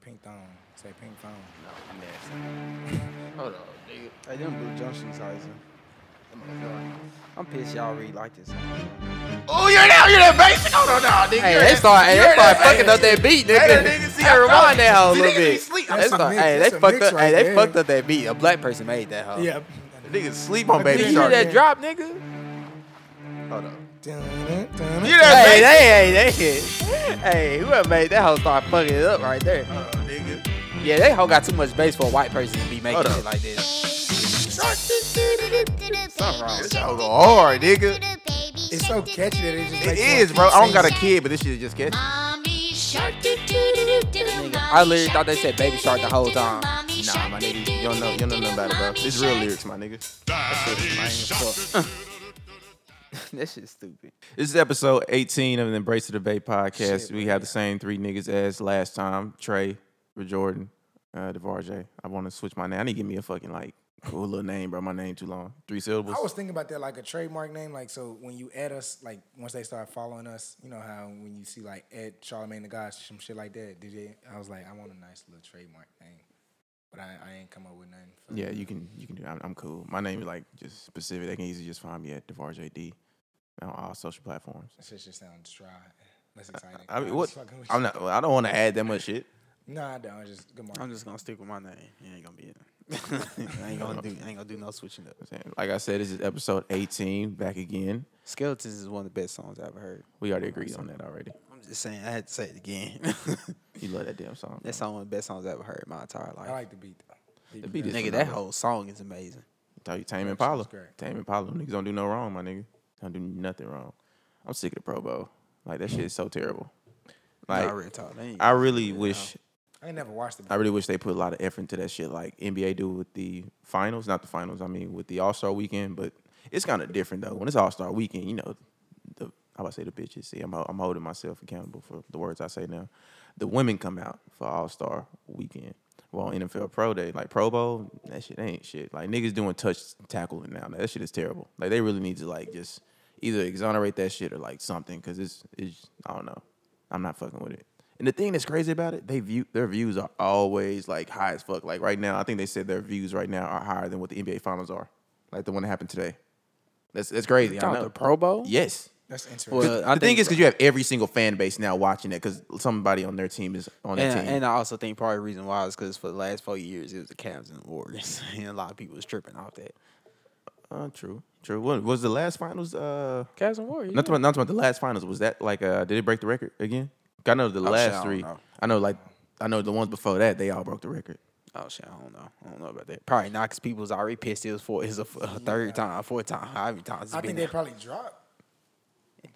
pink thong. Say pink thong. No, I'm nasty. Hold on, nigga. Hey, them Blue Junction sizing. That motherfucker. I'm pissed y'all really like this. song. Oh, you're that, you're that basic. Hold on, nah, nigga. Hey, you're they that- start, hey, you're they start that- fucking up that beat, Hey, that nigga. nigga, see, Hey, I rewind told you. that hoe a See, little niggas be bit. sleep. They That's a start, mix. hey, That's they a fucked mix up, hey, right they there. fucked up that beat. A black person made that Oh. hoe. Yep. Niggas sleep on You baby hear shark. that drop, nigga? Hold on. Dun-dun-dun. You're that Hey, basic. they, hey, they, hey, whoever made that hoe start fucking it up right there. Hold on, nigga. Yeah, they hoe got too much bass for a white person to be making Hold up. shit like this. Something wrong. This y'all go hard, nigga. It's so catchy that it just It makes is, you bro. wanna I don't keep got a singing. kid, but this shit is just catchy. Mommy shark do do do do do do. I literally thought they said baby shark the whole time. Nah, my nigga, you don't know, you don't know nothing about it, bro. This real lyrics, my nigga. that shit's stupid. This is episode 18 of the Embrace of the Bay podcast. we have the same three niggas as last time Trey, Jordan, uh, DeVarge. I want to switch my name. I need to give me a fucking, like, cool little name, bro. My name too long. Three syllables. I was thinking about that like a trademark name, like so when you add us, like once they start following us, you know how when you see like Ed Charlemagne the God, some shit like that. Did you? I was like, I want a nice little trademark name, but I, I ain't come up with nothing. for- yeah, you can you can do it. I'm, I'm cool. My name is, like, just specific. They can easily just find me at DeVarge D on all social platforms. that shit just sounds dry. That's exciting. I mean, I'm what? just fucking with I'm you. not, I don't want to add that much shit. No, I don't. It's just good morning. I'm just gonna stick with my name. It ain't gonna be it. I ain't gonna do. I ain't gonna do no switching up. Like I said, this is episode 18. Back again. Skeletons is one of the best songs I've ever heard. We already agreed on that already. I'm just saying. I had to say it again. You love that damn song. That's one of the best songs I've ever heard in my entire life. I like the beat though. The beat is Nigga, that phenomenal. whole song is amazing. Tell you Tame Impala. great. Tame Impala. Them Niggas don't do no wrong, my nigga. Don't do nothing wrong. I'm sick of the Pro Bowl. Like that shit is so terrible. Like, Like real talk. They ain't- I really wish I ain't never watched the I really wish they put a lot of effort into that shit like NBA do with the finals, not the finals, I mean with the All Star weekend, but it's kind of different though. When it's All Star weekend, you know, the I would say the bitches. See, I'm ho- I'm holding myself accountable for the words I say now. The women come out for All Star weekend. Well, NFL Pro Day, like Pro Bowl, that shit ain't shit. Like niggas doing touch tackling now. That shit is terrible. Like they really need to like just either exonerate that shit or like something because it's it's I don't know. I'm not fucking with it. And the thing that's crazy about it, they view their views are always like high as fuck. Like right now, I think they said their views right now are higher than what the NBA finals are. Like the one that happened today. That's that's crazy. I Talking know. the Pro Bowl. yes. That's interesting. Well, the I thing think- is, because you have every single fan base now watching that, because somebody on their team is on that And, team. and I also think probably the reason why is because for the last four years it was the Cavs and the Warriors, and a lot of people was tripping off that. uh, true, true. What was the last finals? Uh, Cavs and Warriors. not about not about the last finals. Was that like uh, did it break the record again? 'Cause I know the Oh, shit, I last don't three. know. I know like I know the ones before that they all broke the record. Oh shit, I don't know. I don't know about that. Probably not because people was already pissed. It was four. It's a, f- a third time, fourth time, however many times it's I been. think they probably dropped.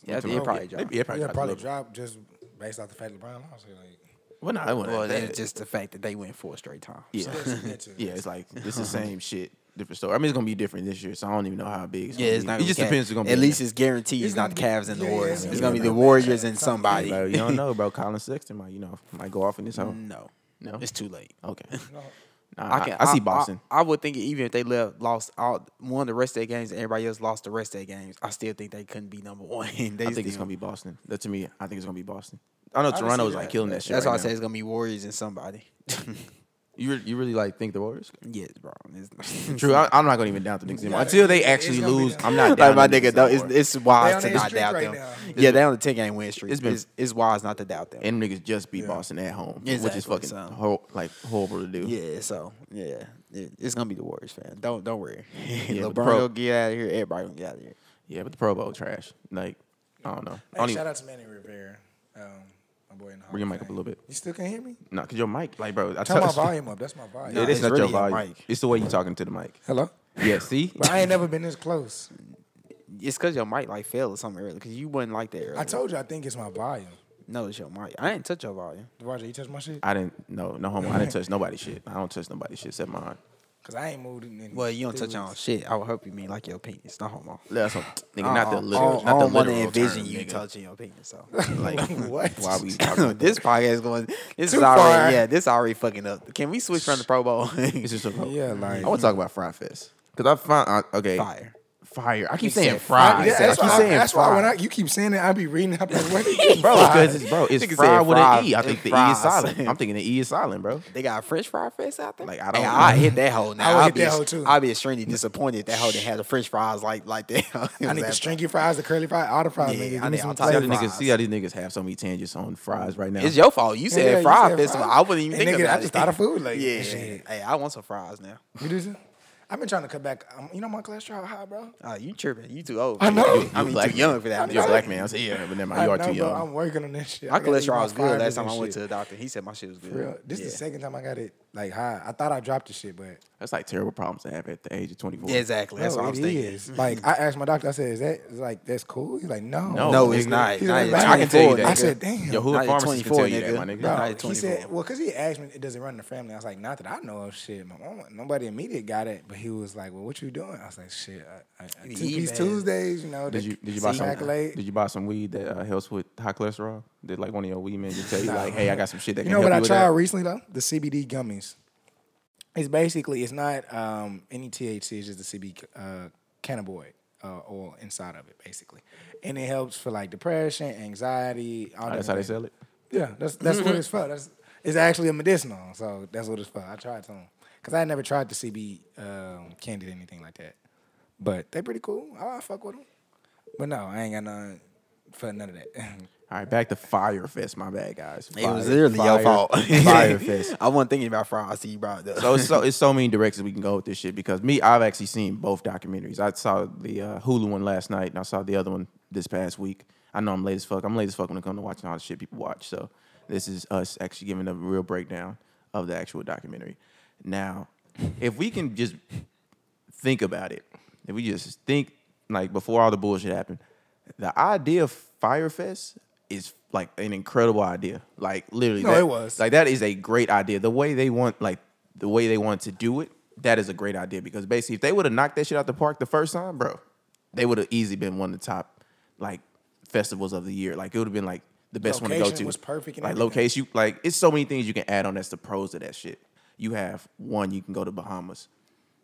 yeah, Tomorrow- they probably dropped. Yeah, probably Yeah, dropped a probably little bit. dropped just based off the fact LeBron lost. Like, Well, no, it wasn't Well, that then bad. it's just the fact that they went four straight times. Yeah. that too. yeah, it's like it's the same shit, different story. I mean, it's gonna be different this year, so I don't even know how big. It's Yeah, gonna it's be. not. It just gonna be depends. It's gonna Cavs. At be least it's guaranteed. It's, It's not the gonna Cavs be- and yeah, the yeah, Warriors. it's gonna It's, gonna be be the a Warriors matchup. Something. and somebody. Bro, you don't know, bro. Colin Sexton might, you know, might go off in this hole. No, No? it's too late. Okay. No, Nah, Mm. I, I, see Boston. I, would think even if they left, lost all won the rest of their games, and everybody else lost the rest of their games, I still think they couldn't be number one. they I, think it's still- gonna be Boston. That to me, I think it's gonna be Boston. I know can Toronto see is like that. killing that shit. That's right why I now. say it's gonna be Warriors and somebody. You re- you really like think the Warriors? yes, bro. It's, True. I, I'm not gonna even doubt the Knicks anymore gotta- until they it's actually gonna be lose. them. I'm not like doubting my the Knicks nigga, though, no it's, more. it's They wise on to that not streak doubt right them. now. Yeah, they on the ten game win streak. It's It's, been- it's, wise not to doubt them. and niggas just beat Boston at home, which is Exactly, fucking so. hor- like horrible to do. yeah, so yeah, it- it's gonna be the Warriors fan. Don't don't worry. but LeBron the pro- gonna get out of here. Everybody gonna get out of here. Yeah, but the Pro Bowl trash. Like I don't know. I Hey, don't even- shout out to Manny Rivera, um, my boy in the Hall Bring your of mic up a Fame. little bit. You still can't hear me? No, cause your mic, like, bro. I Turn my touched- volume up. That's my volume. It is it's not really your your volume. mic. It's the way you talking to the mic. Hello. Yeah, see. But I ain't never been this close. It's cause your mic like failed or something earlier. Cause you wasn't like that earlier. I told you I think it's my volume. no, it's your mic. I ain't touch your volume. Roger, you touch my shit? I didn't. No, no homo. I didn't touch nobody's shit. I don't touch nobody's shit except mine. Cause I ain't moved in. in Well, you don't three touch on weeks. shit. I would hope you mean like your penis. No homo. That's what, nigga. Not the Uh-uh. literal. not I don't- I the don't wanna literal envision term, you nigga. touching your penis. So Like What? Why we? Why we this podcast is going. This Too is already. far. Yeah, this already fucking up. Can we switch from the Pro Bowl? it's just a, Yeah, like I want to talk about Fry Fest because I find I, okay. Fire. fire. I keep Nigga saying said fried. fried. Yeah, said- that's I keep why. saying That's why when I, fried. you keep saying that, I be reading. I be like, Bro, bro, because it's bro, it's Nigga said fried with an fried E. I and think the E is fries. silent. I'm thinking the E is silent, bro. They got French fry fries out there. Like, I don't Hey, know. I hit that hole now. I would I'll hit be, that hoe, too. I'll be extremely disappointed that hole that had the French fries like like that. I need the stringy fries, the curly fries, all the fries. Yeah, nigga. Give I need me all some types See how, of flavor. the fries. niggas, see how these niggas have so many tangents on fries right now. It's your fault. You Yeah, said you fry said festival. fries. I wouldn't even And think nigga, about I just it. thought of food, like, yeah. shit. Hey, I want some fries now. You do this? I've been trying to cut back. Um, you know my cholesterol high, bro. Oh, you tripping? You too old. I know. You, I mean, black too young for that. You're a nigga. black man. I said, yeah, but never mind. I You are know, too bro. young. I'm working on this shit. My I gotta eat cholesterol was good fibers last time and I went shit. to the doctor. He said my shit was good. For real. This is the Yeah. second time I got it like high. I thought I dropped the shit, but That's like terrible problems to have at the age of 24. Exactly. That's bro, what I was Oh, it thinking. is. Like I asked my doctor, I said, "Is that is like that's cool?" He's like, "No, No, No, it's nigga. not. He's Not like, at bro, I can tell you 24, that. I nigga. said, "Damn." Your hood Not at pharmacist can 24, tell you that, my nigga. nigga. Nah. Bro, at he said, 24. well, because he asked me, it doesn't run in the family. I was like, not that I know of shit. My mom, nobody immediate got it, but he was like, well, what you doing? I was like, shit, I, I, I You two piece eat, man. Tuesdays, you know. Did the you did you buy some accolade. Did you buy some weed that uh, helps with high cholesterol? Did like one of your weed men just tell you like, hey, I got some shit that You can know what help I you with tried that? recently though? The CBD gummies. It's basically it's not um, any THC, it's just the CBD uh, cannabinoid uh, oil inside of it, basically, and it helps for like depression, anxiety. All Oh, that that's how they stuff. sell it. Yeah, that's that's what it's for. That's it's actually a medicinal, so that's what it's for. I tried some because I had never tried the CB um, candy or anything like that, but they pretty cool. I, I fuck with them, but no, I ain't got none for none of that. All right, back to Firefest, my bad guys. It was Fire- literally your Fire- fault. Firefest. I wasn't thinking about fries. till you brought it up. So it's so it's so many directions we can go with this shit because me, I've actually seen both documentaries. I saw the uh, Hulu one last night and I saw the other one this past week. I know I'm late as fuck. I'm late as fuck when it comes to watching all the shit people watch. So this is us actually giving a real breakdown of the actual documentary. Now, if we can just think about it, if we just think like before all the bullshit happened, the idea of Firefest is like an incredible idea. Like literally, No, that- it was. like that is a great idea. The way they want, like the way they want to do it, that is a great idea because basically, if they would have knocked that shit out the park the first time, bro, they would have easily been one of the top like festivals of the year. Like it would have been like the best one to Location go to. was perfect and like everything. location, you like it's so many things you can add on. That's the pros of that shit. You have one, you can go to Bahamas.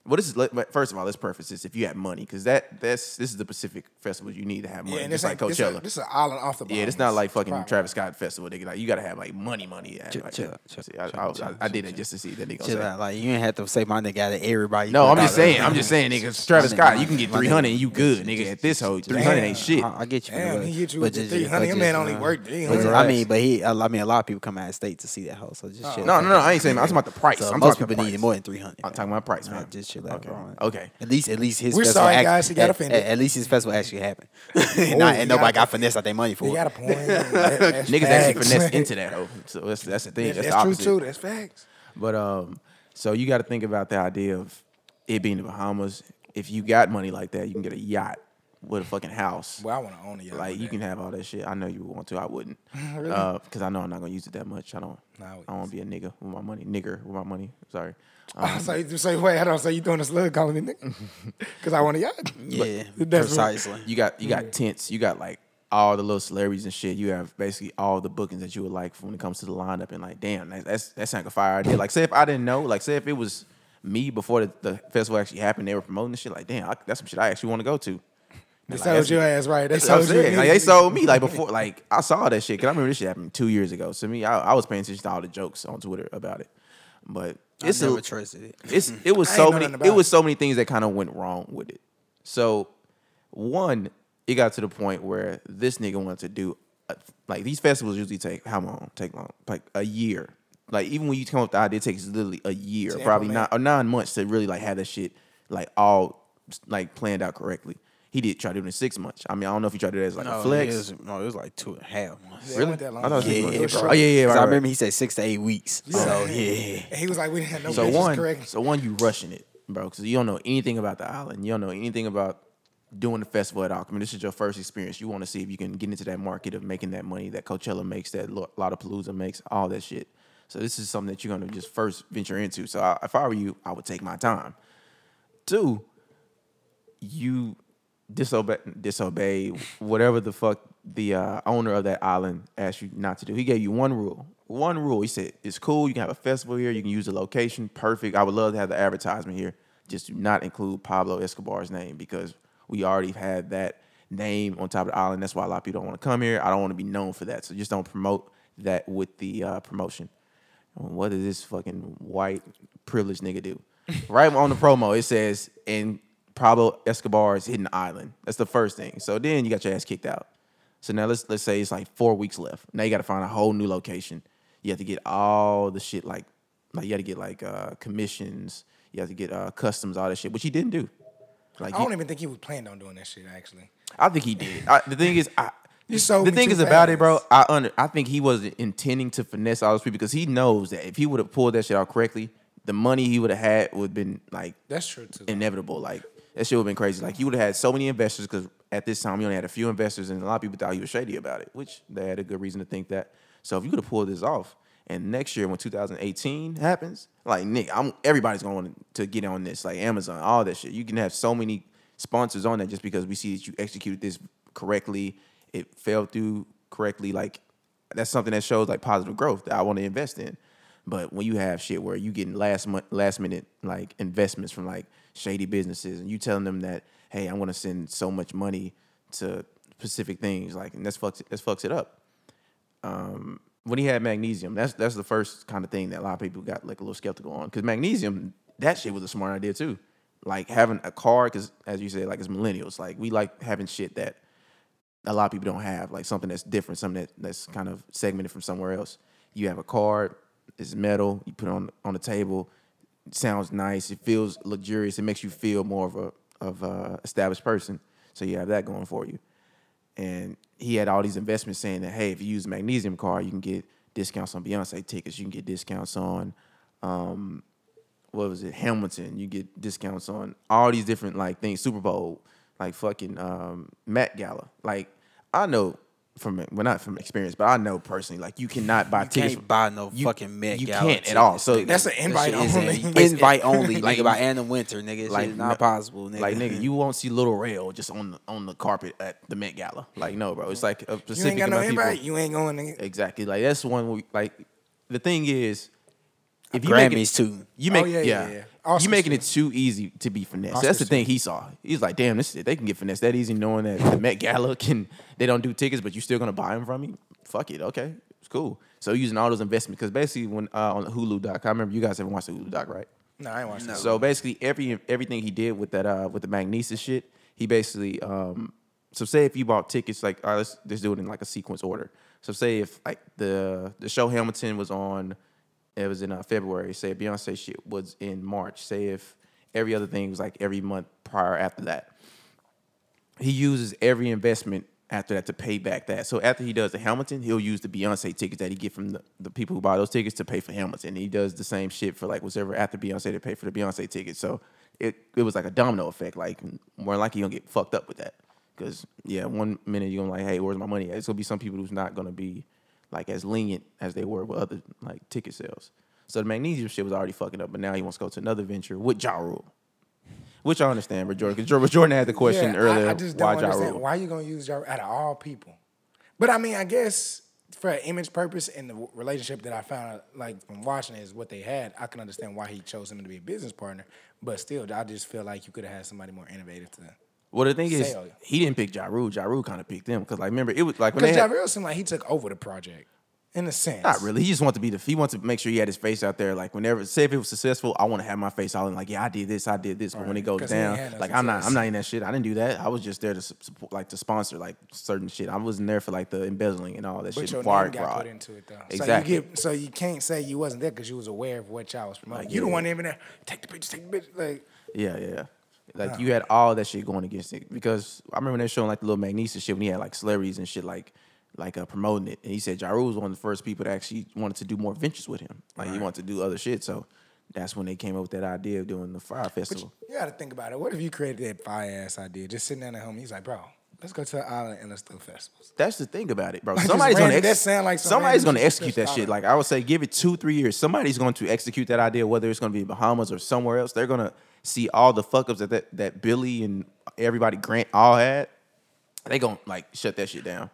Well, this is let- but first of all, let's preface this. If you have money, because that that's this is the Pacific festival you need to have money. Yeah, and just this like ain't Coachella. This, a- this is an island off the. yeah, it's Bahamas. not like fucking Private. Travis Scott festival. Nigga, like you gotta have like money, money. yeah, like, chill, chill, see, I, I, was- I- I did it just to see that nigga. Chill say. out. Like you ain't have to say my nigga out of everybody. No, You I'm put just out there. saying. I'm just saying, nigga. My Travis nigga, Scott, my you can nigga, get my 300 nigga. and you good, nigga. At this hoe, 300 ain't shit. I, I get you. Damn, but- he hit you but with the just- 300. but Your man just, only uh, worked but 300. just- I mean, but he. I mean, a lot of people come out of state to see that hoe. So just Oh, chill. No, no, no. I ain't saying. I'm talking about the price. So I'm most talking people about needed price. more than three hundred. I'm talking about price, man. just chill out. Okay. bro. Okay. At least, at least his. We're festival sorry, act- guys. He got at- offended. At, at least his festival actually happened, and, Oh, not- he and nobody got- got finessed out their money for you got a it. point. That- that's Niggas actually facts. finessed into that hoe. So that's that's the thing. That's, That's, that's the true too. opposite. That's facts. But um, so you got to think about the idea of it being the Bahamas. If you got money like that, you can get a yacht with a fucking house. Well, I want to own it. Like you can have all that shit. I know you would want to. I wouldn't, because I know I'm not gonna use it that much. I don't. Nah, I would I won't be a nigga with my money. Nigger with my money. Sorry. Um, I say, you say, wait, I don't say you doing a slug calling me nigga because I want a yacht. Yeah, But- precisely. You got you got tents. You got like all the little celebrities and shit. You have basically all the bookings that you would like when it comes to the lineup. And like, damn, that, that's that's like a fire idea. Like, say if I didn't know, like, say if it was me before the, the festival actually happened, they were promoting this shit. Like, damn, I, that's some shit I actually want to go to. They And, like, sold that's- your ass right. They that's what I'm sold you. saying. Like, they nigga. sold me like before. Like I saw that shit. Cause I remember this shit happened two years ago. So me, I, I was paying attention to all the jokes on Twitter about it. But it's I never a, trusted it. it's it was I ain't so know many nothing about it was it. so many things that kind of went wrong with it. So one, it got to the point where this nigga wanted to do uh, like these festivals usually take how long? Take long like a year. Like even when you come up with the idea, it takes literally a year, probably nine implement. or nine months to really like have that shit like all like planned out correctly. He did try to do it in six months. I mean, I don't know if oh, he tried to do that as like a flex. It was, no, it was like two and a half months. It really? went that long. I thought it was Yeah, six it months. was Oh short. yeah, yeah. Right, 'Cause I right. remember he said six to eight weeks. So yeah. And he was like, we didn't have no So bitches one, correct. so one, you rushing it, bro, because you don't know anything about the island. You don't know anything about doing the festival at all. I mean, this is your first experience. You want to see if you can get into that market of making that money that Coachella makes, that Lo- Lollapalooza makes, all that shit. So this is something that you're gonna just first venture into. So I, if I were you, I would take my time. Two, you disobey disobey whatever the fuck the uh, owner of that island asked you not to do. He gave you one rule. One rule. He said, it's cool, you can have a festival here, you can use the location, perfect. I would love to have the advertisement here. Just do not include Pablo Escobar's name because we already have that name on top of the island. That's why a lot of people don't want to come here. I don't want to be known for that. So just don't promote that with the uh, promotion. What does this fucking white privileged nigga do? right on the promo, it says, and Pablo Escobar's hidden island. That's the first thing. So then you got your ass kicked out. So now let's let's say it's like four weeks left. Now you got to find a whole new location. You have to get all the shit like like you got to get like uh, commissions. You have to get uh, customs, all that shit, which he didn't do. Like I he- don't even think he was planning on doing that shit. Actually, I think he did. I, the thing is, I, You sold the me thing too is about it, bro. fast. I under, I think he wasn't intending to finesse all those people because he knows that if he would have pulled that shit out correctly, the money he would have had would have been like that's true too. inevitable. Like that shit would have been crazy. Like you would have had so many investors because at this time you only had a few investors, and a lot of people thought you were shady about it, which they had a good reason to think that. So if you could have pulled this off, and next year when 2018 happens, like Nick, I'm everybody's going to want to get on this, like Amazon, all that shit. You can have so many sponsors on that just because we see that you executed this correctly, it fell through correctly, like that's something that shows like positive growth that I want to invest in. But when you have shit where you getting last month, last minute like investments from like shady businesses, and you telling them that hey, I'm gonna send so much money to specific things, like and that's fucks it, that's fucks it up. Um, when he had magnesium, that's that's the first kind of thing that a lot of people got like a little skeptical on because magnesium, that shit was a smart idea too. Like having a car, because as you said, like it's millennials, like we like having shit that a lot of people don't have, like something that's different, something that, that's kind of segmented from somewhere else. You have a card, it's metal, you put it on on the table, it sounds nice, it feels luxurious, it makes you feel more of a of a established person. So you have that going for you. And he had all these investments saying that, hey, if you use a magnesium card, you can get discounts on Beyonce tickets, you can get discounts on um what was it, Hamilton, you get discounts on all these different like things, Super Bowl, like fucking um Met Gala. Like I know from well not from experience, but I know personally, like you cannot buy tickets. can't buy no you- fucking Met You Gala can't at all. tickets, So nigga. That's an invite That shit only. is an It's- invite only, Like, nigga. By Anna Winter, nigga. Like, like, shit is not no- possible, nigga. Like nigga, you won't see Little Rail just on the on the carpet at the Met Gala. Like no, bro, it's like You a ain't specific got no amount of people. invite. You ain't going. nigga. Exactly. Like that's one. We, like the thing is, if make Grammys it- too. You Oh, make yeah, yeah, yeah, yeah. Oscars, you making it too easy to be finessed. That's the Oscars, thing he saw. He's like, damn, this they can get finessed that easy, knowing that the Met Gala can they don't do tickets, but you're still gonna buy them from me. Fuck it, okay, it's cool. So using all those investments because basically when uh, on Hulu doc, I remember you guys haven't watched the Hulu doc, right? No, I ain't watching that. So basically, every everything he did with that uh with the Magnesis shit, he basically um so say if you bought tickets like all right, let's just do it in like a sequence order. So say if like the the show Hamilton was on, it was in uh, February. Say Beyonce shit was in March. Say if every other thing was like every month prior after that he uses every investment after that to pay back that. So after he does the Hamilton, he'll use the Beyonce tickets that he get from the, the people who buy those tickets to pay for Hamilton. He does the same shit for like whatever after Beyonce to pay for the Beyonce tickets. So it, it was like a domino effect. Like more likely you're gonna get fucked up with that. Cause yeah, one minute you're gonna like, hey, where's my money? at? It's gonna be some people who's not gonna be like as lenient as they were with other like ticket sales. So the magnesium shit was already fucking up, but now he wants to go to another venture with Ja Rule. Which I understand, but Jordan, because Jordan had the question Yeah, earlier. I, I just don't why Ja understand Rule? why you gonna use Ja Rule out of all people. But I mean, I guess for an image purpose and the w- relationship that I found like from watching is what they had. I can understand why he chose him to be a business partner. But still, I just feel like you could have had somebody more innovative to. Well, the thing is, Sale. he didn't pick Ja Rule. Ja Rule kind of picked him because, like, remember it was like when they Because Ja had, Rule seemed like he took over the project in a sense. not really. He just wanted to be the. He wanted to make sure he had his face out there. Like whenever, say if it was successful, I want to have my face all in. Like, yeah, I did this, I did this. But when it goes 'cause he ain't down, had no like I'm not, I'm success. not in that shit. I didn't do that. I was just there to su- support, like to sponsor like certain shit. I wasn't there for like the embezzling and all that But shit. your wire name got fraud. put into it though. Exactly. So you get so you can't say you wasn't there because you was aware of what y'all was promoting. Like, you the yeah. one even there. Take the pictures, take the pictures. Like Yeah, yeah, yeah. Like you had all that shit going against it because I remember when they were showing like the little Magnesia shit when he had like celebrities and shit like like uh, promoting it, and he said Ja Rule was one of the first people that actually wanted to do more ventures with him. Like he wanted to do other shit, so that's when they came up with that idea of doing the Fire Festival. You gotta think about it. What if you created that fire ass idea? Just sitting down at home, he's like, bro, let's go to the island and let's do festivals. that's the thing about it, bro. just somebody's gonna random- ex- that sound like some somebody's random gonna shit execute that that's shit. out. Like I would say, give it two, three years. Somebody's going to execute that idea, whether it's gonna be Bahamas or somewhere else. They're gonna see all the fuck ups that, that that Billy and everybody Grant all had. They gonna like shut that shit down.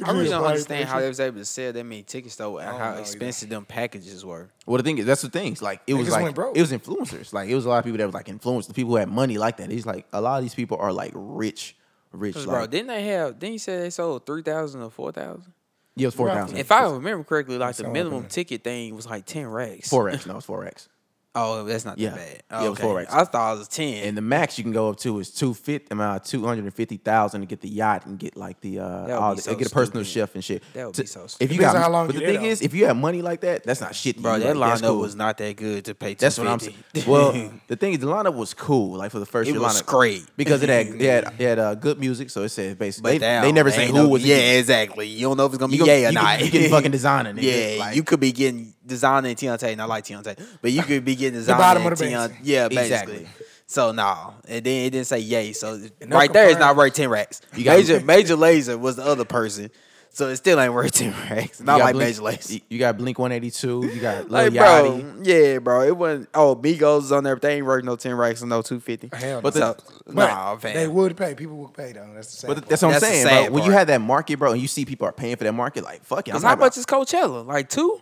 I really just don't like understand that how shit. they was able to sell that many tickets though, and don't how know either. expensive them packages were. Well, the thing is, that's the thing. It's like it was just like went broke. it was influencers. Like it was a lot of people that was like influenced. The people who had money like that. He's like a lot of these people are like rich, rich. Like, bro, didn't they have? Didn't you say they sold three thousand or four thousand? yeah, it was four thousand. If I remember correctly, like the Something like minimum that. ticket thing was like ten racks. four x, no, it's four x. Oh, that's not Yeah. that bad. Yeah, it was Okay. four racks. I thought it was ten. And the max you can go up to is two fifty, uh, two hundred and fifty thousand to get the yacht and get like the That would uh, all be the, so get a personal stupid. chef and shit. That would To- be so If stupid. you Depends got, on how long but the you there, thing though. is, if you have money like that, that's not shit. to bro, you. that Like, that's lineup cool. was not that good to pay. That's what I'm saying. 250. Well, the thing is, the lineup was cool. Like for the first It year was lineup, great. because it had it had, it had uh, good music. So it said basically But they, now, they never say ain't who no- was Yeah, against. exactly. You don't know if it's gonna be You gon- yay or you not. could- you getting fucking designer, nigga. Yeah, Like- you could be getting designer and Deontay. Not like Deontay, but you could be getting designer bottom and of the Deon- basement. Yeah, Exactly. basically. So no, and then it didn't say yay. So no right there, it's not compliance. worth ten racks. You got- major Major Laser was the other person, so it still ain't worth ten racks. Not You got like Blink- Major Laser. You, you got Blink 182. You got Lil Like, Yachty. bro, yeah, bro. It wasn't. Oh, Migos was on there, but they ain't worth no ten racks and no two fifty. Hell but no. so, But nah, fam. they would pay. People would pay though. That's the same. But th- that's what I'm That's the saying, sad bro. When you part. have that market, bro, and you see people are paying for that market, like fuck it. I'm Cause not how about- much is Coachella? Like two?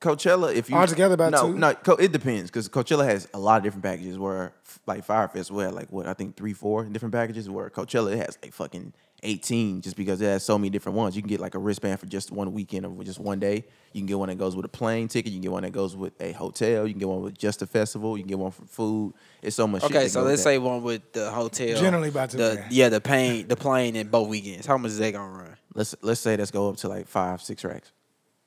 Coachella? If you Altogether about no, two? no, Co- it depends because Coachella has a lot of different packages. Where f- like Fire Festival had like what I think three, four different packages. Where Coachella it has like fucking eighteen, just because it has so many different ones. You can get like a wristband for just one weekend or just one day. You can get one that goes with a plane ticket. You can get one that goes with a hotel. You can get one with just a festival. You can get one for food. It's so much. shit Okay, that so go with let's that. say one with the hotel. Generally about two the, grand. Yeah, the plane, the plane, and both weekends. How much is that gonna run? let's let's say that's go up to like five, six racks.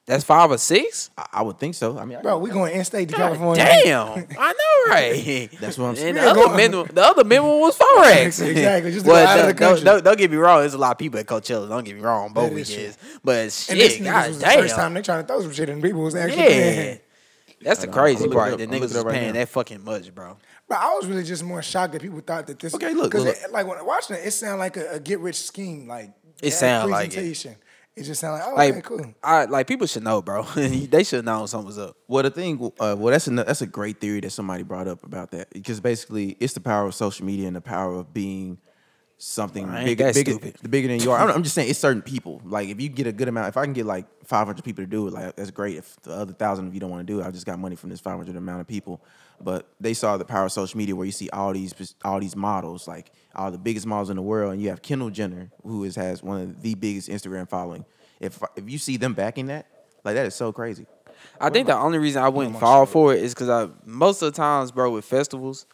That's five or six. I, I would think so. I mean, I- bro, we going in state to California. Damn, I know, right? That's what I'm And saying. the Yeah, other go- minimum, the other minimum was four X. Exactly, just to go out of the don't, country. don't- don't get me wrong. There's a lot of people at Coachella. Don't get me wrong, both That is weekends. But And this shit, niggas god was the first time damn, they trying to throw some shit and people was actually yeah. paying. That's the Hold on, crazy I'm looking it part. up. The I'm niggas looking it was up right paying now. that fucking much, bro. But I was really just more shocked that people thought that this. Okay, look, because look. like when watching it, it sounded like a, a get rich scheme. Like It that sound like it. presentation. It just sounded like oh, Like, okay, cool. I like people should know, bro. they should know something was up. Well, the thing, uh, well, that's a that's a great theory that somebody brought up about that because basically it's the power of social media and the power of being something Well, ain't bigger, that bigger, stupid. the bigger than you are. I'm, I'm just saying it's certain people. Like if you get a good amount, if I can get like 500 people to do it, like that's great. If the other thousand of you don't want to do it, I just got money from this 500 amount of people. But they saw the power of social media where you see all these all these models, like all the biggest models in the world, and you have Kendall Jenner who is has one of the biggest Instagram following. If if you see them backing that, like that is so crazy. I think the only reason I wouldn't fall for it is because I most of the times, bro, with festivals,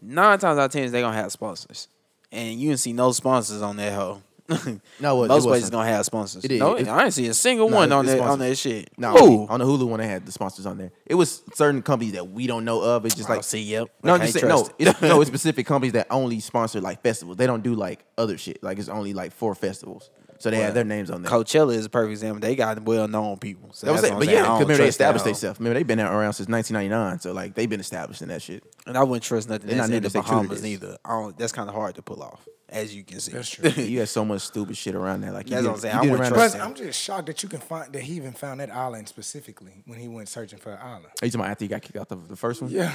nine times out of ten they gonna have sponsors, and you didn't see no sponsors on that hoe. No, it was- it most was places some- gonna have sponsors. It is. No, It- I didn't see a single No, one on it's that on sponsored. that shit. No, Who? on the Hulu one, they had the sponsors on there. It was certain companies that we don't know of. It's just Oh, like see, yep. No, I I'm just can't saying, no, trust it. it's, no. It's specific companies that only sponsor like festivals. They don't do like other shit. Like it's only like four festivals, so they have their names on there. Coachella is a perfect example. They got well known people. So That was that's it. what But I'm saying. yeah, I don't 'cause remember they trust that established hoe. themselves. Remember they've been around since 1999, so like they've been established in that shit. and I wouldn't trust nothing They're that's not in new the to say true to Bahamas this. neither. I don't, that's kind of hard to pull off, as you can see. That's true. you had so much stupid shit around there. Like you That's did, what I'm saying. you I did wouldn't around trust Plus, the- that. I'm just shocked that you can find that he even found that island specifically when he went searching for an island. Are you talking about after you got kicked out the, the first one? Yeah,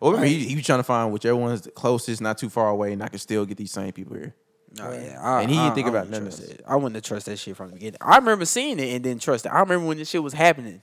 Well, remember he, he was trying to find whichever one's the closest, not too far away, and I could still get these same people here. Oh, yeah. I, And he didn't I- think I about wouldn't none of trust this. it. I wouldn't have trust that shit from the beginning. I remember seeing it and didn't trust it. I remember when this shit was happening.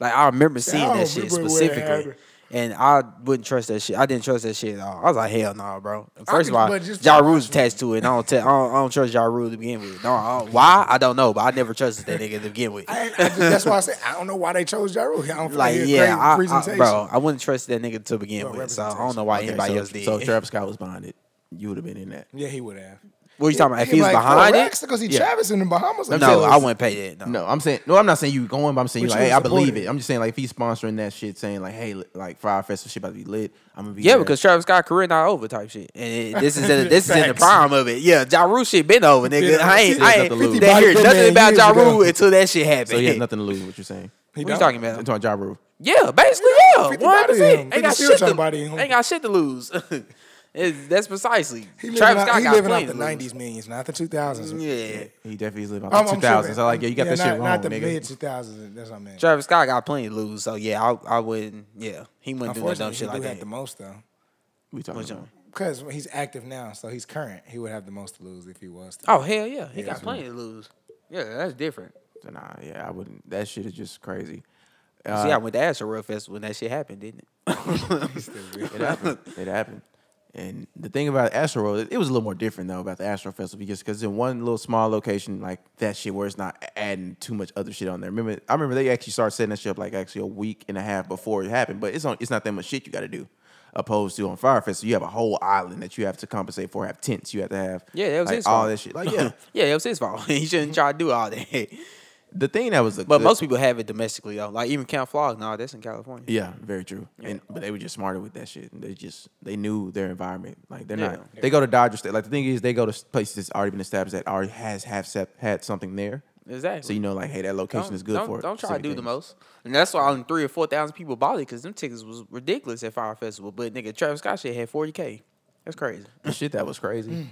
Like I remember seeing don't that shit remember when it specifically. happened. And I wouldn't trust that shit. I didn't trust that shit at all. I was like, hell no, bro. First of could- all, but just- Ja Rule's attached to it. And I don't, te- I don't, I don't trust Ja Rule to begin with. No, I don't- why? I don't know, but I never trusted that nigga to begin with. I, I just- that's why I said I don't know why they chose Ja Rule. I don't feel like, his yeah, great I, I, presentation. bro, I wouldn't trust that nigga to begin Well, with. So I don't representation. know why Okay, anybody so, else did. So if Travis Scott was behind it. You would have been in that. Yeah, he would have. what you talking about? If he was like, behind it, because he Yeah. Travis in the Bahamas. I'm no, telling I you. wouldn't pay that. No, I'm saying no. I'm not saying you going, but I'm saying But like, you hey, I supported believe it. it. I'm just saying like if he's sponsoring that shit, saying like, hey, li- like Fire Festival shit about to be lit. I'm gonna be Yeah, there. because Travis Scott career not over type shit, and it, this is in, this is in the Facts. prime of it. Yeah, Ja Rule shit been over, nigga. I There's ain't I ain't nothing to lose. didn't hear Body nothing Hitman about years Ja ago. Rule until that shit happened. so he had nothing to lose. What you're saying? He what don't. you talking I'm about? talking about Ja Rule. Yeah, basically, yeah. Fifty One body him. percent. Ain't Fifty got still shit trying to to body him. Ain't got shit to lose. It's- that's precisely. He Travis living out, Scott he got living out plenty the to lose. '90s millions, not the 2000s. Yeah, He definitely is living I'm- out I'm the sure 2000s. that- so like, yeah, you got that not, shit wrong, Not the nigga. mid 2000s. That's what I meant. Travis Scott got plenty to lose. So yeah, I I wouldn't. Yeah, he wouldn't do no dumb Unfortunately, he shit do have like that. the most though, We talking Which about? one? because he's active now, so he's current. He would have the most to lose if he was. To. Oh hell yeah, he Yeah, got so- plenty to lose. Yeah, that's different. So, Nah, yeah, I wouldn't. That shit is just crazy. See, I Uh, went to Astro World Festival when that shit happened, didn't it? it happened. It happened. And the thing about Astro World, it was a little more different though about the Astro Festival because because in one little small location like that shit where it's not adding too much other shit on there. Remember, I remember they actually started setting that shit up like actually a week and a half before it happened. But it's on. It's not that much shit you got to do. Opposed to on Fire Festival, you have a whole island that you have to compensate for. Have tents, you have to have Yeah, that was like, his all fault. that shit. Like yeah, yeah, it was his fault. he shouldn't try to do all that. the thing that was a But good- most people have it domestically though. Like even Count Flaws, no, that's in California. Yeah, very true. And but they were just smarter with that shit. And they just they knew their environment. Like they're Yeah. not. They go to Dodger State. Like the thing is, they go to s- places that's already been established that already has have sep- had something there. Exactly. So you know, like, hey, that location don't, is good don't, for it. Don't try to specific do the things. most. And that's why only three or four thousand people bought it because them tickets was ridiculous at Fire Festival. But nigga, Travis Scott shit had forty k. That's crazy. The shit that was crazy. Mm.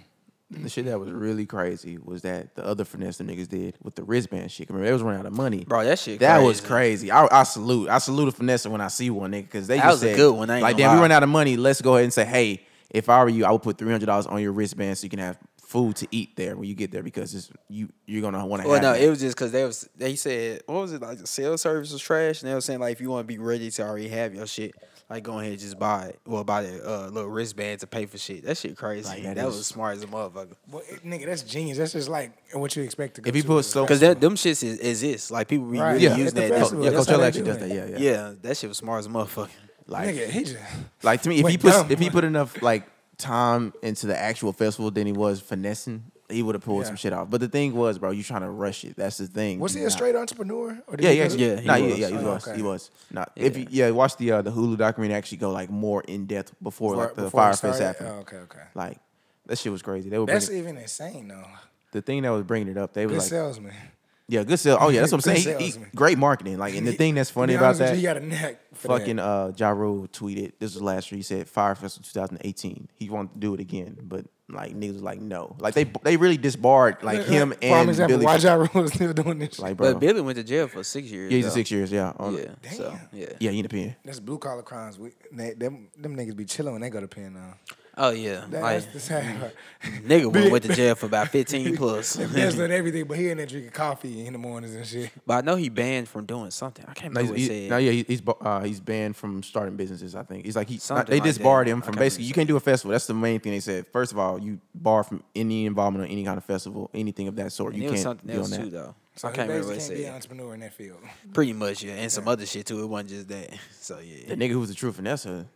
The shit that was really crazy was that the other finesse the niggas did with the wristband shit. Remember, they was running out of money. Bro, that shit That was crazy. crazy. I, I salute. I salute a finesse when I see one nigga because they That just was a said, good one, I ain't like, gonna damn, we lie. run out of money. Let's go ahead and say, hey, if I were you, I would put three hundred dollars on your wristband so you can have food to eat there when you get there because it's, you you're gonna want to. Well, have no, that. it was just because they was they said what was it like the sales service was trash, and they were saying like if you want to be ready to already have your shit, like go ahead and just buy it. Well, buy the uh, little wristband to pay for shit. That shit crazy. Like, that that is- was smart as a motherfucker. Well, it, nigga, that's genius. That's just like what you expect to go. If you to put as a so- festival. Because them shits is, exist. Like people be Right. really yeah, using at the that. That's- festival, yeah, that's how Coachella they actually do does it. that. Yeah, yeah. yeah, that shit was smart as a motherfucker. Like, nigga, he just like to me, if he went puts dumb. if he put enough like time into the actual festival than he was finessing, he would have pulled Yeah. some shit off. But the thing was, bro, you trying to rush it. That's the thing. was he a Not- straight entrepreneur? Or did Yeah, he yeah, go to- yeah. he Nah, was. yeah, yeah, he Oh, was. okay. He was. Not if you, yeah, watch the uh, the Hulu documentary. Actually, go like more in depth before, like the before it fire fest started? happened. Oh, okay, okay. Like that shit was crazy. They were That's bringing, even insane though. the thing that was bringing it up. They was Good like, salesman. yeah, good sale. Oh yeah, that's what I'm Good saying. He- he- salesman. great marketing. Like, and the thing that's funny Be about honest with that, you, you got a knack. For that. fucking uh, ja Rule tweeted. This was last year. He said Fire Festival 2018. He wanted to do it again, but like niggas was like no. Like they they really disbarred like him Prime and example, Billy. why Ja Rule is still doing this? shit? Like bro, But Billy went to jail for six years. yeah, he's a though. six years. Yeah, on- Yeah. So Damn. yeah. yeah, European. That's blue collar crimes. We, they, them, them niggas be chilling when they go to pen now. Oh yeah. That, Like, mm. that's the sad part. nigga went, Big- went to jail for about fifteen plus. That's not everything, but he in there drinking coffee in the mornings and shit. but I know he banned from doing something. I can't No, remember he's, what it he- said. no, yeah, he- he's bu- uh, he's banned from starting businesses. I think he's like he not, Something they like disbarred that. him I from can't basically you remember. can't do a festival. That's the main thing they said. First of all, you barred from any involvement on any kind of festival, anything of that sort. And You it was can't something be on else that. too though. So I can't he basically remember what it can't said. be an entrepreneur in that field. Pretty much, yeah, and some other shit too. It wasn't just that. So yeah, The nigga who was the true Vanessa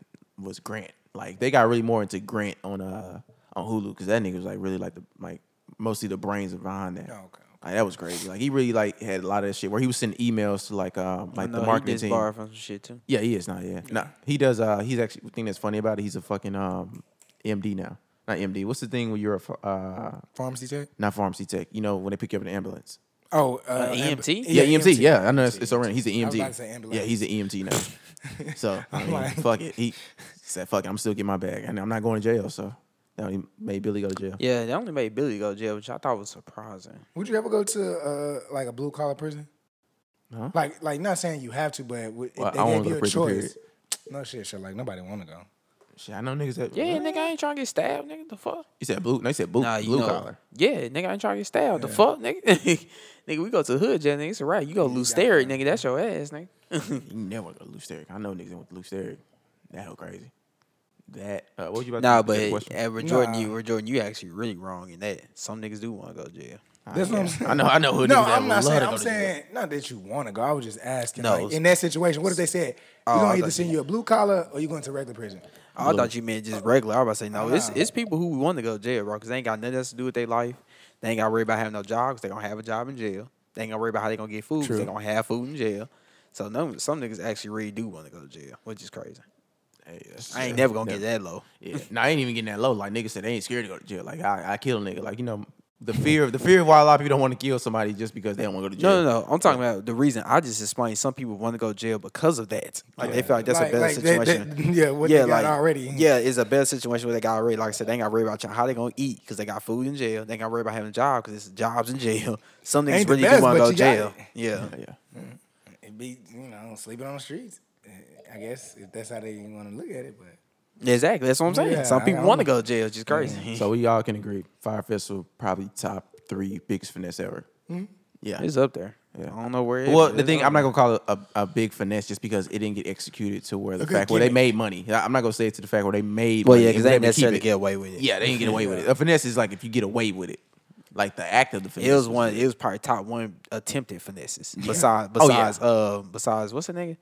was Grant. Like they got really more into Grant on uh on Hulu because that nigga was like really like the like mostly the brains behind that. Oh, okay, okay. Like that was crazy. Like he really like had a lot of that shit where he was sending emails to like um like Oh, no, the marketing he team. borrowed from some shit too. Yeah, he is not. Yeah, nah. He does. Uh, he's actually the thing that's funny about it. He's a fucking um, MD now. Not MD. What's the thing when you're a ph- uh, Pharmacy tech? not pharmacy tech? You know when they pick you up in an ambulance. Oh, uh, EMT? amb- Yeah, EMT. Yeah, I know it's, it's already. He's an E I EMT. was about to say ambulance. Yeah, he's an EMT now. so I mean, like- fuck it. He said, "Fuck it, I'm still getting my bag, and I'm not going to jail." So that only made Billy go to jail. Yeah, they only made Billy go to jail, which I thought was surprising. Would you ever go to uh, like a blue collar prison? Huh? Like, like not saying you have to, but w- if Well, they I wanna gave go you to a prison, choice. period. No shit, shit. Like nobody want to go. Shit, I know niggas that. Yeah, nigga, I ain't trying to get stabbed, nigga. The fuck? He said blue. No, he said blue. Nah, you blue know- collar. Yeah, nigga, I ain't trying to get stabbed. The fuck, nigga? nigga, we go to the hood, jail, nigga. It's a right. You go to Lou Sterry, nigga. That's your ass, nigga. You never go to loose Derrick. I know niggas that went to loose Derrick. That hell crazy. That uh, what was you about? nah, to but you had a question? at Jordan, Nah. you were Jordan, you actually really wrong in that. Some niggas do want to go to jail. That's what I'm saying. I know. I know who. No, niggas that I'm would not love saying. to I'm go to jail. saying not that you want to go. I was just asking. No. like, in that situation, what if they said Oh, you're I gonna either thought send you a blue collar or you going to regular prison? I thought you meant just regular. I was about to say no. It's it's people who want to go to jail, bro, because they ain't got nothing else to do with their life. They ain't got to worry about having no job because they gonna have a job in jail. They ain't gonna worry about how they gonna get food because they True. gonna have food in jail. So no, some niggas actually really do want to go to jail, which is crazy. Hey, that's- I ain't never gonna get that low. Yeah. Nah, I ain't even getting that low. Like niggas said, they ain't scared to go to jail. Like I, I kill a nigga. Like you know, the fear of the fear of why a lot of people don't want to kill somebody just because they don't want to go to jail. No, no, no. I'm talking about the reason I just explained. Some people want to go to jail because of that. Like they feel like that's Like- a better like that- situation. that- yeah, what they got already. Yeah, it's a better situation where they got already. Like I said, they ain't got to worry about how they gonna eat because they got food in jail. They ain't got to worry about having a job because it's jobs in jail. Some niggas Ain't the really best, do want but to go to you got jail. it. Yeah, Yeah, yeah. It'd be you know sleeping on the streets. eh, I guess if that's how they want to look at it, but exactly. That's what I'm saying. Yeah, Some I- people I want to don't- go to jail. It's just crazy. So we all can agree, Fire Festival probably top three biggest finesse ever. Yeah. It's up there. Yeah. I don't know where. it is, Well, but the it's thing up I'm not there. gonna call it a, a big finesse just because it didn't get executed to where the good fact where they gimmick. made money. I- I'm not gonna say it to the fact where they made. Well, money yeah, and because was they able to didn't keep necessarily it. get away with it. Yeah, they didn't get away with it. A finesse is like if you get away with it, like the act of the finesse. It was one. It was probably top one attempted finesses. Besides, Oh, yeah. besides, uh, besides, what's the nigga?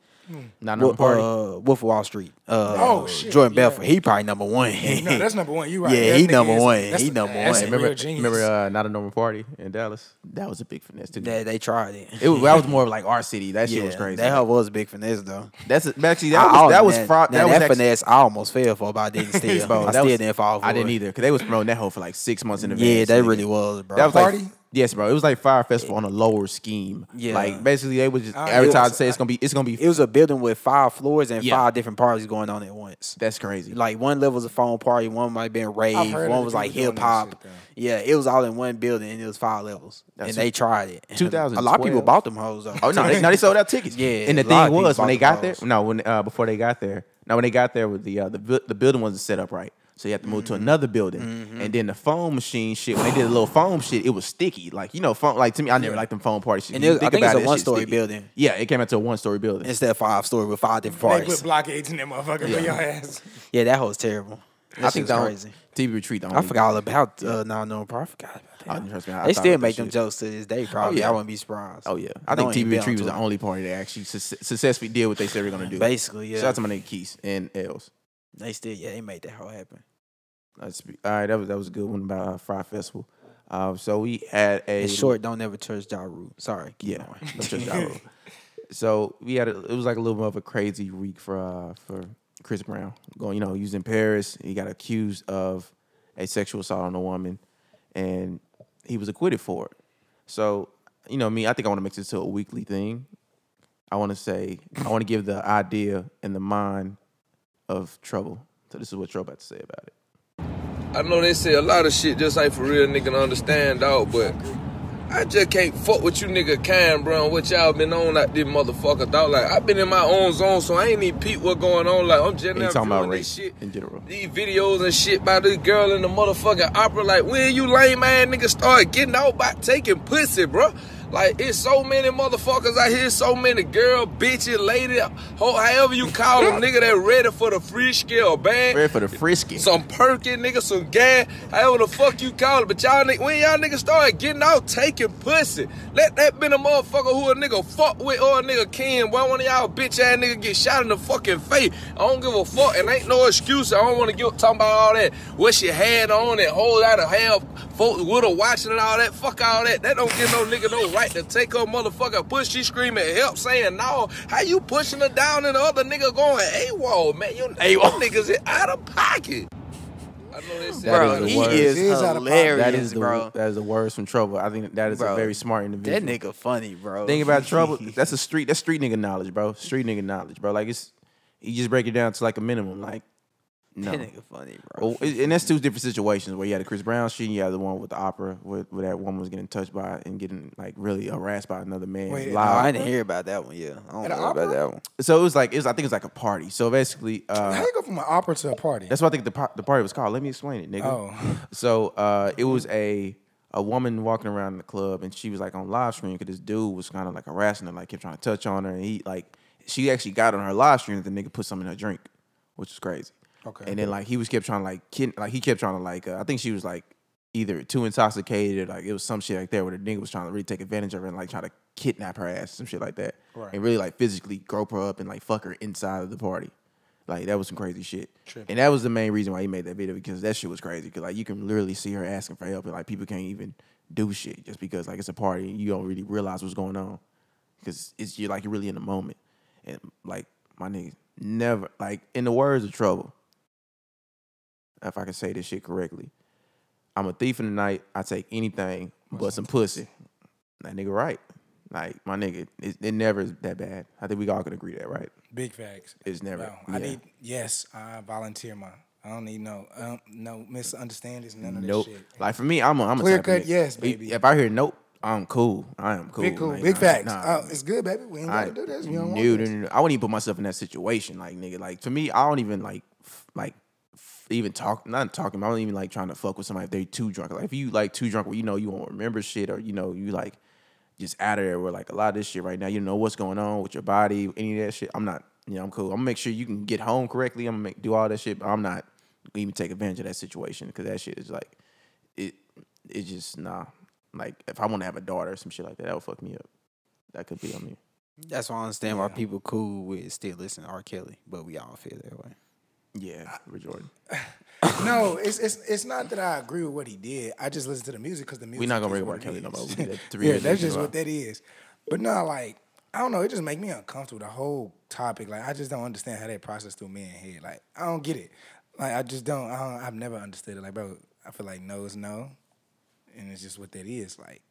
not Wo- no party. Uh, Wolf of Wall Street. Uh, Oh, shit, Jordan yeah. Belfort. He probably number one. No, that's number one. You right. Yeah, That he nigga number is- one. that's He a- number that's one. a remember, real genius. remember, uh, not a normal party in Dallas. That was a big finesse too. yeah, they tried it. it was, that was more of like our city. That shit was Yeah, crazy. That hoe was a big finesse though. That's actually that I- I- was that was now- fraud. now That was actually- finesse. I almost fell for, it, but I didn't steal. bro, I that still was- didn't fall for. I didn't it. either because they was promoting that hoe for like six months in advance. Yeah, they nigga. really was, bro. That was like Party? yes, bro. It was like fire festival on a lower scheme. Yeah. like basically they would just I- every it time was- say it's gonna be it's gonna be. it was a building with five floors and Yeah. five different parties going on at once. that's crazy. Like one level was a phone party, one might have been rave, heard one of was people like doing that hip hop. shit, though. Yeah, it was all in one building and it was five levels. That's and they tried it. A lot of 2012. people bought them hoes though. oh no, they, no, they sold out tickets. Yeah, and the a lot thing of people was when they bought got the there, balls. no, when uh, before they got there, now when they got there, with the uh, the bu- the building wasn't set up right. So you have to move Mm-hmm. to another building, and then the phone machine shit. When they did the little foam shit, it was sticky. Like you know, phone like to me, I never liked them phone party shit. And You it was- I think it's a that shit's one-story sticky. building. Yeah, it came out to a one story building. Instead of five story with five different They parties. put blockades in that motherfucker for your ass. Yeah, that hoe's terrible. That I think shit's that crazy. crazy. TV retreat. The I only- forgot all about uh, non known pro. I forgot Oh, about that. Oh, trust me, I they thought still about that make them shit. jokes to this day, probably. yeah. I wouldn't be surprised. Oh yeah, I No think one ain't TV been on Retrieve was the tour. only party that actually su- successfully did what they said they were gonna do. Basically, yeah. Shout out to my nigga Keys and Els. They still, yeah, they made that hoe happen. Let's be- all right, that was that was a good one about uh, Fry Festival. Uh, so we had a In short, don't ever touch Ja Rule. Sorry. keep yeah. going. let's just dial it. so we had a, it was like a little bit of a crazy week for uh, for Chris Brown going. You know, he was in Paris. He got accused of a sexual assault on a woman, and he was acquitted for it. So you know me, I think I want to make this to a weekly thing. I want to say I want to give the idea and the mind of trouble. So this is what trouble had to say about it. I know they say a lot of shit just ain't for real nigga to understand dog, but I just can't fuck with you nigga kind, bro, and what y'all been on like this motherfucker, dog. Like I been in my own zone, so I ain't even peep what going on. Like I'm just And he now talking about viewing rape this shit. in general. These videos and shit by this girl in the motherfucking opera, like when you lame ass nigga start getting out by taking pussy, bro. Like it's so many motherfuckers out here, so many girl, bitches, lady, ho, however you call them, nigga that ready for the free scale bag Ready for the frisky. some perkin, nigga, some gas, however the fuck you call it. But y'all nigga, when y'all niggas started getting out taking pussy, let that been a motherfucker who a nigga fuck with or a nigga can. Why one of y'all bitch ass nigga get shot in the fucking face? I don't give a fuck, and ain't no excuse. I don't want to get talking about all that. What she had on and whole lot of hair, folks with her watching and all that. Fuck all that. That don't give no nigga no right to take her motherfucking pussy. She screaming help, saying no. How you pushing her down and the other nigga going AWOL, man? You, you niggas is out of pocket. I know That they said is Bro, the he worst. is It is out of pocket. hilarious, that is the bro. that is the words from trouble. I think that is a Bro, very smart individual. That nigga funny, bro. Think about trouble. That's a street. That's street nigga knowledge, bro. Street nigga knowledge, bro. Like it's you just break it down to like a minimum. Like no, That nigga funny, bro. Well, it- and that's two different situations where you had the Chris Brown shit, and you had the one with the opera, where, where that woman was getting touched by and getting like really harassed by another man Wait, Oh, live. I didn't hear about that one. Yeah, I don't At a know opera? about that one. So it was like it was. I think it was like a party. So basically, uh, How you go from an opera to a party? That's what I think the, par- the party was called. Let me explain it, nigga. Oh. So uh, it was a a woman walking around the club, and she was like on live stream because this dude was kind of like harassing her, like kept trying to touch on her, and he like she actually got on her live stream that the nigga put something in her drink, which was crazy. Okay. And then like he was kept trying to like kid- like he kept trying to like uh, I think she was like either too intoxicated or like it was some shit like there where the nigga was trying to really take advantage of her and like trying to kidnap her ass, some shit like that, Right. and really like physically grope her up and like fuck her inside of the party. Like that was some crazy shit. Trippy. And that was the main reason why he made that video because that shit was crazy. Cause like you can literally see her asking for help and like people can't even do shit just because like it's a party and you don't really realize what's going on. Cause it's you're like you're really in the moment. And like my nigga never like in the words of trouble. If I can say this shit correctly. I'm a thief in the night. I take anything but some pussy. That nigga right. Like my nigga, it, it never is that bad. I think we all can agree that, right? Big facts. It's never. No, I yeah. need yes. I volunteer my. I don't need no um, no misunderstandings. None of Nope. that shit. Like for me, I'm a, I'm a Clear type of cut, nigga. yes, If- baby. If I hear nope, I'm cool. I am cool. big cool, Like, big nah, facts. nah. oh, it's good, baby. We ain't I- gotta do this. We don't no, want no, this. no, no. I wouldn't even put myself in that situation, like nigga. Like to me, I don't even like, f- like, f- even talk. Not talking. I don't even like trying to fuck with somebody if they too drunk. Like if you like too drunk, where you know you won't remember shit, or you know you like just out of there. Where like a lot of this shit right now, you don't know what's going on with your body, any of that shit. I'm not, you know, I'm cool. I'm gonna make sure you can get home correctly. I'm gonna make, do all that shit, but I'm not gonna even take advantage of that situation because that shit is like, it, it just nah. Like if I want to have a daughter or some shit like that, that would fuck me up. That could be on me. That's why I understand why people cool with still listening to R. Kelly, but we all feel that way. Yeah, Jordan. no, it's it's it's not that I agree with what he did. I just listen to the music because the music. We're not gonna is bring what R. it Kelly no more. is. We did that three yeah, years that's in a just row. what that is. But no, like I don't know. It just make me uncomfortable. The whole topic, like I just don't understand how that process through men head. Like I don't get it. Like I just don't. I don't I've never understood it. Like bro, I feel like no is no, and it's just what that is. Like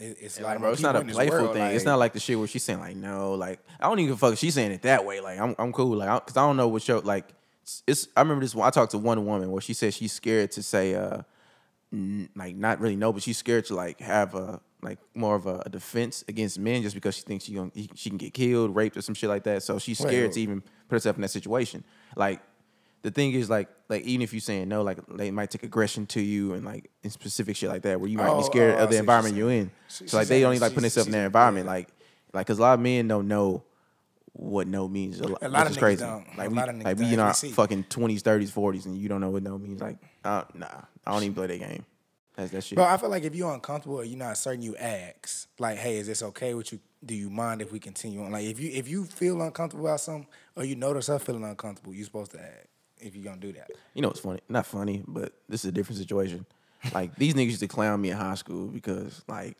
it, it's a lot of Bro, it's not a playful thing. it's not Like, like the shit where she's saying like no, like I don't even fuck. She's saying it that way. Like I'm, I'm cool. Like I, cause I don't know what show. Like it's, it's- I remember this. one I talked to one woman where she said she's scared to say uh, n- like not really no, but she's scared to like have a like more of a, a defense against men just because she thinks she gonna, she can get killed, raped, or some shit like that. So she's Wait, scared wait. to even put herself in that situation. Like the thing is like like even if you saying no, like they might take aggression to you and like in specific shit like that where you might Oh, be scared oh, I of see what the you're environment saying. you in. She- so like she's they saying don't even like putting she's- themselves in she's- their environment. Like like because a lot of men don't know what no means. A lot lot, which of is niggas crazy. don't. Like A we, lot of niggas like we don't. As in we our see. fucking twenties, thirties, forties, and you don't know what no means. Like uh, nah, I don't even play that game. That's that shit. bro, I feel like if you're uncomfortable or you're not certain, you ask. Like, hey, is this okay with you? Do you mind if we continue on? Like, if you if you feel uncomfortable about something or you notice her feeling uncomfortable, you're supposed to act. If you're gonna do that, you know it's funny? Not funny, but this is a different situation. Like these niggas used to clown me in high school because like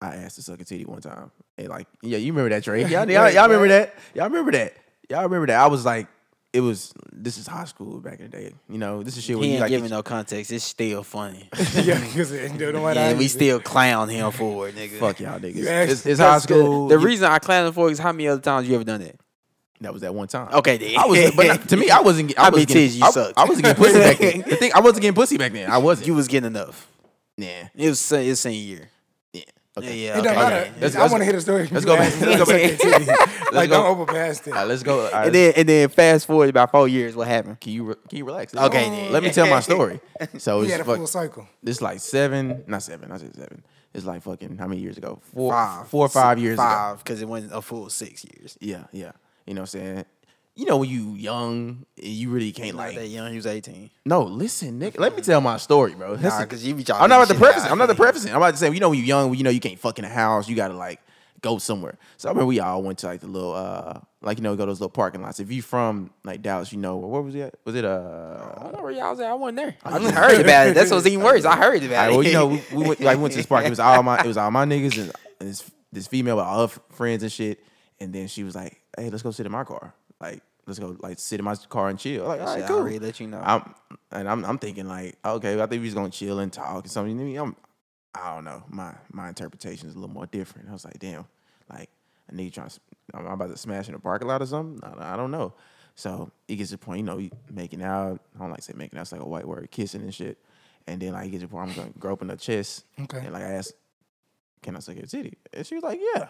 I asked to suck a titty one time. And like, yeah, you remember that, Drake. Y'all, y'all, y'all remember that? Y'all remember that? Y'all remember that? I was like, it was this is high school back in the day. You know, this is shit where He you ain't like giving no context. It's still funny. yeah, because it don't matter. yeah, we still clown him for it, nigga. fuck y'all niggas. asked- It's, it's high That's good. school. The You- reason I clown him for it is how many other times you ever done it? That was that one time. Okay, then. I was, but not- to me, I wasn't. get- I How many was getting, titties you I, sucked? I wasn't getting pussy back then. The thing, I wasn't getting pussy back then. I wasn't. You was getting enough. nah. It was se- it's senior year. Yeah. Yeah, Okay. yeah. It okay. don't matter. Let's- I let's- want to hear the story. let's go back. Let's go back. like, go. don't overpass All right, that. let's go. All right, And then and then fast forward about four years, what happened? can you re- can you relax? Okay, then. Let me tell my story. So We it's had a fuck- full cycle. It's like seven, not seven. I said seven. It's like fucking how many years ago? Four, Five. four or five years ago. Five, because it wasn't a full six years. Yeah, yeah. You know what I'm saying? You know when you young, you really can't Like like. that young, he was eighteen. No, listen, Nick. Let me tell my story, bro. Nah, Listen. because you be trying I'm not about to to preface. shit it. I'm not the out of prefacing. I'm about to say, you know, when you're young, you know, you can't fuck in the house. You gotta like go somewhere. So I remember we all went to like the little, uh, like you know, go to those little parking lots. If you from like Dallas, you know, where was it? At? Was it uh? I don't know where y'all was at. I wasn't there. I just heard about it. That's what's even worse. I heard about All right, it. well, you know, we, we went, like, we went to this park. It was all my, it was all my niggas and and this, this female with all her f- friends and shit. And then she was like, "Hey, let's go sit in my car. Like, let's go like sit in my car and chill." I'm like, all right, I cool. already let you know. I'm and I'm, I'm thinking like, okay, I think he's gonna chill and talk and something. I mean, I'm, I don't know. My my interpretation is a little more different. I was like, damn, like a nigga trying to, I'm about to smash in a parking lot or something. I, I don't know. So it gets to the point, you know, you making out. I don't like to say making out. It's like a white word, kissing and shit. And then like it gets to the point, I'm gonna grope in her chest. Okay. And like I asked, can I suck your titty? And she was like, yeah.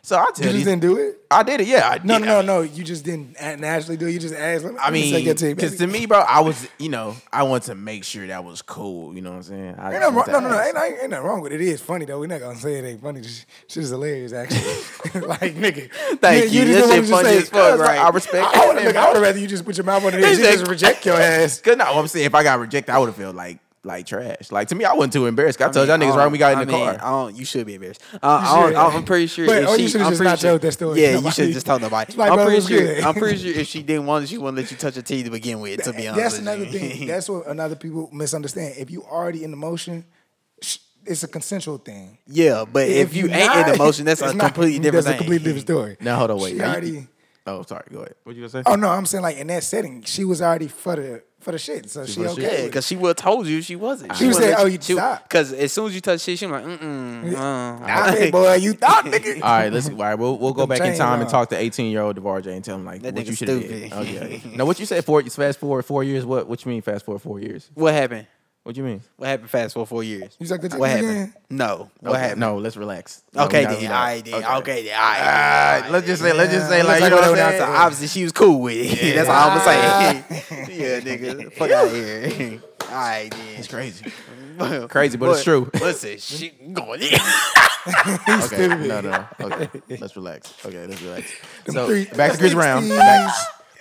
So I You tell just you, didn't do it. I did it. Yeah, I No, did. no, no, no. You just didn't a- naturally do it. You just asked. Let me, I let me suck mean, your titty, because baby. to me, bro, I was, you know, I wanted to make sure that was cool. You know what I'm saying? Ain't I just nothing wrong, wanted no, to no, no. ask. Ain't, ain't, ain't nothing wrong with it. It is funny though. We're not gonna say it ain't funny. This shit is hilarious, actually. like, nigga, Thank you. That didn't shit funny as fuck, right? I respect I, would that, look, I would rather you just put your mouth on it and They just said- reject your ass. Cause no, I'm saying if I got rejected, I would have felt like like trash. Like to me, I wasn't too embarrassed. 'Cause I, told y'all niggas right when we got in I the mean, car. I don't, you should be embarrassed. Uh, I don't, should. I'm I'm pretty sure. But- if or she, you should've I'm just pretty not sure- told that story to Yeah, you nobody. should have just told nobody. Like, I'm bro, it pretty was sure. good. I'm pretty sure if she didn't want it, she wouldn't let you touch her titty to begin with. To be honest, That's with another you. thing. That's what another people misunderstand. If you already in the motion, sh- it's a consensual thing. yeah, but if, you ain't in not- emotion, that's a it's not- completely different that's a thing. completely different story. now hold on, wait. She Now, you- already. oh, sorry. Go ahead. What you gonna say? Oh no, I'm saying like in that setting, she was already for the for the shit. So she, for the shit. okay. Yeah, with it. because she would have told you if she wasn't. She would've said, "Oh, you stop." Because as soon as you touch shit, she was like, mm-mm. uh, I said, boy, you thought, nigga. All right, let's. All right, we'll we'll go Them back in chains time and on. talk to 18 year old Devar J and tell him like That what nigga you should have did. stupid. Oh, yeah. Now what you said? Four. Fast forward four years. What? What you mean? Fast forward four years? What happened? What you mean? What happened fast for four years? You sucked the What titties happened? again? No. What Okay, happened? No, let's relax. No, Okay, we not- we then. not- All right, then. Okay, then. All All right. right, let's just say, let's just say, like, you Like, know what went out I'm to- saying? obviously, she was cool with it. That's all I'm gonna say. yeah, nigga, fuck out here. All right, then. It's crazy, Well, crazy, but it's true. Listen, she going in. okay, no, no. Okay, let's relax. Okay, let's relax. So three- back to Chris Brown. 60s. Back,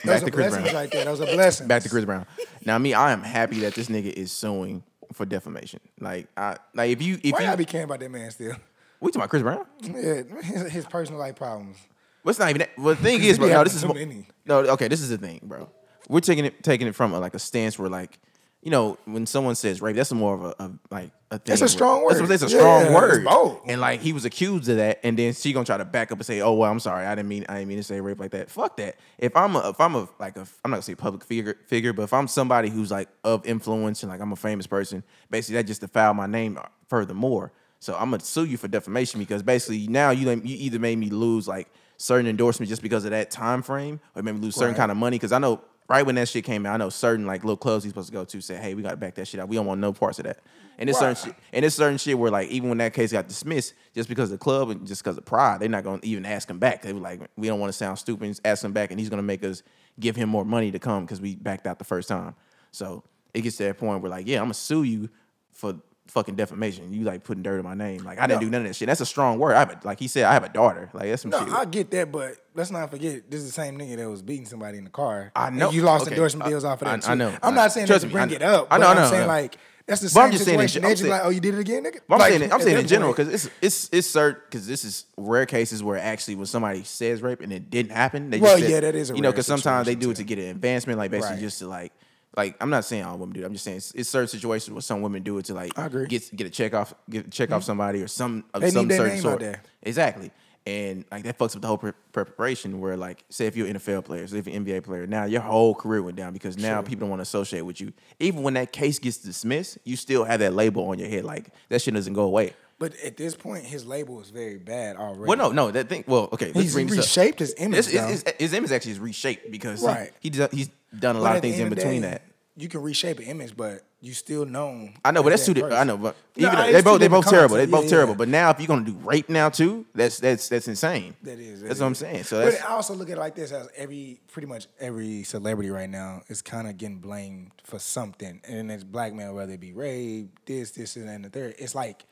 back Those to are Chris blessings Brown. right there. Those are blessings. Back to Chris Brown. Now, me, I am happy that this nigga is suing for defamation. Like, I like if you if Why you y'all be caring about that man still? we talking about Chris Brown. Yeah, his, his personal life problems. Well, it's not even. That. Well, the thing is, bro. be No, having this is too mo- many. no. Okay, this is the thing, bro. We're taking it taking it from a, like a stance where like. You know, when someone says rape, that's more of a, a like a thing. It's a where- strong that's word. what- It's a Yeah, strong it's word. bold. And like he was accused of that, and then she gonna try to back up and say, "Oh well, I'm sorry, I didn't mean, I didn't mean to say rape like that." Fuck that. If I'm a, if I'm a like a, I'm not gonna say public figure figure, but if I'm somebody who's like of influence and like I'm a famous person, basically that just defiled my name. Furthermore, so I'm gonna sue you for defamation because basically now you you either made me lose like certain endorsements just because of that time frame, or maybe lose certain kind of money because I know. Right when that shit came out, I know certain like little clubs he's supposed to go to said, "Hey, we gotta back that shit up. We don't want no parts of that." And it's certain shit, and it's certain shit where like even when that case got dismissed, just because of the club and just because of pride, they're not gonna even ask him back. They were like, "We don't want to sound stupid. Just ask him back, and he's gonna make us give him more money to come because we backed out the first time." So it gets to that point where like, yeah, I'm gonna sue you for fucking defamation. You like putting dirt on my name. Like I didn't do none of that shit. That's a strong word. I have a, like he said, I have a daughter. Like that's some No, shit. I get that, but let's not forget this is the same nigga that was beating somebody in the car. I And know. you lost Okay. endorsement I- deals off of that. I- I too. know. I'm I- not saying that trust to me, bring I- it up. I know, but I I'm know, saying I know. like that's the But same I'm just saying in situation. gen- They I'm just saying- like, oh, you did it again, nigga. But I'm Like, saying it, I'm at saying that in general point- because it's it's it's certain because this is rare cases where actually when somebody says rape and it didn't happen. They just Well, said- yeah, that is a you know rare because sometimes they situation, do it too. to get an advancement, like basically Right. just to like like I'm not saying all women do. it. I'm just saying it's, it's certain situations where some women do it to like I agree. Mm-hmm. get get a check off get check off somebody or some of They need some their certain name out sort. there. Exactly. And like that fucks up the whole pre- preparation. Where like, say if you're an NFL player, say if you're an NBA player, now your whole career went down because now people don't want to associate with you. Even when that case gets dismissed, you still have that label on your head. Like that shit doesn't go away. But at this point, his label is very bad already. Well, no, no, that thing. Well, okay, let's He's bring this up. reshaped his image, This- his, though. his- his image actually is reshaped because he- Right. he, does- he's done a But lot at of the things in end of the between day, that. You can reshape an image, but you still known. I know, but as that's two. that Di- I person. know, but No, even though- it's they two both they different both terrible. They concepts. both Yeah, terrible. yeah. But now if you're gonna do rape now too, that's that's that's insane. That is. that that's what I'm is. saying. So that's but I also look at it like this: as every, pretty much every celebrity right now is kind of getting blamed for something, and it's black man, whether it be rape, this, this, and then the third. It's like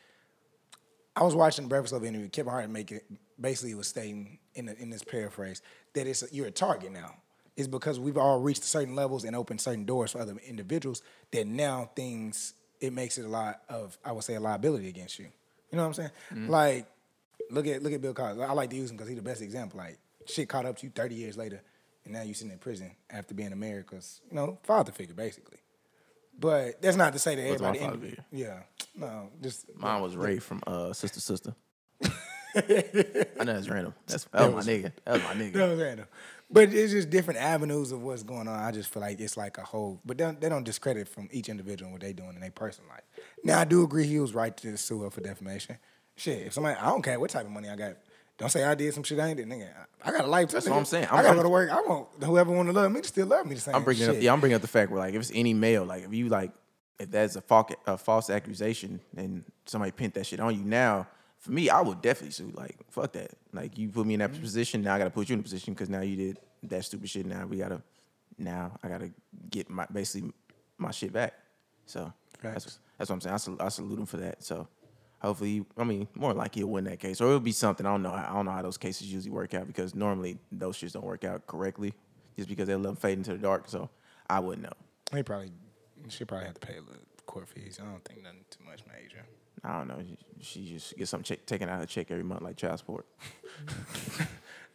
I was watching Breakfast Club interview. Kevin Hart make it basically was stating in the, in this paraphrase that it's you're a target now. It's because we've all reached certain levels and opened certain doors for other individuals that now things it makes it a lot of I would say a liability against you. You know what I'm saying? Mm-hmm. Like look at look at Bill Cosby. I like to use him because he's the best example. Like shit caught up to you 30 years later, and now you sitting in prison after being America's you know father figure basically. But that's not to say that my everybody. father in- figure? yeah, no, just mine was Ray from uh, Sister Sister. I know that's random. That's that was my nigga. That was my nigga. You know what I'm saying? But it's just different avenues of what's going on. I just feel like it's like a whole, but they don't, they don't discredit from each individual and what they doing in their personal life. Now I do agree he was right to sue her for defamation. Shit, if somebody, I don't care what type of money I got. Don't say I did some shit I ain't did, nigga. I I got a life. too, That's what nigga. I'm saying. i I'm- gotta I'm- go to work. I want whoever want to love me to still love me the same. I'm bringing shit. up. Yeah, I'm bringing up the fact where like if it's any male, like if you like if that's a false, a false accusation and somebody pent that shit on you now, for me, I would definitely sue. Like fuck that. Like you put me in that position, now I gotta put you in a position because now you did that stupid shit. Now we gotta. Now I gotta get my basically my shit back. So that's that's what I'm saying. I, sal- I salute him for that. So. Hopefully, he- I mean, more than likely he'll win that case, or it'll be something. I don't know. how- I don't know how those cases usually work out because normally those shits don't work out correctly, just because they let them fade into the dark. So I wouldn't know. He probably she probably have to pay a little court fees. I don't think nothing too much major. I don't know. She she just gets something check, taken out of her check every month, like child support.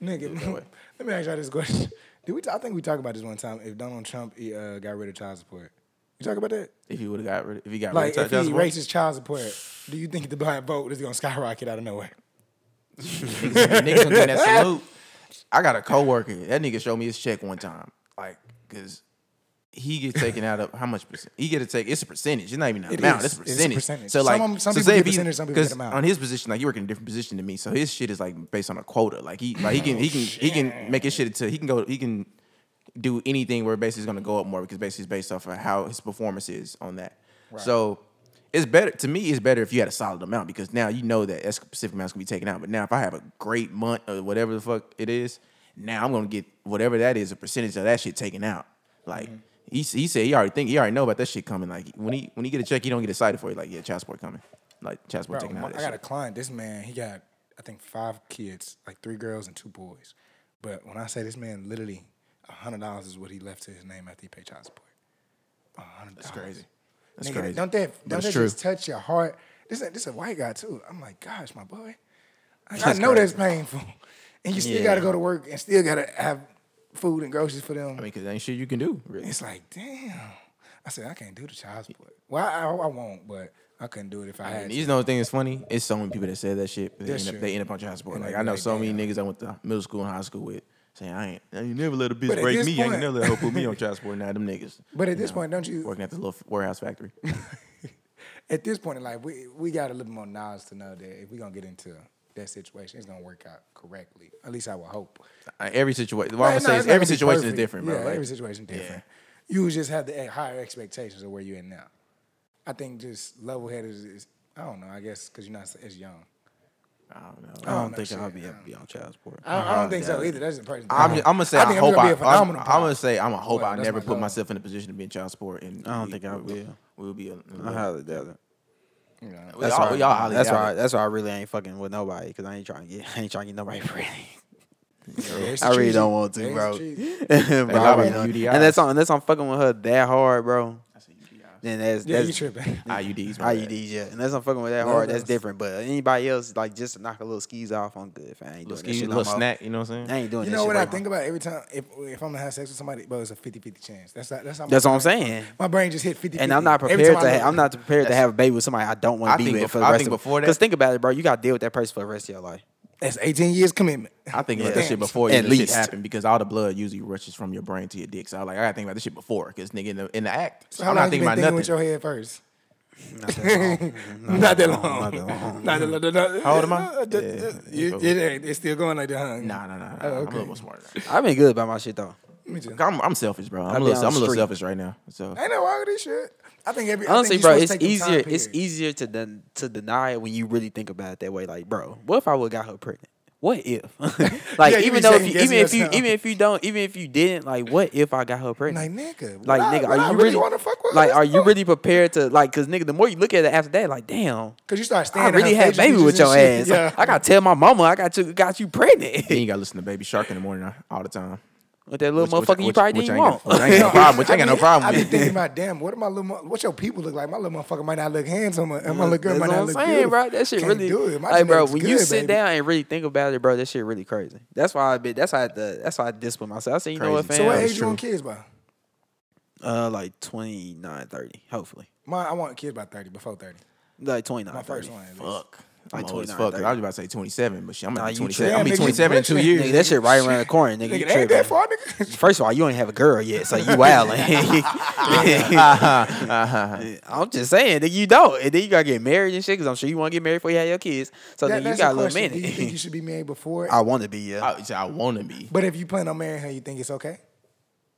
Nigga, let me ask y'all this question. Did we? T- I think we talked about this one time. If Donald Trump he, uh, got rid of child support, you talk about that. If he would have got rid, if he got Like rid if of child he support, raises child support, do you think the black vote is gonna skyrocket out of nowhere? niggas gonna do that salute. I got a coworker. That nigga showed me his check one time, like because he gets taken out of how much percent? He get to take. It's a percentage. It's not even an It amount. is. It's a It is a percentage. percentage. So Some like, of 'em- some so people say get if he- percentage, some people get 'cause amount. On his position, like he work in a different position than me, so his shit is like based on a quota. Like he, like he can, he can, he Oh, can make his shit to. He can go. He can do anything where basically it's gonna go up more because basically it's based off of how his performance is on that. So it's better to me. It's better if you had a solid amount because now you know that that specific amount's gonna be taken out. But now if I have a great month or whatever the fuck it is, now I'm gonna get whatever that is a percentage of that shit taken out. Like Mm-hmm. he s- he said, he already think he already know about that shit coming. Like when he when he get a check, he don't get excited for it. Like yeah, child support coming. Like child support Bro, taken my- out. of I that got a shit. client. This man, he got I think five kids, like three girls and two boys. But when I say this man, literally hundred dollars is what he left to his name after he paid child support. $100. That's crazy. That's Nigga, crazy. Don't that But don't it's that true. just touch your heart? This this a white guy too. I'm like, gosh, my boy. Like, I That's know that's crazy. painful, and you still Yeah. got to go to work and still got to have food and groceries for them. I mean, cause ain't shit you can do. Really. It's like, damn. I said, I can't do the child support. Well, I, I, I won't, but I couldn't do it if I I mean, had these to. know the thing is funny. It's so many people that said that shit. But they, That's end up, true. they end up on child support. And Like they I know like, so many damn. niggas I went to middle school and high school with saying I ain't. I ain't never let a bitch But at break this me. I point- ain't never let her put me on child support. Now them niggas. But at you this know, point, don't you- working at this little warehouse factory? At this point in life, we, we got a little more knowledge to know that if we're going to get into that situation, it's going to work out correctly. At least I would hope. Uh, every situation. What I'm Like, gonna say no, is it's not every gonna be situation is perfect. different, bro. Yeah, Like, every situation different. You just have the e, higher expectations of where you're in now. I think just level headed is, is- I don't know. I guess because you're not s- as young. I don't know. I don't no think shit, I'll be I able to be on child support. I, I don't think Uh-huh. so either. That's the person. I'm, just, I'm gonna say I, think hope gonna be I. a I'm, phenomenal I'm gonna parent. say I'm gonna hope Well, I that's never my put goal. myself in a position to be in child support. And I don't we- think I we- will. We'll be. Uh-huh. in- I highly doubt it. You know. We That's all- why. we all highly that's doubt why. it. That's why I really ain't fucking with nobody because I ain't trying to get. I ain't trying to get nobody pregnant. It's I really cheesy. don't want to, It's bro. cheesy. Bro, I really got my don't. UTIs. And that's on. That's on fucking with her that hard, bro. Then that's Yeah, that's you tripping. IUDs. my bad. IUDs, yeah. And that's not fucking with that Love hard. That's those. different. But anybody else, like just to knock a little skis off, I'm good. Fam. I ain't doing Little that ski, shit no little more. snack. You know what I'm I saying? ain't doing You that know shit what right I now. think about every time if if I'm gonna have sex with somebody, bro, it's a 50-50 chance. That's not, that's how my That's what I'm brain- saying. My brain just hit 50 And I'm not prepared to. Ha- I'm not prepared to That's- have a baby with somebody I don't I want to be think with bef- for the I rest think of. before that- Because think about it, bro. You got to deal with that person for the rest of your life. That's 18 years commitment. I think about that Yeah. shit before At even the shit least. happened because all the blood usually rushes from your brain to your dick. So I was like, I gotta think about this shit before because nigga in the, in the act, So how I'm long not you thinking been about thinking with nothing. your head first? Not that long. Not that long. Not that long. Not that long. How old am I? It- Yeah. it- it ain't- It's still going like that, huh? Nah, nah, nah. nah. I'm a Oh, okay. little more smarter. I've been good about my shit though. Me too. Ain't I'm, I'm selfish, bro. I'm be a little, on I'm a little street. selfish right now. So no wrong with this shit. I think every I think Honestly, you bro, supposed it's to take your time easier. It's period. easier to den- to deny it when you really think about it that way. Like, bro, what if I would got her pregnant? What if? like, Yeah, you even be though, if second you, guessing even if you, yourself. even if you don't, even if you didn't, like, what if I got her Like pregnant? nigga, what Like, I- nigga, what are you I really, want to fuck with? like, Let's are you fuck. really prepared to like? Cause nigga, the more you look at it after that, like, damn, Cause you start I standing. really had baby with your ass. Like, I gotta tell my mama I got you, got you pregnant then you gotta listen to Baby Shark in the morning uh, all the time. with that little Which- which- motherfucker you which- probably which didn't I ain't want. got- which I ain't got no problem. Which I ain't got no problem I've been with. thinking about damn. What do my little, mo- what your people look like? My little motherfucker might not look handsome, and my little girl might That's what not I'm look saying, beautiful. bro. That shit Can't really, do it. My like, bro. genetics When good, you sit baby. down and really think about it, bro, that shit really crazy. That's why I been. That's why I, the, that's why I discipline myself. I said, you know what, fam? Crazy. So what Yeah, age that's you want true. kids by? Uh, like 29, 30, hopefully. My, I want kids by thirty, before thirty. Like 29, My 30. first one. at least. Fuck. Like I'm old as 29, fuck. 'cause I was 30. about to say 27, but shit, I'm Nah, gonna be you 27. tripping. I'm gonna be Nigga, 27 in two tripping. years. Nigga, that shit right around the corner, nigga. Nigga, you they ain't tripping. that far, nigga. First of all, you ain't have a girl yet, so you wilding. I'm just saying, nigga, you don't. And then you gotta get married and shit, because I'm sure you want to get married before you have your kids. So That- then you that's got a the little question. Do you think you minute. should be married before? I want to be, yeah. I, so I wanna be. but if you plan on marrying her, you think it's okay?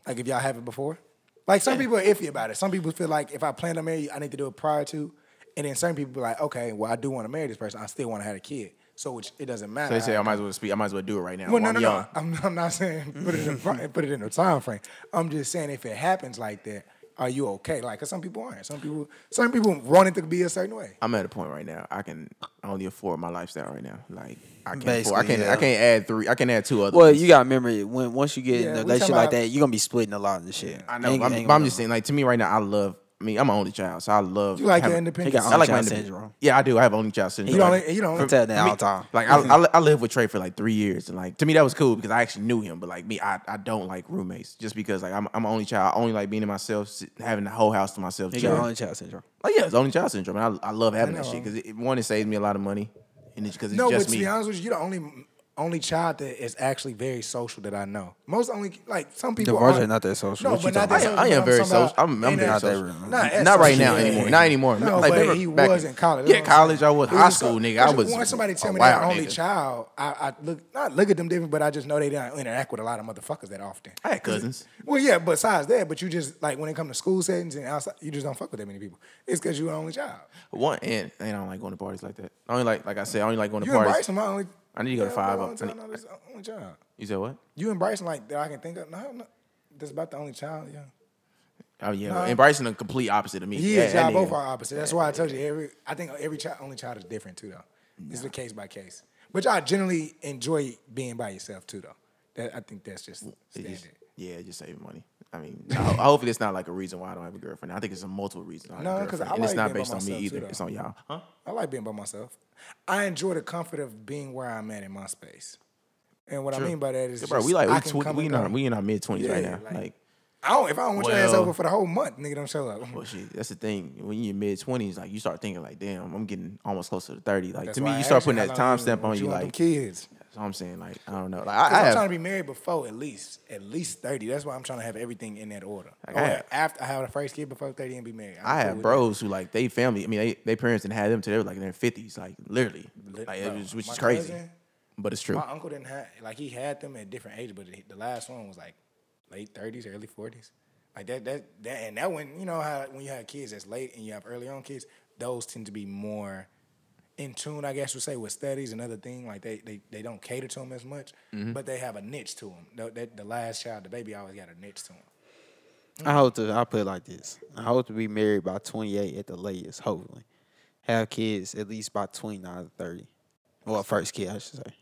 Like if y'all have it before? Like some people are iffy about it. Some people feel like if I plan to marry you, I need to do it prior to. And then some people be like, okay, well, I do want to marry this person. I still want to have a kid. So which, it doesn't matter. So they say how- I might as well speak. I might as well do it right now. Well, while no, I'm no, young. no. I'm, I'm not saying put it in front, put it in a time frame. I'm just saying if it happens like that, are you okay? Like, 'cause some people aren't. Some people, some people want it to be a certain way. I'm at a point right now. I can only afford my lifestyle right now. Like I can't. Afford, I Basically, can't. yeah. I can't add three. I can add two other. Well, ones. you gotta remember when once you Yeah, get in we a relationship talking like about- that, you're gonna be splitting a lot of the shit. I know. Ain't- but I'm, ain't but gonna I'm be just no- saying. Like to me right now, I love. I mean, I'm an only child, so I love. You like your having- independence. He got I like my Only child independence. syndrome. Yeah, I do. I have only child syndrome. You don't, Like, you don't. I'm telling that all the time. Like I, I, I lived with Trey for like three years, and like to me that was cool because I actually knew him. But like me, I, I don't like roommates just because like I'm I'm an only child. I only like being to myself, sit- having the whole house to myself. He got chilling. only child syndrome. Like yeah, it's only child syndrome, and I, I love having that know. shit because it, one it saves me a lot of money, and it's because it's No, just but me. to be honest with you, you're the only only child that is actually very social that I know. Most only like some people. Divorce aren't. ain't not that social. No, What you but not talking that social. I, I am but very talking about- social. I'm, I'm ain't very that- social. that- Not, as Not right social, now yeah. anymore. Not anymore. No, Like, but back- he back- was in college. Yeah, college. I was It high just school, so- nigga. I once- was. Once somebody tell a me they're wild only nigga. child, I, I look not look at them different, but I just know they don't interact with a lot of motherfuckers that often. I had cousins. Well, yeah, besides that, but you just like when it comes to school settings and outside, you just don't fuck with that many people. It's because you're an only child. One and, and I don't like going to parties like that. I only like like I said, I only like going to You and parties. Bryson, my only. I need to go to Yeah, five bro, up. I'm I telling need- you, this is the only child. You said what? You and Bryson, like that I can think of. No, no, that's about the only child. Yeah. Oh yeah, Nah. and Bryson the complete opposite of me. He yeah, is. that Y'all nigga- both are opposite. That's why I told you every. I think every child, only child is different too, though. It's a case by case. But y'all generally enjoy being by yourself too, though. That I think that's just It standard. just- yeah, just saving money. I mean, I, ho- hopefully it's not like a reason why I don't have a girlfriend. I think it's a multiple reasons. No, No, 'cause because I and it's like not being by based on me myself, too, either. though. It's on y'all. Huh? I like being by myself. I enjoy the comfort of being where I'm at in my space. And what I mean by that is, Yeah, bro, just, we like I we, can tw- come we, and in our, go. we in our mid twenties right Yeah, now. like- Like, I don't. If I don't want your ass Well- over for the whole month, nigga, don't show up. well, shit, that's the thing. When you're mid twenties, like you start thinking like, damn, I'm getting almost close to the thirty. Like That's to me, why I you asked start putting how that long time stamp on want you. want them Like, kids. that's what I'm saying. Like, I don't know. Like, Cause I, I I'm have, trying to be married before at least, at least thirty. That's why I'm trying to have everything in that order. Like, Or I have- after I have the first kid before thirty and be married. I'm I cool have with bros who like they family. I mean, they, they parents didn't have them till they were like in their fifties. Like literally, Lit- like, it bro, was, which my is crazy, cousin- but it's true. that. My uncle didn't have like he had them at different ages, but the- the last one was like late thirties, early forties. Like that, that, that, and that one, you know how when you have kids that's late and you have early on kids, those tend to be more in tune, I guess you say, with studies and other things. Like they, they, they don't cater to them as much, Mm-hmm. but they have a niche to them. The, that, the last child, the baby, always got a niche to them. I hope to. I put it like this. I hope to be married by 28 at the latest. Hopefully, have kids at least by 29 to 30. Well, first kid, I should say.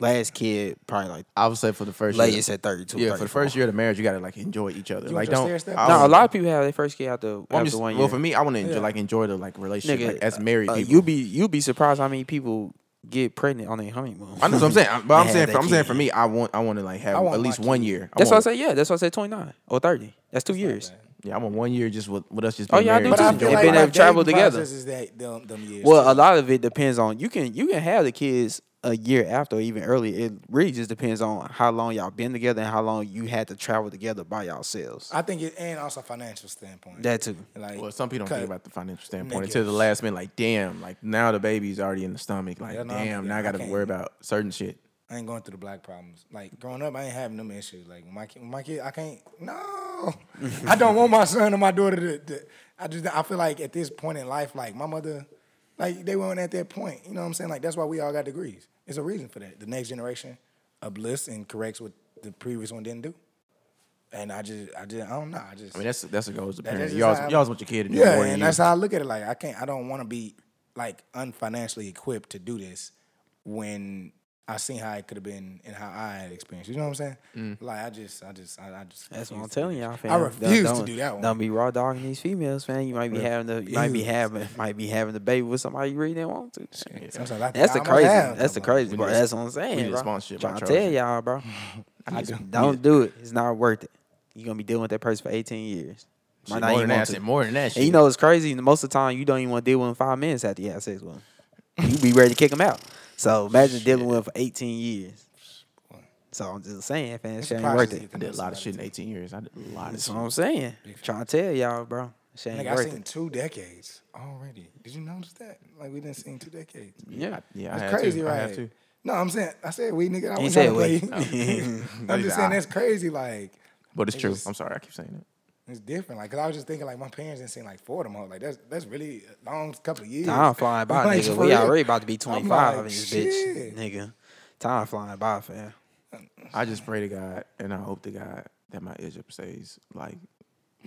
Last kid, probably like I would say for the first year, latest at 32. yeah, for the first year of the marriage, you gotta like enjoy each other. You want like your don't. stair step? I No, a don't- lot of people have their first kid after, Well, I'm after just- one year. well, for me, I want to enjoy Yeah. like enjoy the like relationship nigga, like, as married uh, people. you be you be surprised how many people get pregnant on their honeymoon. I know what I'm saying, but I'm Yeah, saying for, that I'm saying kid. for me, I want I want to like have I want at my least kid. one year. I That's why I want, say yeah. That's why I say 29 or 30. That's two years. Yeah, I want one year just with, with us just. Oh, Being yeah, I do married, But too. I just And feel enjoying like it. been my able to travel dating together. process Is that them, them years Well, a too. lot of it depends on you can you can have the kids a year after or even earlier. It really just depends on how long y'all been together and how long you had to travel together by yourselves. I think it, and also financial standpoint. That too. like, Well, some people don't cut- think about the financial standpoint Nigga. until the last minute. Like, damn, like now the baby's already in the stomach. Like, Yeah, no, I'm damn, good. now I I got to can't- worry about certain shit. I ain't going through the black problems. Like growing up, I ain't having them issues. Like when my kid, when my kid, I can't. No, I don't want my son or my daughter to, to. I just I feel like at this point in life, like my mother, like they weren't at that point. You know what I'm saying? Like that's why we all got degrees. It's a reason for that. The next generation uplifts and corrects what the previous one didn't do. And I just, I just, I don't know. I just, I mean, that's that's the goal as a parent. is You always, how- you always want your kid to do yeah, more than and you. that's how I look at it. Like I can't, I don't want to be like unfinancially equipped to do this when I seen how it could have been and how I had experienced. You know what I'm saying? Mm. Like I just, I just, I, I just. That's what I'm refuse to do telling that. y'all, fam. I Don't- refuse to don't- do that one. Don't be raw dogging these females, man. You might be having the you might be having might be having the baby with somebody you really didn't want to. Sometimes I think That's I the almost crazy. have That's the somebody. crazy part. That's what I'm saying. need a bro. sponsorship by Trying to tell Charles. y'all, bro. Don't do it. It's not worth it. You're gonna be dealing with that person for 18 years. Shit, Might not more even than that, want shit, to. more than that. Shit. And you know it's crazy. Most of the time, you don't even want to deal with him five minutes after you have sex with him. You be ready to kick him out. So imagine dealing with him for 18 years. So I'm just saying, fam, It's shit ain't priceless worth to it. get to I know did a lot of somebody. shit in 18 years. I did a lot of That's shit. what I'm saying. Trying to tell y'all, bro. Shit ain't Nigga, I worth seen it. two decades already. Did you notice that? Like we didn't seen two decades. Yeah. Yeah, I That's had crazy, to. I had right? to. No, I'm saying I said we nigga. I He was said trying to play. we. I'm just I- saying that's crazy. Like But it's It's true. just- I'm sorry, I keep saying that. It's different. Like, cause I was just thinking, like, my parents didn't seem like four of them. hoes. Like, that's that's really a long couple of years. Time flying by, Like, nigga. for We real. already about to be I'm 25 in like, this shit. bitch, nigga. Time flying by, fam. I just pray to God and I hope to God that my Egypt stays like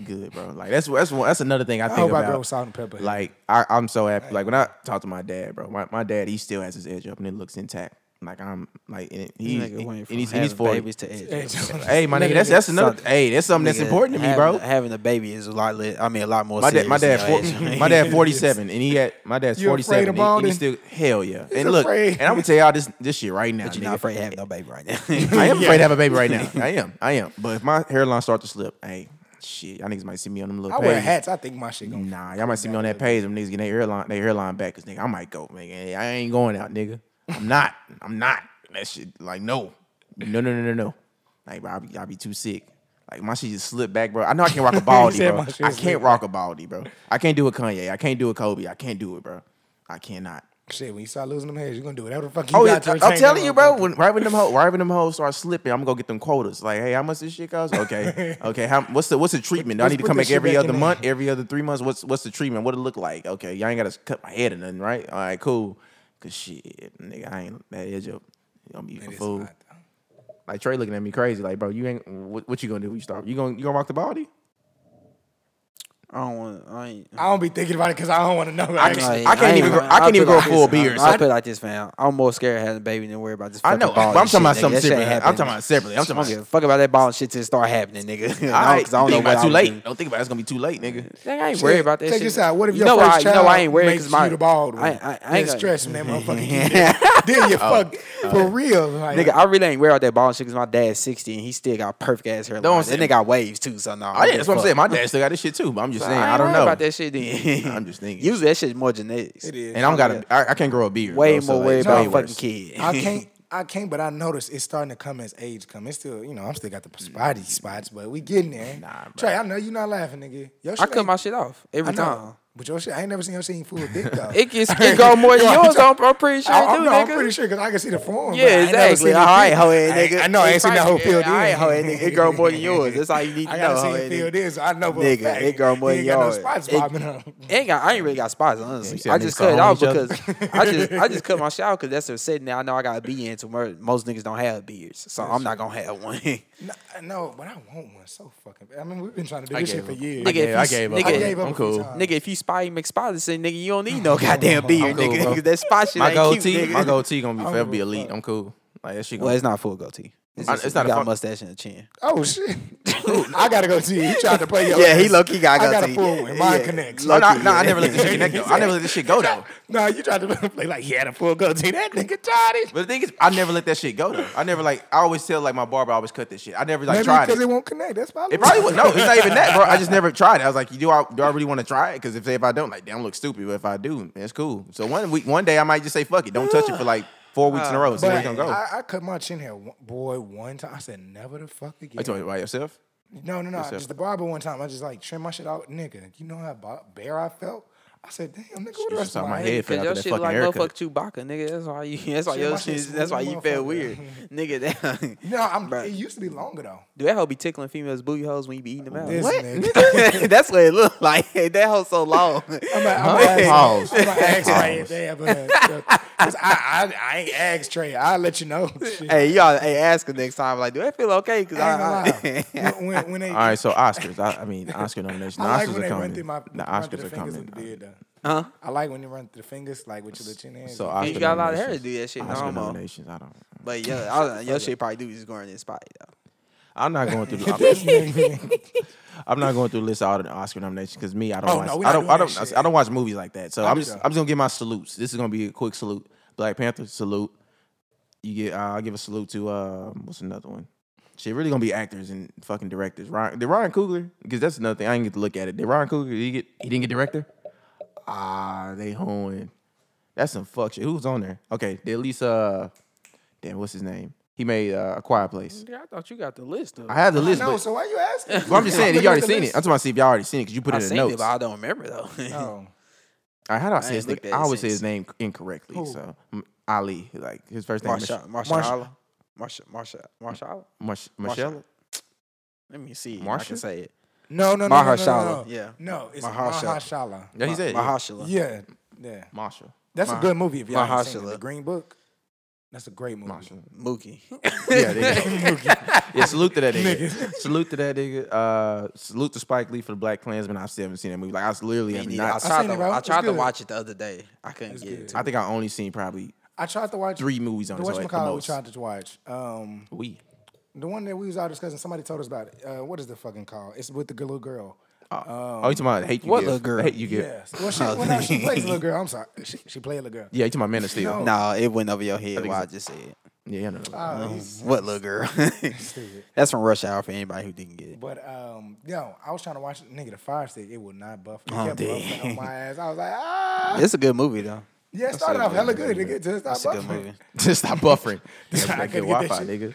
good, bro. Like that's that's one, that's another thing I I think hope I about. grow salt and pepper. Like I, I'm so happy. Like when I talk to my dad, bro, my, my dad he still has his edge up and it looks intact. Like I'm like and he, Nigga and went from he's, and he's having 40. babies to edge. Hey, Jonas. Hey, my nigga, that's that's another. Hey, that's something that's Nigga, important to me, having- bro. Having a baby is a lot. Lit, I mean, a lot more. My dad, my serious dad, than your four, age. my dad, forty-seven, and he had my dad's You afraid forty-seven, of and he, and he balding? still hell yeah. He's and look, afraid. and I'm gonna tell y'all this this shit right now. You're not nigga. afraid to have no baby right now. I am afraid to have a baby right now. I am. I am. But if my hairline starts to slip, hey, shit, y'all niggas might see me on them I little wear pages. hats. I think my shit gonna. Nah, y'all might see me on that page. Them niggas getting their hairline, their hairline back. Cause nigga, I might go, nigga. Hey, I ain't going out, nigga. I'm not. I'm not. That shit, like, no, no, no, no, no, no. Like, bro, I be, I be too sick. Like my shit just slipped back, bro. I know I can't rock a baldy, said bro. my I shit can't slipped rock a baldy, bro. I can't do a Kanye. I can't do a Kobe. I can't do it, bro. I cannot. Mm. Shit, when you start losing them hairs, you gonna do whatever the fuck you Oh yeah, got to I- retain I'm that telling you, bro. motherfucker. When, right when them ho- right when them hoes start slipping, I'm gonna go get them quotas. Like, hey, how much this shit cost? Okay, okay. How, what's the what's the treatment? Do I Let's need to put come this back shit every back other in month, every other three months? What's what's the treatment? What it look like? Okay, y'all ain't gotta cut my head or nothing, right? All right, cool. Cause shit, nigga, I ain't that edge up. I'm be a It is fool. not, though. Like Trey looking at me crazy. Like, bro, you ain't what, what you gonna do? when You start? You gonna you gonna rock the baldy? I don't want. I ain't. I don't be thinking about it because I don't want to know. I Like, just- I can't even grow- I can't even grow full beards. I I- put it like this, man. I'm more scared of having a baby than worry about this. I know, fucking ball but I'm talking and shit, about nigga. something That shit ain't separately. I'm happening. talking about separately. I'm I talking don't about. give a fuck about that ball and shit till it start happening, nigga. No, All right, 'cause I don't know think about what it, I too would late. do. Don't think about it. It's gonna be too late, nigga. Nigga, I ain't shit, worried about that Check shit. this out. What if You your know first why- child you know I ain't worried makes 'cause my- you the bald one? I- I- I ain't Just got- stress from that motherfucking kid. then you fuck for real. Like, Nigga, I really ain't worried about that ball and shit because my dad's 60 and he still got perfect ass hair. I'm That saying- nigga got waves too, so no. I, Oh, yeah, that's what I'm fuck. saying. My dad still got this shit too, but I'm just saying I, I, don't know about that shit. Then I'm just thinking. Usually that shit's more genetics. It is. Oh, And I'm got a, I, I can't grow a beard. Way bro, so more worried it's about way a fucking worse. kid. I can't. I can't, but I noticed it's starting to come as age come. It's still, you know, I'm still got Mm. the spotty spots, but we getting there. Nah, bro. Trey, I know you're not laughing, nigga. Your shit I cut ain't- my shit off I every time. know, but your shit, I ain't never seen your shit ain't full of dick though. It gets it go more than Yeah, I'm yours. trying- I'm, I'm pretty sure I, it I'm, do, no, nigga. I'm pretty sure because I can see the form. but I Yeah, ain't never exactly. seen All it right, filled. hoe head, I ain't- nigga. I know I It ain't seen that probably- whole field. All right, in. hoe head, nigga. It grow more than yours. That's all you need to I know, gotta hoe see head, it filled nigga. in, so I know. for a Nigga, fact it grow more you than ain't got no yours. spots It- popping up. Ain't got, I ain't really got spots, honestly. said I niggas just start cut it out holding because each I just I just cut my shower because that's the setting that I know I gotta be in tomorrow. Most niggas don't have beards, so I'm not gonna have one. nigga, No, no, but I want one so fucking. bad. I mean, we've been trying to do I this gave shit for up. years. I Nigga, if gave, I you- gave up. nigga, I gave up I'm a cool. few times. if you spotty McSpotty, nigga, you don't need no goddamn beard, cool, nigga. bro. 'cause That spot shit My ain't goatee, cute, my nigga. goately gonna be I don't forever be give a elite. fuck. I'm cool. Like that shit. Well, Gonna, it's not full goatee. It's, I- just, it's you not a got fuck- mustache and a chin. Oh shit! I gotta go to you. You tried to play your. Yeah, he ass. low-key got I got a goatee. full one. Mine Yeah, connects. no, low-key, no, no, I never yeah. let this shit connect though. I never let this shit go though. No, you tried to play like he had a full goatee. That nigga tried it. But the thing is, I never let that shit go though. I never like. I always tell like my barber, I always cut this shit. I never like Maybe tried because it. it won't connect. That's probably. It probably was no. It's not even that, bro. I just never tried it. I was like, do I do I really want to try it? Because if if I don't, like, damn, look stupid. But if I do, it's cool. So one week, one day, I might just say, fuck it, don't touch it for like four weeks in a row. See where But it's gonna go. Are I, I cut my chin hair, one- boy, one time. I said never the fuck you talking again. about yourself? No, no, no. Yourself. Just the barber one time. I just like trimmed my shit out, nigga. You know how ba- bare I felt. I said, damn, nigga, what the You rest just of saw my my head head? fit Cause after your that shit fucking like haircut. motherfucker Chewbacca, nigga. That's why you. That's why Shit, your my shit shit. That's why smooth, you motherfucker. felt weird, nigga. That, No, I'm. Bruh. It used to be longer though. do that hoe be tickling females' booty holes when you be eating them out? This What? nigga. that's what it looked like. That hoe so long. I'm like, I'm gonna ask, Pause. I'm gonna ask Trey if they have a. Cause I, I, I ain't asked Trey. I'll let you know. Shit. hey, y'all. Hey, ask her next time. Like, do that feel okay? Cause I I. ain't gonna lie. I When, when, when they, All right, so Oscars. I, I mean, Oscar nomination. I like Oscars when are they run coming. through my the run through Oscars the are fingers coming. Uh, with the beard. though. huh? I like when you run through the fingers like with your chin in. So uh, Oscar You got a lot of hair to nominations. do that shit. No, Oscar I'm on. nominations. I don't. But yeah, I, don't know, your shit probably do just going in spot though. I'm not going through. I'm, I'm not going through the list of all the Oscar nominations because me, I don't. Oh, watch, no, we I not don't. doing I that don't. shit. I don't watch movies like that. So I I'm do just. though. I'm just gonna give my salutes. This is gonna be a quick salute. Black Panther salute. You get. Uh, I'll give a salute to. Uh, what's another one? Shit, really gonna be actors and fucking directors. Ryan, did Ryan Coogler? Because that's another thing. I didn't get to look at it. Did Ryan Coogler? Did he get? He didn't get director. Ah, they hoeing. That's some fuck shit. Who's on there? Okay, did at least uh, damn, what's his name? He made uh, a Quiet Place. I thought you got the list of. I had the list, no, but so why you asking? well, I'm just saying, I'm you already looking at seen the it. I'm talking about see if y'all already seen it because you put I it in the seen notes. it, but I don't remember though. Oh, I, how do I say I his ain't name? looked at I it always say since. his name incorrectly. So M- Ali, like his first name, is Marsha, Marsha, Marsha- Marsha, Marsha, Marsha, Marsha. Mich- Marsha- Michelle. Let me see. Marsha? I Marsha? can say it. no, no, no, no, no, no, no. Mahershala, yeah. no, it's Mahershala. Mahershala. Yeah, he said yeah. Mahashala. Yeah, yeah. Marsha. That's a Mah- good movie. If y'all haven't seen it. Mahershala. the Green Book. That's a great movie. Marsha. Mookie. Yeah, there you go. yeah, salute to that nigga. Niggas. salute to that nigga. Uh, salute to Spike Lee for the Black Klansman. I still haven't seen that movie. Like I s- literally Me have neither. I not. tried, seen it, to, bro. I It's tried to good. watch it the other day. I couldn't get good. it. I think I only seen probably I tried to watch three movies on The it. So Witch at the we most. tried to watch. Um, We. The one that we was all discussing, somebody told us about it. Uh, what is the fucking call? It's with the g- little girl. Oh, you talking about hate you What give? little girl? The Hate you give? Yeah, Yes. Well, she, well, no, she plays the little girl. I'm sorry. She, she played little girl. you talking about Man of Steel? No. No, it went over your head. think Why I it's- just said. Yeah, yeah, no, no. Oh, he's- What little girl? That's from Rush Hour for anybody who didn't get it. but um, yo, I was trying to watch nigga the fire stick. It would not buff. It Oh, kept damn. buffing on my ass. I was like, ah. It's a good movie though. Yeah, it started off hella good. Nigga, just stop It's a good buffing. movie. Just stop buffering. Yeah, I that good gotta get that Wi-Fi, shit. nigga.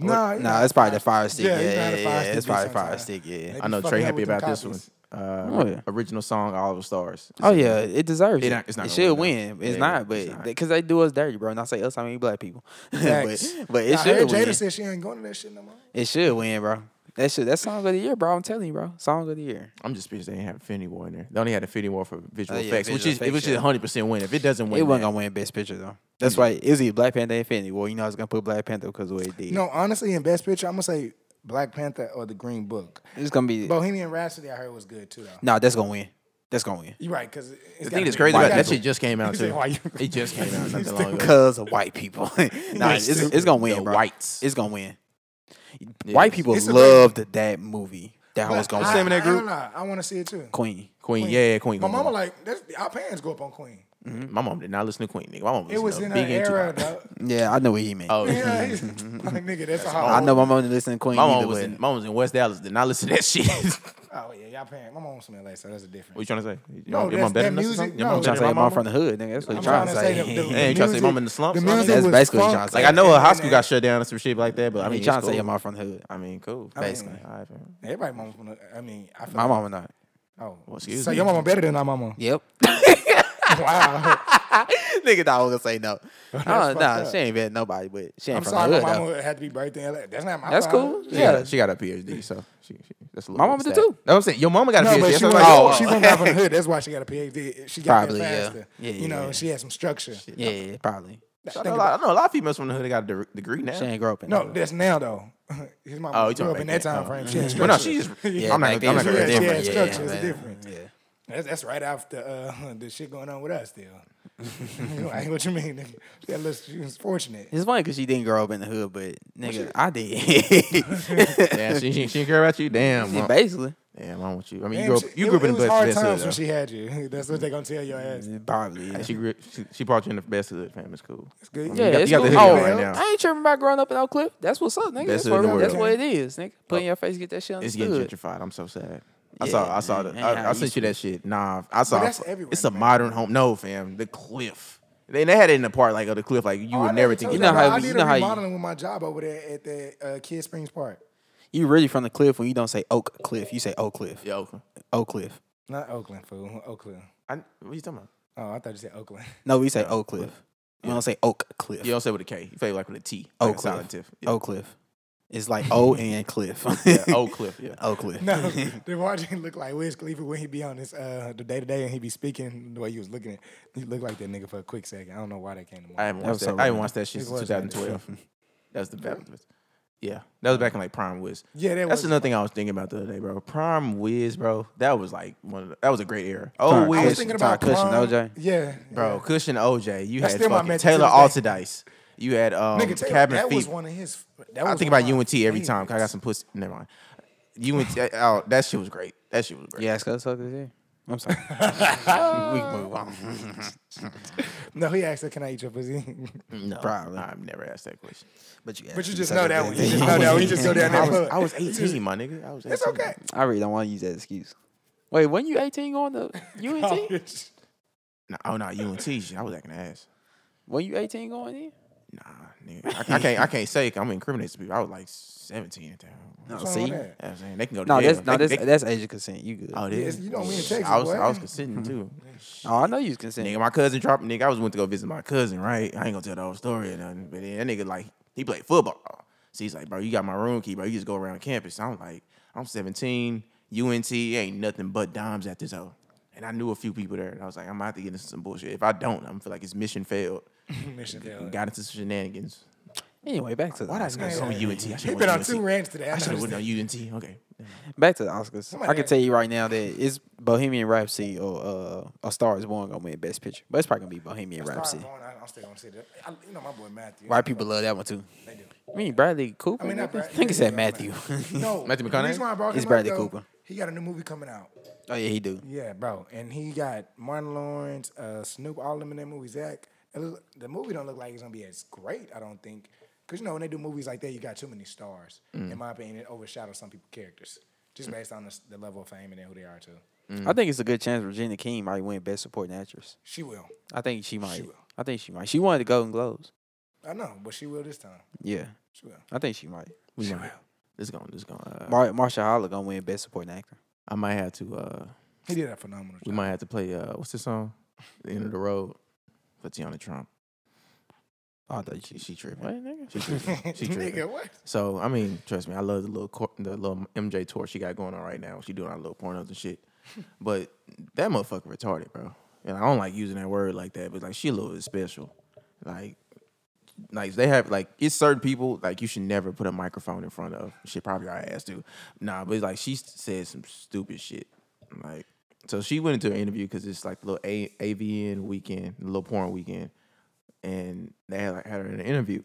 Nah, you Nah, know, it's probably the fire stick. Yeah, Yeah, you know how yeah, the yeah. Fire yeah. Stick It's be probably fire sometimes. stick. Yeah. They I be know fucking Trey up happy with them about this one. copies. Uh, Oh, yeah. Original song, All the Stars. Oh yeah, it deserves It it. not- it's not it gonna should win, win. though. It's Yeah, not, it's but not. because they do us dirty, bro. And I say us, I mean black people. Facts. but but it Nah, I heard should Jada win. said she ain't going to that shit no more. It should win, bro. That should that song of the year, bro. I'm telling you, bro. Song of the year. I'm just pissed they didn't have Infinity War in there. They only had Infinity War for visual Oh, yeah, effects, which visual is it was effects, just yeah. 100 percent win. If it doesn't win, it wasn't that- gonna win Best Picture though. That's why it was either Black Panther or Infinity. Well, you know I was gonna put Black Panther because of what it did. No, honestly, in Best Picture, I'm gonna say Black Panther or the Green Book? It's gonna be Bohemian Rhapsody, I heard was good too, though. no. That's gonna win. That's gonna win You're right, because The thing that's crazy about it, that shit shit. just came out He said, too. "Why you-" It just came out not that long ago. because of white people. nah, it's, it's gonna win, The bro. whites. It's gonna win. It White is. people It's loved that movie. That was gonna I, win. in I that group? ain't gonna lie, I want to see it too. Queen. Queen, yeah, Queen. My gonna mama win. like that's, our parents grew up on Queen. my mom did not listen to Queen. Nigga, my mom It listened was to in her Big and era, Tupac. though. Yeah, I know what he meant. Oh, Yeah, he's- like nigga, that's a hard. I know my mom didn't listen to Queen my either. mom was but- in, my mom was in West Dallas. Did not listen to that shit. what Oh yeah, y'all parents. My mom's from LA, so that's a you difference. trying to say? Your No, mom- your that's- mom that better than us or music- something? Your no, mom trying trying to to say say my mom mama? from the hood, nigga. That's what I'm you're trying to trying to say the- the- say. Hey, you trying to say mom in the slumps? The I mean, music that's was basically what funk. y'all saying. Like I know a high school got shut down and some shit like that, but I I mean, mean, it's trying to say cool. your mom from the hood. I mean, cool. I mean- Basically, all right, man. Everybody mama from the, I mean, I feel My mama not. Oh, excuse so me. your mama better than our mama. Yep. Wow. Nigga thought I was gonna say no. Oh, fucked nah, up. she ain't bad nobody, but she ain't I'm from sorry, the my hood. though. mama had to be birthed in LA. That's not my. That's problem. cool. She got, Yeah. a- she got a PhD, so she, she that's a little My mama bit did sad. too. That's what I'm saying. Your mama got a No, PhD. but she That's went, like, oh, she went out from the hood. That's why she got a PhD. She got Probably, there yeah. faster. Yeah, you yeah, know, yeah. she had some structure. Yeah, yeah, probably. I know, a lot, I know a lot of females from the hood that got a de- degree now. She ain't grow up in the No, hood. that's now though. His mama Oh, you grew talking up in back that then. time frame. She had Well, no, structure. she's just, Yeah, I'm not back gonna, I'm not then gonna she yeah, was she had different. yeah, structure. It's yeah. different. That's, that's right after uh, the shit going on with us still. like, what you mean? nigga? That looks, she was fortunate. It's funny because she didn't grow up in the hood, but nigga, I did. Damn, she, she, she didn't care about you. Damn, mom. Basically, damn, I want you. I mean, Damn, you grew up, she- you it grew was- up it in the was best, hard best times hood. when though. she had you. That's what they gonna tell your ass. probably. Yeah, She, grew, she she brought you in the best hood, fam. It's cool. good. you got, it's you got the cool. hood Oh, right yeah. now. I ain't tripping about growing up in Oak Cliff. That's what's up, nigga. Best That's, hood in what, the world. that's what it is, nigga. Put in your face, get that shit It's getting understood. gentrified. I'm so sad. I saw I saw Yeah, the ain't how I, I it sent used you that shit. Nah, I saw that's everywhere, it's a man. modern home. No, fam, the cliff. They they had it in the part like of the cliff, like you Oh, I would know never you think. told You me know know about- how- I you did know a how you- remodeling with my job over there at the uh, Kid Springs Park. You really from the cliff when you don't say Oak Cliff, you say Oak Cliff. Yo, Oak Cliff. Not Oakland, fool. Oakland. I, what you talking about? Oh, I thought you said Oakland. No, we say Oak Cliff. We don't say Oak Cliff. You don't say with a K. You say like with a T. Oak Like a Cliff. silent tiff. Yeah. Oak Cliff. It's like O and Cliff. Yeah, Oak Cliff. Yeah. Oak Cliff. No, the watching look like Wiz Khalifa when he be on this uh, the day to day and he be speaking the way he was looking. at He looked like that nigga for a quick second. I don't know why that came to I mind. haven't That watched was that. so I haven't random. watched that shit It since was random. 2012. That's the best. Yeah, that was back in like Prime Wiz. Yeah, that that's was- another thing I was thinking about the other day, bro. Prime Wiz, bro. That was like one of the, that was a great era. Oh, Prime- I I was Wiz, thinking Ty about Cushing, Prime. OJ. Yeah, bro. Cushion OJ. You That's had still my fucking mentor Taylor to Altidice. You had um, yeah. nigga, Taylor, Cabin that Fever. was one of his. That was I think one about of my UNT every time. Cause I favorites. got some pussy. Never mind. UNT. oh, that shit was great. That shit was great. Yeah, it's because suckers here. I'm sorry. we can move Mm-hmm. on. No, he asked, her, "Can I eat your pussy?" no, probably. I've never asked that question. But you, but you just know that one. You just know that one. You just go down I there. was, I was 18, my nigga. I was 18. It's okay. I really don't want to use that excuse. Wait, when you 18 going to UNT? Nah, oh, no, UNT. Shit, I was acting ass. When you 18 going in? Nah, nigga. I, I can't. I can't say. 'cause I'm incriminating some people. I was like 17 at the time. You know No, What's wrong with see? that? what I'm saying? They can go to No, jail. that's no, They- that's, they- that's age of consent. You good? oh, it Yes, is. you know me in Texas, I was. boy. I was consenting too. Oh, I know you was consent. Nigga, my cousin dropped. Nigga, I was went to go visit my cousin. Right, I ain't gonna tell the whole story or nothing. But then that nigga like he played football. So he's like, bro, you got my room key, bro. You just go around campus. I'm like, I'm 17. UNT ain't nothing but dimes at this hoe. And I knew a few people there. And I was like, I'm gonna have to get into some bullshit. If I don't, I'm gonna feel like it's mission failed. Mission failed. Got into some shenanigans. Anyway, back to the Why did I Oscars. not go on UNT? I He should been on two rants today. I I should have noticed went that. on UNT. Okay. Back to the Oscars. Somebody I can had- tell you right now that it's Bohemian Rhapsody or uh, A Star Is Born gonna win Best Picture, but it's probably gonna be Bohemian Sorry, Rhapsody. Vaughn, I- I'm still gonna say that. I, you know my boy Matthew. White people love that one too. They do. I mean Bradley Cooper. I mean, not nigga? Brad- I think it said Matthew. Matthew. No, Matthew The McConaughey? reason why I brought It's him Bradley up, though, Cooper. He got a new movie coming out. oh yeah, he do. Yeah, bro, and he got Martin Lawrence, uh, Snoop, all them in that movie. Zach, It look- the movie don't look like it's gonna be as great. I don't think, cause you know when they do movies like that, you got too many stars. Mm. In my opinion, it overshadows some people's characters just based on the, s- the level of fame and then who they are too. I think it's a good chance Regina King might win Best Supporting Actress. She will. I think she might. will. I think she might. She wanted the Golden Globes. I know, but she will this time. Yeah, She will. I think she might. We might. This going. This going. Uh, Mar- Marsha Holler gonna win Best Supporting Actor. I might have to. uh He did a phenomenal We job. might have to play. uh What's the song? The end of the road. For Tiana Trump. Oh, I thought She, you. she tripping. What, nigga? She tripping. She tripping. Nigga, what? So I mean, trust me, I love the little cor- the little MJ tour she got going on right now. She doing our little pornos and shit. But that motherfucker retarded, bro. And I don't like using that word like that, but like she a little bit special. Like like they have like it's certain people like you should never put a microphone in front of. Shit, probably our ass too. Nah, but it's like she said some stupid shit. Like so, she went into an interview because it's like little a- AVN weekend, little porn weekend, and they had like had her in an interview,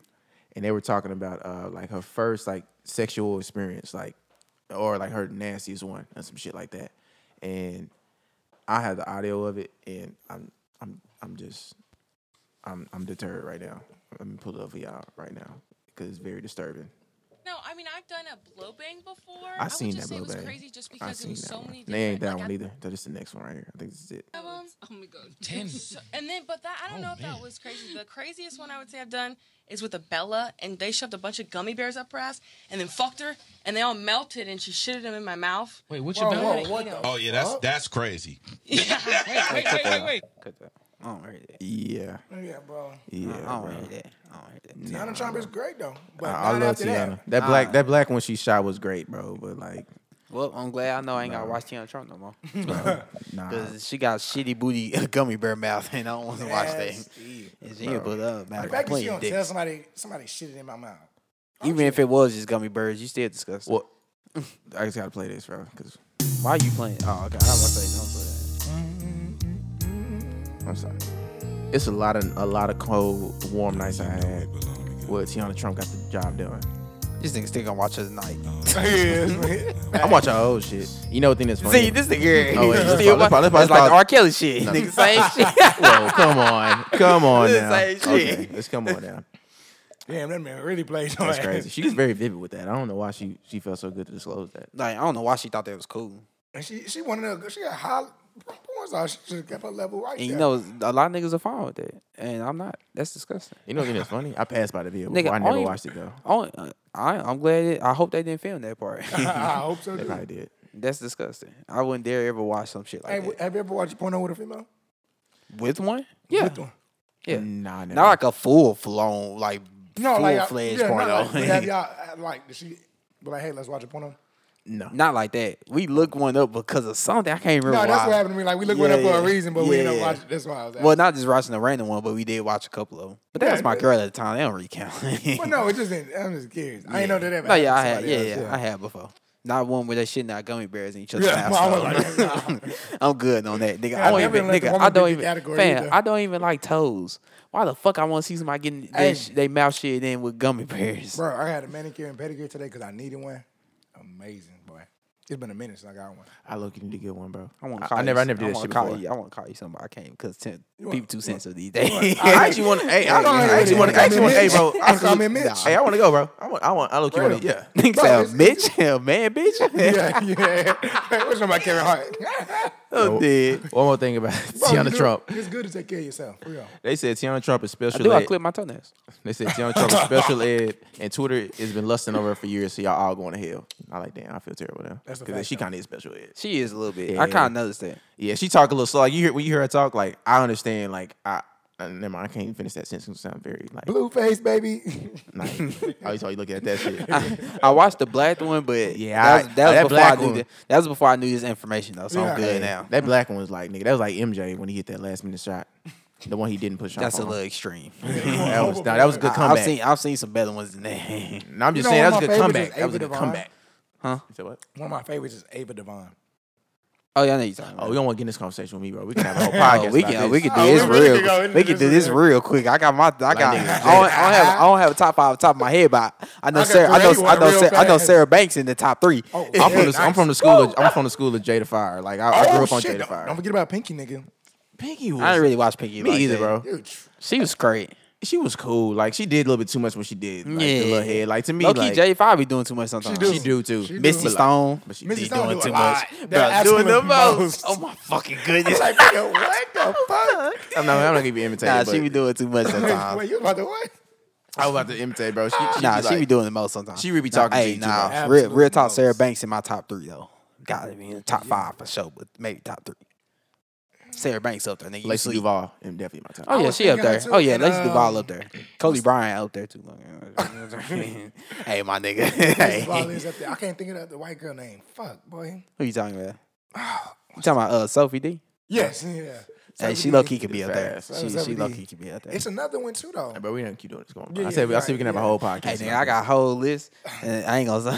and they were talking about uh like her first like sexual experience, like or like her nastiest one and some shit like that, and I have the audio of it, and I'm I'm I'm just I'm I'm deterred right now. Let me pull it up for y'all right now because it's very disturbing. No, I mean I've done a blow bang before. I seen would that just say blow it was bang. crazy just I because it seen was that so one. many They ain't different. that like, one I either. That's just the next one right here. I think this is it. have them. Oh my god, ten. Oh, and then, but that I don't know if that was crazy. The craziest one I would say I've done is with a Bella, and they shoved a bunch of gummy bears up her ass, and then fucked her, and they all melted, and she shitted them in my mouth. Wait, what's Whoa, your whoa, bad? what the? Oh yeah, that's that's crazy. Wait, wait, wait, wait. Cut that. I don't hear that. Yeah, Yeah, bro. yeah. I don't bro. hear that. I don't hear that. Tiana Trump is great though, but I, I not love after Tiana. that. That black that black one she shot was great, bro. But like, Well, I'm glad I know I ain't got to watch Tiana Trump no more. nah. Because she got shitty booty gummy bear mouth, and I don't want to watch that. Nasty. And she ain't put up, man. The fact that she Plenty don't of dick. tell somebody somebody shit it in my mouth. Even if it was just gummy bears, you still disgusting. Well, I just gotta play this, bro. Because Why you playing? Oh, okay. I was like, don't play that. I'm sorry, it's a lot of a lot of cold, warm nights I had. Well, Tiana Trump got the job done. This nigga still gonna watch us tonight. I watch her old shit. You know the thing that's funny? See, this nigga here, Oh, wait, he let's still pause, let's watch- pause, let's It's like pause. the R. Kelly shit. Nigga, same shit. Whoa, come on, come on This now. ain't shit. Okay, let's come on now. Damn, that man really plays on That's that. crazy. She was very vivid with that. I don't know why she she felt so good to disclose that. Like, I don't know why she thought that was cool. And she she wanted to she got high porn star. She should have kept her level right And you there. know, a lot of niggas are fine with that, and I'm not. That's disgusting. You know what I mean? It's funny. I passed by the video. Nigga, before. I never only- watched it though. Oh, uh, I, I'm glad. It, I hope they didn't film that part. I hope so. They Too. probably did. That's disgusting. I wouldn't dare ever watch some shit Hey, like w- that. have you ever watched porno with a female? With one? Yeah. With one. Yeah. Nah, I never. Not like a full flown, like No, full like I- fledged yeah, porno. Not like, but have y'all uh, like did she be like, hey, let's watch a porno? no. Not like that. We looked one up because of something. I can't remember. No, that's why. what happened to me. Like we looked one Yeah, up for a yeah. reason, but we ended up Yeah. watching. That's why I was. Asking. Well, not just watching a random one, but we did watch a couple of them. But that Yeah, was my but- girl at the time. They don't really count. Well, no, it just didn't. I'm just curious. I ain't know that ever. no, yeah, I had, happened to yeah, somebody yeah, else, I had before. Not one where they shitting out gummy bears in each other's Yeah, mouth. well, I so, wasn't I'm good on that, nigga. Yeah, I I don't never even, let the nigga. woman I pick don't the even, category fam. either. I don't even like toes. Why the fuck I want to see somebody getting Hey. they, they mouth shit in with gummy bears? Bro, I had a manicure and pedicure today because I needed one. Amazing, boy. It's been a minute since I got one. I look, you need to get one, bro. I want. I, I never, I never did that shit call before. You, I want to call you somebody. I can't because want- people too sensitive these days. I actually want. Hey, I, Call me I actually Mitch. want. I actually want. Hey, bro. I Call actually- me Mitch. Hey, I want to go, bro. I want. I want. I look, you want to. Yeah. Nigga Bro, said, it's- bitch, hell, man, bitch. Yeah, yeah. What's about Kevin Hart? Oh, dude. One more thing about Bro, you Tiana do- Trump. It's good to take care of yourself. For real. They said Tiana Trump is I special do. I ed. clip my toenails. They said Tiana Trump is special ed, and Twitter has been lusting over her for years. So y'all all going to hell. I like, damn, I feel terrible now. That's a Because fact, she though. kind of is special ed. She is a little bit. Yeah. I kind of noticed that. Yeah, she talk a little slow. Like you hear when you hear her talk, like I understand. Like I, I never mind. I can't even finish that sentence. It sound very like. Blue face, baby. nice. I always saw you looking at that shit. I watched the black one, but Yeah, yeah, I- that was, that was that before black I knew one. that, that was before I knew this information though, so Yeah. I'm good Yeah, now. That black one was like nigga. That was like MJ when he hit that last minute shot. The one he didn't push That's a off on. little extreme. That was nah, that was a good I, I've comeback. seen I've seen some better ones than that. Nah, I'm just You know, saying that one was a of good my favorites comeback. is That was a Ava good Devine. comeback. Huh? You said what? One of my favorites is Ava Devon. Oh yeah, I know you talking. About. Oh, we don't want to get in this conversation with me, bro. We can have a whole Oh, podcast. we about can we this. can do Oh, this we really real. can go into we can this do this real- real quick. I got my I got I, don't, niggas I don't have I don't have a top five off the top of my head, but I know I got Sarah I know three I know real Sarah, I know fast. Sarah Banks in the top three. Oh, I'm from, yeah, the, I'm nice. from the school. Of, I'm from the school of Jada Fire. Like I, I grew Oh, up on shit. Jada Don't, Fire. don't forget about Pinky, nigga. Pinky was I didn't really watch Pinky me like either, that. bro. Dude, tr- She was great. She was cool. Like she did a little bit too much when she did. Like the little head. Like to me, Low key like J Five be doing too much sometimes. do. she do too. She do. Misty Stone. But she Mrs. be Stone doing do a too lot. much. They're Bro, doing the absolute most. Oh my fucking goodness. like, nigga, what the fuck? I'm not, I'm not gonna be imitated. Nah, but she be doing too much sometimes. Wait, you about to what? I was about to imitate, bro. She, she nah, be she like, be doing the most sometimes. She really be Nah, talking to hey, you too Nah, much. real, real Absolute talk. Sarah most. Banks in my top three though. Got to be in the top five for sure, but maybe top three. Sarah Banks up there. Nigga, you Lacey sleep. Duval. and definitely my time. Oh I yeah, was she up thinking there. that too, Oh yeah, and, Lacey uh, Duval up there. Cody Bryant up there too. hey, my nigga. Miss Ball hey. is up there. I can't think of the, the white girl name. Fuck, boy. Who you talking about? You talking about uh, Sophie D? Yes, yeah. Hey, we she can low key get- could be up there. Fast. She So we she did. low key could be up there. It's another one too though. But we didn't keep doing this going. Yeah, I said, I right, said we can have yeah. a whole podcast. Hey, nigga, about I got a whole list. And I ain't gonna say.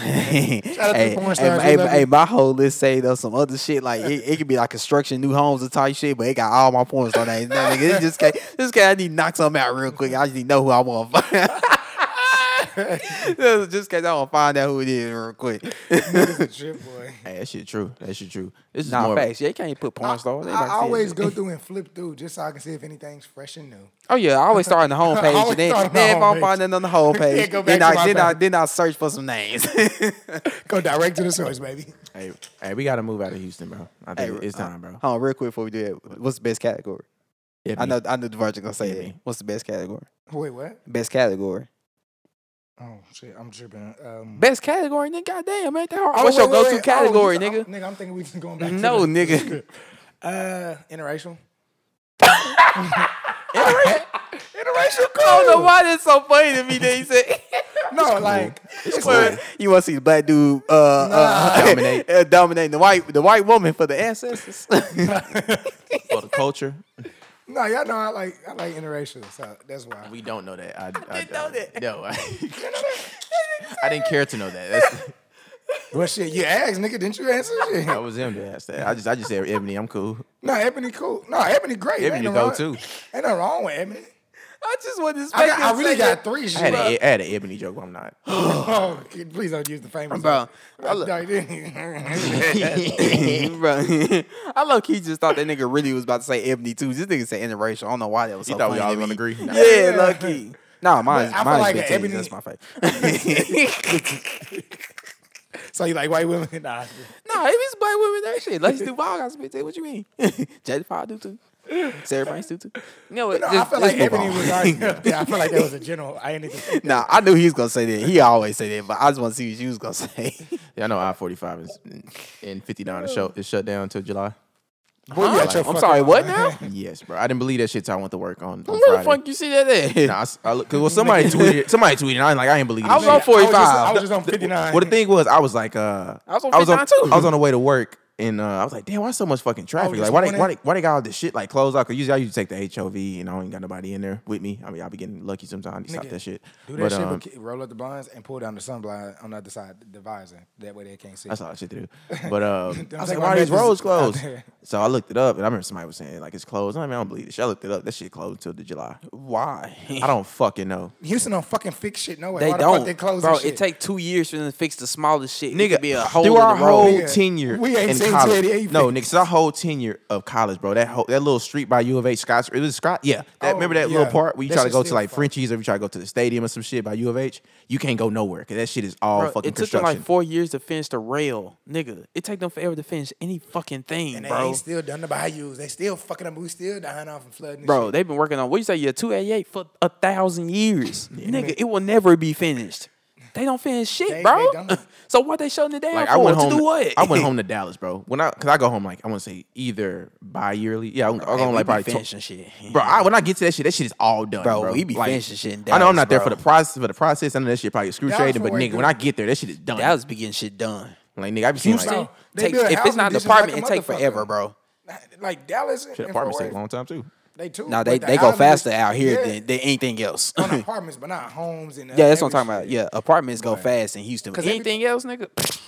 hey, out to the porn stars, we hey, love hey, you. my whole list say though some other shit. Like it, it could be like construction, new homes, and type shit. But it got all my porn star names. Nah, nigga, it just can't. This guy, I need to knock something out real quick. I just need to know who I want. just cause I want to find out who it is real quick. Niggas a trip boy. this. Hey, that shit true. That shit true. This is Nah, more. facts. Yeah, you can't put porn stars. I, Everybody see it. always go through and flip through just so I can see if anything's fresh and new. Oh yeah, I always start on the I homepage, always and then, start on the then if homepage. I'm finding on the homepage, Yeah, go back then, to I, my then I page. then I search for some names. Go direct to the source, baby. Hey, hey, we gotta move out of Houston, bro. I think uh, it's time, bro. Hold on, real quick before we do that, what's the best category? Yeah, I B. know, I know, the virgin gonna say Yeah, that. me. What's the best category? Wait, what? Best category. Oh shit, I'm tripping. Um, Best category, nigga. Goddamn, man. That hard. oh, What's wait, your wait, go-to wait. Oh, category, you- oh, nigga? Nigga, I'm thinking we just going back. to the- No, nigga. script. Uh, interracial. Interracial cool. I don't know why that's so funny to me. That he said, No, like Well, you want to see the black dude uh, uh, Dominate. uh, dominating the white the white woman for the ancestors? For the culture, no, y'all know I like I like interracial, so that's why. we don't know that. I, I, didn't know I- that. No, I, I didn't care to know that. That's, Well, shit, you asked, nigga, didn't you answer? Shit. that was him that asked that. I just, I just said Ebony, I'm cool. No, Ebony cool. No, Ebony great. Ebony Ain't the no go-to. wrong- Ain't nothing wrong with Ebony. I just want to. I, got, I really got three. I Shit. had, a, I had an Ebony joke. but I'm not. Oh, kid, please don't use the famous. Bro, I look. Bro, I low key just thought that nigga really was about to say ebony too. This nigga said interracial. I don't know why that was. You so thought we funny all to gonna me. agree? Nah. Yeah, low key. Nah, mine's, I feel mine's like big a titties. ebony- That's my favorite. so you like white women? Nah. nah, if it's black women, that shit. Let's do wild guys. Big titties. What you mean? Jada Five do too. Sarah Banks do too. No, No, I feel like Ebony was already up there. I feel like that was a general. I didn't even. Nah, I knew he was gonna say that. He always say that, but I just want to see what you was gonna say. Yeah, I know I-45 is and 59 is shut, is shut down until July. Boy, you at your I'm fucking- sorry. What now? Yes, bro. I didn't believe that shit till I went to work on, on Where the Friday. fuck you see that at? Nah, I s- I look- 'cause well, somebody tweeted, somebody tweeted, and I ain't like, I ain't believe. I was this on shit. I was, just, 45. I was just on 59. Well, the thing was, I was like, uh, I was on 59 too. I was on the way to work, and uh, I was like, damn, why so much fucking traffic? this Like, why they, morning? why they, why they got all this shit like closed out? Cause usually I usually take the HOV, and I ain't got nobody in there with me. I mean, I be getting lucky sometimes. You stop Nigga, that shit. Do that but, shit, uh, but um, ki- roll up the blinds and pull down the sun blind on the other side, the visor. That way they can't see. That's all that shit to do. But um, I was take like, my why are measures these roads out closed? there. So I looked it up, and I remember somebody was saying like it's closed. I mean, I don't believe this. shit. I looked it up. That shit closed until the July. Why? I don't fucking know. Houston don't fucking fix shit. No way. They Why the don't. Fuck they close Bro, this shit? it take two years for them to fix the smallest shit. Nigga, it could be a hole through in our the road. whole Nigga, tenure we ain't in seen college. 288 No, fix. nigga, it's our whole tenure of college, bro. That whole, that little street by U of H, Scott. It was Scott. Yeah, that, Oh, remember that yeah. little part where you That try to shit's go to still like fucked. Frenchies, or you try to go to the stadium or some shit by U of H. You can't go nowhere because that shit is all Bro, fucking it took them like construction. four years to finish the rail, nigga. It take them forever to finish any fucking thing, and they bro. ain't still done the bayous. They still fucking up. We still dying off and flooding. and bro, shit. they've been working on what you say, yeah, two eighty eight for a thousand years, nigga. It will never be finished. They don't finish shit, They- bro. they don't. so what they shutting it down Like for? I went to home. do what? I went home to Dallas, bro. When I because I go home like I want to say either bi-yearly. Yeah, I, I go Hey, home we like be probably tw- finishing shit, bro. I, when I get to that shit, that shit is all done, Bro, bro. we be Like, finishing shit in I know I'm Dallas, not there for bro. the process for the process. I know that shit probably excruciating, for but where nigga, good- when I get there, that shit is done. Dallas be getting shit done. like nigga, I be seeing Houston. like Like, they take, build if housing it's not an additions apartment, like a it take motherfucker. forever, bro. like Dallas. shit, and apartments Fort take a Worth, long time too. They too. No, but they the they go housing faster is- out here Yeah, than, than anything else. on apartments, but not homes and uh, Yeah, that's what I'm every talking about. shit. Yeah, apartments go Right. fast in Houston. 'Cause every- Anything else, nigga?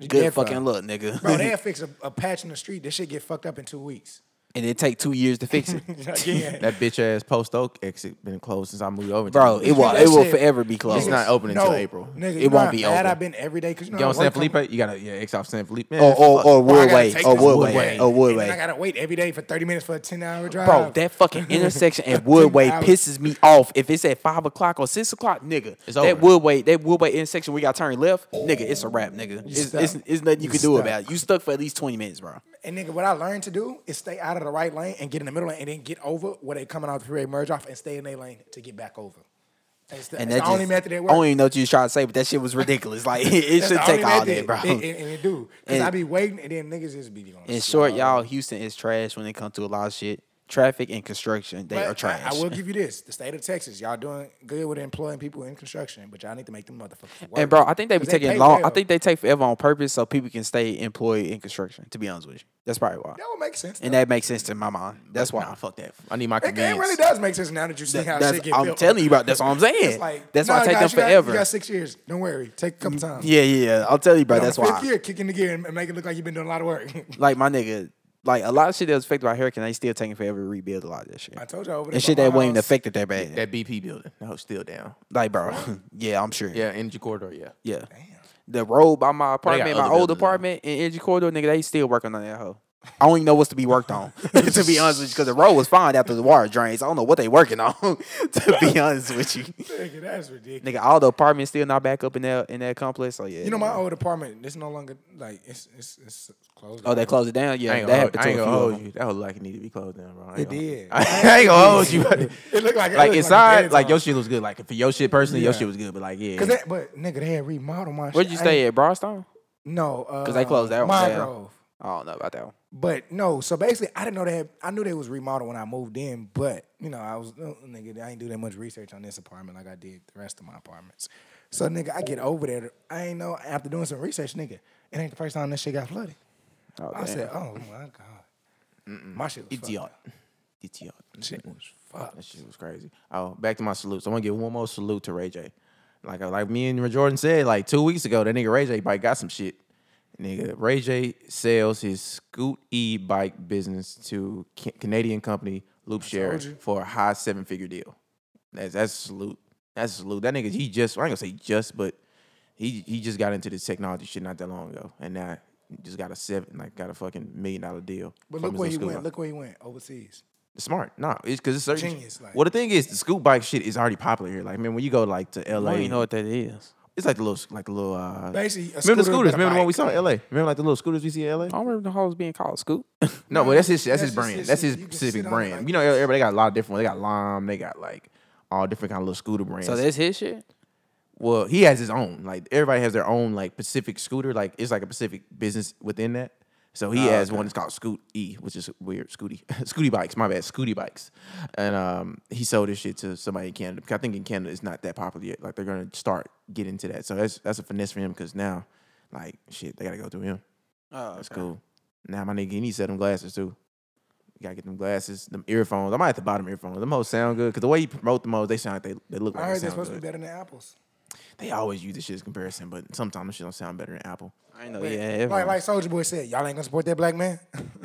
You Good dead fucking fucked. luck, nigga. Bro, they'll fix a, a patch in the street. This shit get fucked up in two weeks. and it take two years to fix it. Again. That bitch ass post oak exit been closed since I moved over. to Bro, it Dallas. will that it will shit- forever be closed. It's not open until April. Nigga, It you know won't how be bad open. I've been every day because you know Get how on San work come- Felipe, you gotta yeah, exit off San Felipe. Man, Or, or, fuck. or Bro, I gotta Oh, Woodway. take Or this Woodway. Or And then I Woodway. gotta wait every day for 30 minutes for a 10 hour drive. Bro, that fucking intersection at Woodway hours. pisses me off. If it's at five o'clock or six o'clock, nigga, It's that over. Woodway, that Woodway intersection, we got turn left, nigga. It's a wrap, nigga. It's, stuck. it's, it's nothing you, You can do stuck. about it. You stuck for at least twenty minutes, bro. and nigga, what I learned to do is stay out of the right lane and get in the middle lane and then get over where they coming out the freeway merge off and stay in their lane to get back over. It's the, And it's that's the only method that I works. don't even know what you was trying to say, but that shit was ridiculous. Like it, That's should the take only all method. that, bro. And, and, and it do. Because And- I be waiting and then niggas just be going. In short, y'all, Houston is trash when it comes to a lot of shit. traffic, and construction, they But are trash. I, I will give you this: the state of Texas, y'all doing good with employing people in construction, but y'all need to make them motherfuckers work. and bro, I think they be 'Cause taking pay long. I well. think they take forever on purpose so people can stay employed in construction. To be honest with you, that's probably why. that would make sense. And though. that makes sense to my mind. That's why. Nah, fuck that. I need my It, it convenience. really does make sense now that you see how That's- shit get I'm built. telling you about. That's what I'm saying. It's like, that's nah, why I take them guys, you got- forever. You got six years. Don't worry. Take a couple times. yeah, yeah, yeah. I'll tell you, bro. On That's the why. fifth year, kicking the gear and and make it look like you've been doing a lot of work. like my nigga, like a lot of shit that was affected by hurricane, they still taking forever to rebuild a lot of that shit. I told you over there. And shit by that my wasn't even house, affected that bad. That BP building, no, it's still down. like, bro, yeah, I'm sure. Yeah, Yeah, energy corridor. Yeah, yeah. The road by my apartment, my other old buildings, apartment in Energy Corridor, nigga, they still working on that hoe. I don't even know what's to be worked on, to be honest with you, because the road was fine after the water drains. I don't know what they working on, to be honest with you. Nigga, that's ridiculous. Nigga, all the apartments still not back up in that in that complex. So yeah, You know my yeah. old apartment. It's no longer like it's it's it's closed. oh they closed it down. I Yeah, ain't that gonna, happened hold, I ain't to a few gonna of hold them. you. That whole like need to be closed down, bro. I ain't It gonna- did. I ain't gonna hold you. But It looked like it like looked it's like a like dead Like zone. your shit was good. Like for your shit personally, your Yeah. shit was good. But like yeah, Cause that, but nigga, they had remodeled my. Where'd shit. you I stay ain't- at Broadstone? No, because they closed that one My down. Grove. I don't know about that one. But no, so basically, I didn't know they had. I knew they was remodeled when I moved in, but you know, I was oh, nigga. I ain't do that much research on this apartment like I did the rest of my apartments. So nigga, I get over there. I ain't know after doing some research, nigga. It ain't the first time this shit got flooded. Oh, I damn. said, oh my god, my shit was idiot, fucked. idiot. Shit was fucked. That shit was crazy. Oh, back to my salutes. I want to give one more salute to Ray J. Like uh, like me and Jordan said, like two weeks ago, that nigga Ray J bike got some shit. Nigga, Ray J sells his Scoot E bike business to Ca- Canadian company Loop Share you. for a high seven figure deal. That's that's a salute. That's a salute. That nigga, he just I ain't gonna say just, but he he just got into this technology shit not that long ago, and now he just got a seven like got a fucking million dollar deal. But from look his where he little went. scooter. Look where he went overseas. Smart, nah, it's because it's certain. Genius, like- well, the thing is, the scoop bike shit is already popular here. Like, man, when you go like to LA, you know what that is. it's like the little, like the little. Uh, Basically, a remember the scooter, but scooters? a Remember the one we bike. saw in LA? Remember like the little scooters we see in LA? I don't remember the hoes being called Scoop. No, but that's his. That's, his just brand. his that's shit. his You can sit on specific it brand. like you know, everybody got a lot of different ones. They got Lime. They got like all different kind of little scooter brands. so that's his shit. well, he has his own. Like everybody has their own like Pacific scooter. Like it's like a Pacific business within that. So Oh, he has one that's called Scoot E, which is weird. Scooty, Scooty bikes. My bad, Scooty bikes. And um, he sold his shit to somebody in Canada. Because I think in Canada it's not that popular yet. Like they're gonna start getting to that. So that's that's a finesse for him because now, like shit, they gotta go through him. Oh, That's cool. Now my nigga, he needs to set them glasses too. You gotta get them glasses, them earphones. I might have to buy them earphones. Them hoes sound good because the way you promote them hoes, they sound like they, they look like I they heard they're sound supposed to good be better than apples. they always use this shit as comparison, but sometimes this shit don't sound better than Apple. I didn't know he had headphones. Like like Soldier Boy said, y'all ain't gonna support that black man.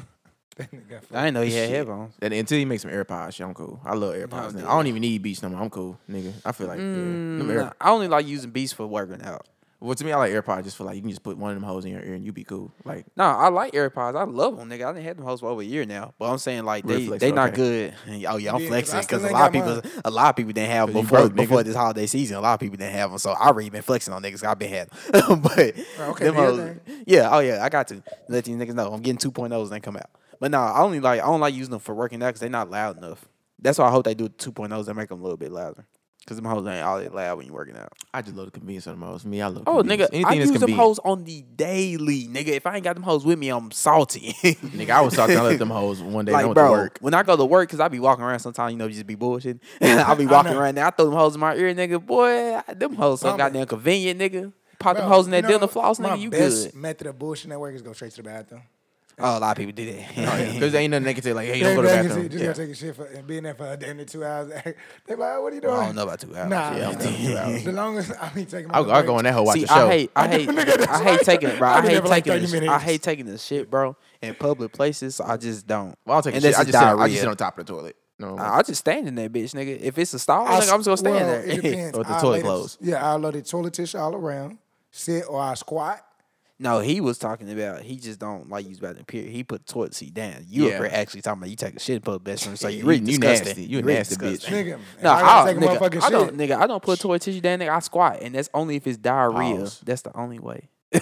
That nigga got I didn't know he had headphones. That until you make some AirPods, shit, I'm cool. I love AirPods. now. I don't even need Beats no more. I'm cool, nigga. I feel like yeah. Them Air- Mm, Nah, I only like using Beats for working out. well to me, I like AirPods just for like you can just put one of them hoes in your ear and you be cool. Like Nah, I like AirPods. I love them, nigga. I didn't have them hoes for over a year now, but I'm saying like they Reflex, they not okay. good. Oh yeah, I'm Yeah, 'cause flexing I still because a ain't lot of got people a lot of people didn't have 'Cause you them before broke, nigga. before this holiday season. A lot of people didn't have them, so I already been flexing on niggas. I've been had them, but Oh, okay, them the other hoes- yeah, oh yeah, I got to let these niggas know I'm getting 2.0s and they come out. But nah, I only like I don't like using them for working out because they not loud enough. That's why I hope they do 2.0s and make them a little bit louder because them hoes ain't all that loud when you working out. I just love the convenience of them hoes. Me, I love. Oh, convenience. nigga, anything I that's use them convenient. hoes on the daily, nigga. If I ain't got them hoes with me, I'm salty. Nigga, I was talking. I let them hoes one day. Like, like, went to bro, work. when I go to work, because I be walking around sometimes, you know, just be bullshitting. I be walking know. around there. I throw them hoes in my ear, nigga. Boy, them hoes so Bummer. goddamn convenient, nigga. Pop them Bro, hoes in you that dental know, floss, my nigga. You best good. method of bullshitting at work is go straight to the bathroom. Oh, a lot of people do that. Because there ain't nothing they can say like, hey, don't They go to the back and say, bathroom. Just Yeah. gotta take a shit for, and be in there for a damn near two hours. they like, oh, what are you doing? Well, I don't know about two hours. Nah, Yeah, I'm man. taking two hours. the longest I be taking. My I'll, I'll go break. in that hoe watch See, the show. I hate, I hate, Nigga, I that's hate taking it, bro. I've I been there hate for like taking 30 this. I minutes. hate taking this shit, bro. In public places, I just don't. Well, I don't take a And shit. this I is just, sit, I diarrhea. Ah, just sit on top of the toilet. No, I- I'll just stand in that bitch, nigga. If it's a stall, nigga, I'm just gonna stand well, It there. depends. Or the I'll toilet lay the- clothes. Yeah, I'll load the toilet tissue all around, sit or I squat. no, he was talking about he just don't like use bathroom. Period. He put toilet seat down. You Yeah. were actually talking about you take a shit in public bathroom, so you You- really you disgusting. nasty. You a really nasty bitch. disgusting. Nigga, if No, I gotta I, take a nigga, motherfucking I don't, shit. nigga, I don't put toilet tissue down, nigga. I squat, and that's only if it's diarrhea. Pause. That's the only way. and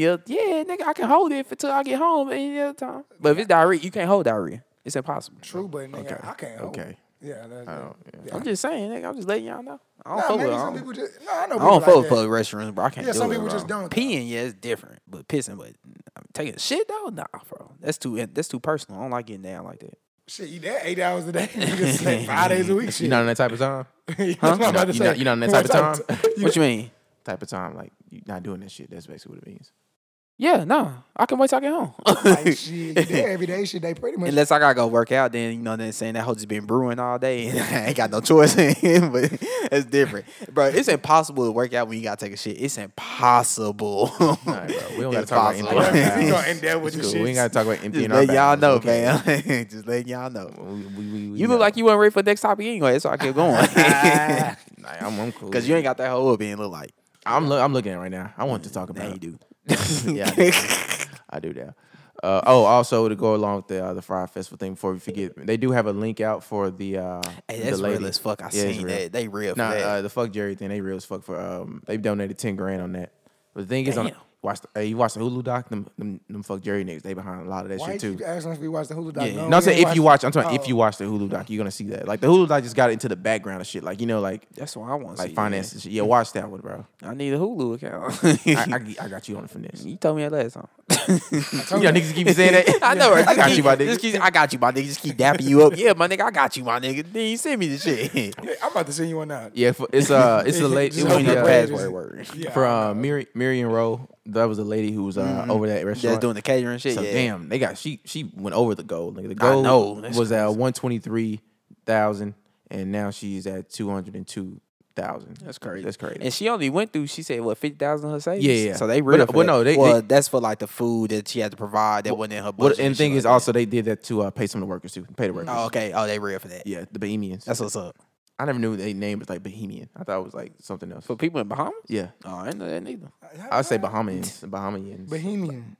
you yeah, nigga, I can hold it until I get home any other time. But if it's diarrhea, you can't hold diarrhea. It's impossible. True, but nigga, I can't. hold. Okay. Yeah, that's. I don't- yeah. I'm just saying, nigga. I'm just letting y'all know. I don't Nah, fuck maybe with. I some don't- people just. No, I know. I don't fuck people like with that. public restrooms, bro. I can't. Yeah, do some it, people bro. just don't, though. Peeing, yeah, it's different, but pissing, but I mean, taking a shit though, nah, bro. That's too that's too personal. I don't like getting down like that. Shit, you there eight hours a day. You can sleep five days a week. Shit. You not in that type of time. That's what I'm You about not, to you say. not, you not in that type of time. What you mean? type of time, like you not doing that shit. That's basically what it means. Yeah, no. I can wait till I get home. Like, shit, you there every day. Shit, they pretty much. Unless I gotta go work out, then you know then saying that hoe just been brewing all day and I ain't got no choice in but it's different. Bro, it's impossible to work out when you gotta take a shit. It's impossible. All right, bro. We don't gotta It's talk about possible. emptying our we bags. gonna end that with It's the cool. shit. We ain't gotta talk about emptying Just our let y'all bags. know, Okay. man. just let y'all know. We- we- we- we You know. look like you weren't ready for next topic anyway, so I kept going. Nah, I'm, I'm cool. Cause you ain't got that whole up in look like. I'm look. I'm looking at it right now. I want to talk about. Now it. you do. yeah, I do. I do now. Uh, oh, also to go along with the uh, the Fry Festival thing, before we forget, they do have a link out for the. Uh, Hey, that's the lady. real as fuck. I Yeah, it's seen real. that. They real for Nah, that. uh, the fuck Jerry thing, they real as fuck for. Um, they've donated ten grand on that. But the thing is, on Damn. watch the, hey, you watch the Hulu doc, them, them them fuck Jerry niggas, they behind a lot of that Why shit too. you asking us if we watch the Hulu doc? Yeah. No, I'm we saying ain't if you watch, I'm talking Oh. if you watch the Hulu doc, you're gonna see that. Like the Hulu doc just got into the background of shit, like you know, like that's why I want to like see. finance. and shit. Yeah, watch that one, bro. I need a Hulu account. I, I, I got you on the finesse. you told me that last time. You know, niggas keep saying that. I know. Right? I got Just you, my keep- Just nigga. keep, I got you, my nigga. Just keep dapping you up. Yeah, my nigga, I got you, my nigga. Then you send me the shit. I'm about to send you one out. Yeah, for, it's uh, it's a late. It Just was open the, your uh, page. Password word. Yeah. for uh, Miri, Miriam Rowe. That was a lady who was uh, over that That's restaurant. doing the catering shit. so yeah. damn, they got she she went over the goal. Nigga. The I goal know, that's was at one twenty three thousand, and now she's at two hundred and two thousand. That's crazy. That's crazy. And she only went through. She said what fifty thousand her savings. Yeah, yeah. So they But real. no- for well, that. no, they- well, they- that's for like the food that she had to provide that wasn't in her budget. What and shit thing is like also they did that to uh, pay some of the workers too. Pay the that. workers. Oh, okay. Oh, they real for that. Yeah, the Bohemians. That's what's up. I never knew they name was like Bohemian. I thought it was like something else. For people in Bahamas. Yeah, Oh, I didn't know that neither. I would say Bahamians. Bahamians. Bohemian.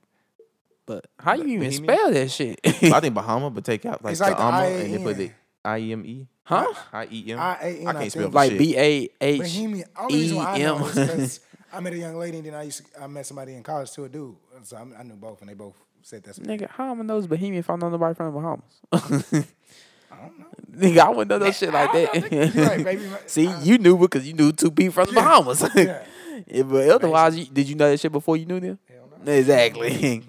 But how you even Bohemian? spell that shit? I think Bahama, but take out like It's the like the Ama and they IAN. put the I M E. Huh? I E M. IAN, I I can't spell think. for like shit. B A H. Bohemian. Only reason E why I know is E.M.. 'cause I met a young lady and then I used to, I met somebody in college too, a dude. And So I, I knew both and they both said that's Nigga, how am I know it's Bohemian if I know nobody from the Bahamas? I don't know. Nigga, I wouldn't know no shit like You're right, that. baby. See, I- you knew because you knew two people from the Bahamas. yeah. Yeah, but otherwise, you, did you know that shit before you knew them? Hell no. Exactly.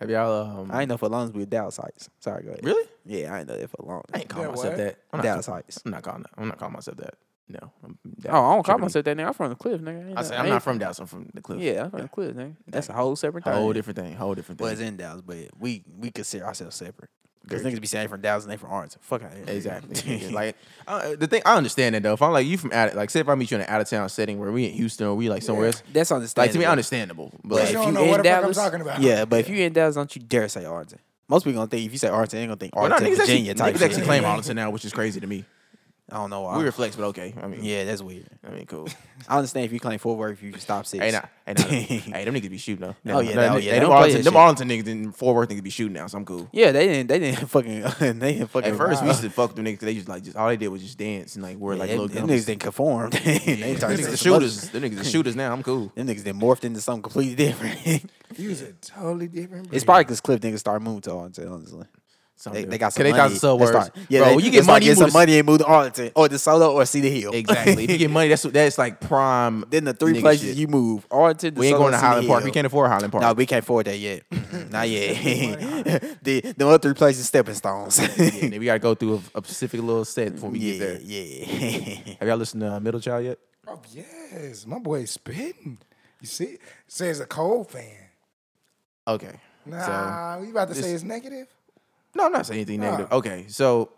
Have y'all? Um, I ain't know for long as we were Dallas Heights. Sorry, go ahead. Really? Yeah, I ain't know that for long. I ain't calling Yeah, myself what? that. I'm not, Dallas Heights. I'm not calling. I'm not calling myself that. No. I'm Oh, I don't call tripping. myself that nigga. I'm from the cliff, nigga. ain't I no- said I'm ain't- not from Dallas. I'm from the Cliff. Yeah, I'm from the cliff, nigga. That's a whole separate thing. Whole different thing. Whole different Was thing. in Dallas, but we we consider ourselves separate. Because Very niggas be saying they from Dallas and they from Arlington. Fuck out here. nigga. Exactly. Yeah, like uh, the thing, I understand that though. If I'm like you from out, like say if I meet you in an out of town setting where we in Houston or we like somewhere else, that's like to understandable. me understandable. But But like, you if don't you know in what the fuck I'm Dallas, talking about. yeah. But if you in Dallas, don't you dare say Arlington. Most people gonna think if you say Arlington, they gonna think well, no, Arlington, niggas actually, Virginia type. niggas shit. actually claim Arlington now, which is crazy to me. I don't know why. Weird flex, but okay. I mean, yeah, that's weird. I mean, cool. I understand if you claim Fort Worth, you stop six. Hey, nah, hey, nah, hey, them niggas be shooting though. Oh, yeah, Nah, oh, nah, yeah, hey, they them, don't play Arlington, that them shit. Arlington niggas and Fort Worth niggas be shooting now, so I'm cool. Yeah, they didn't. They didn't fucking. they didn't fucking. At first, we wow. used to fuck them niggas. They just like just all they did was just dance and like wear like Them- little them gummies. niggas didn't conform. they Them ain't niggas turned into the some other- shooters. Them niggas the shooters now. I'm cool. Them niggas then morphed into something completely different. You was a totally different. it's breed. probably because Cliff niggas started moving to Arlington. Honestly, they, they got some Oh, They money. thought it's so They worse. start- yeah, Bro, they, when you they get start money, you getting move some money and move to Arlington or the Solo or Cedar Hill. to- Exactly. if you get money, that's that's like prime. Then the three nigga places shit. you move, Arlington. we ain't going to Highland Park. We can't afford Highland Park. No, we can't afford that yet. Mm-mm, Not yet. the the other three places stepping stones. yeah, yeah, then we gotta go through a, a specific little set before we get there. yeah. Have y'all listened to uh, Middle Child yet? Oh, yes, my boy spitting. You see, says a cold fan. Okay. So, Nah, you about to say this- it's negative? no, I'm not saying anything negative. Ah. Okay, so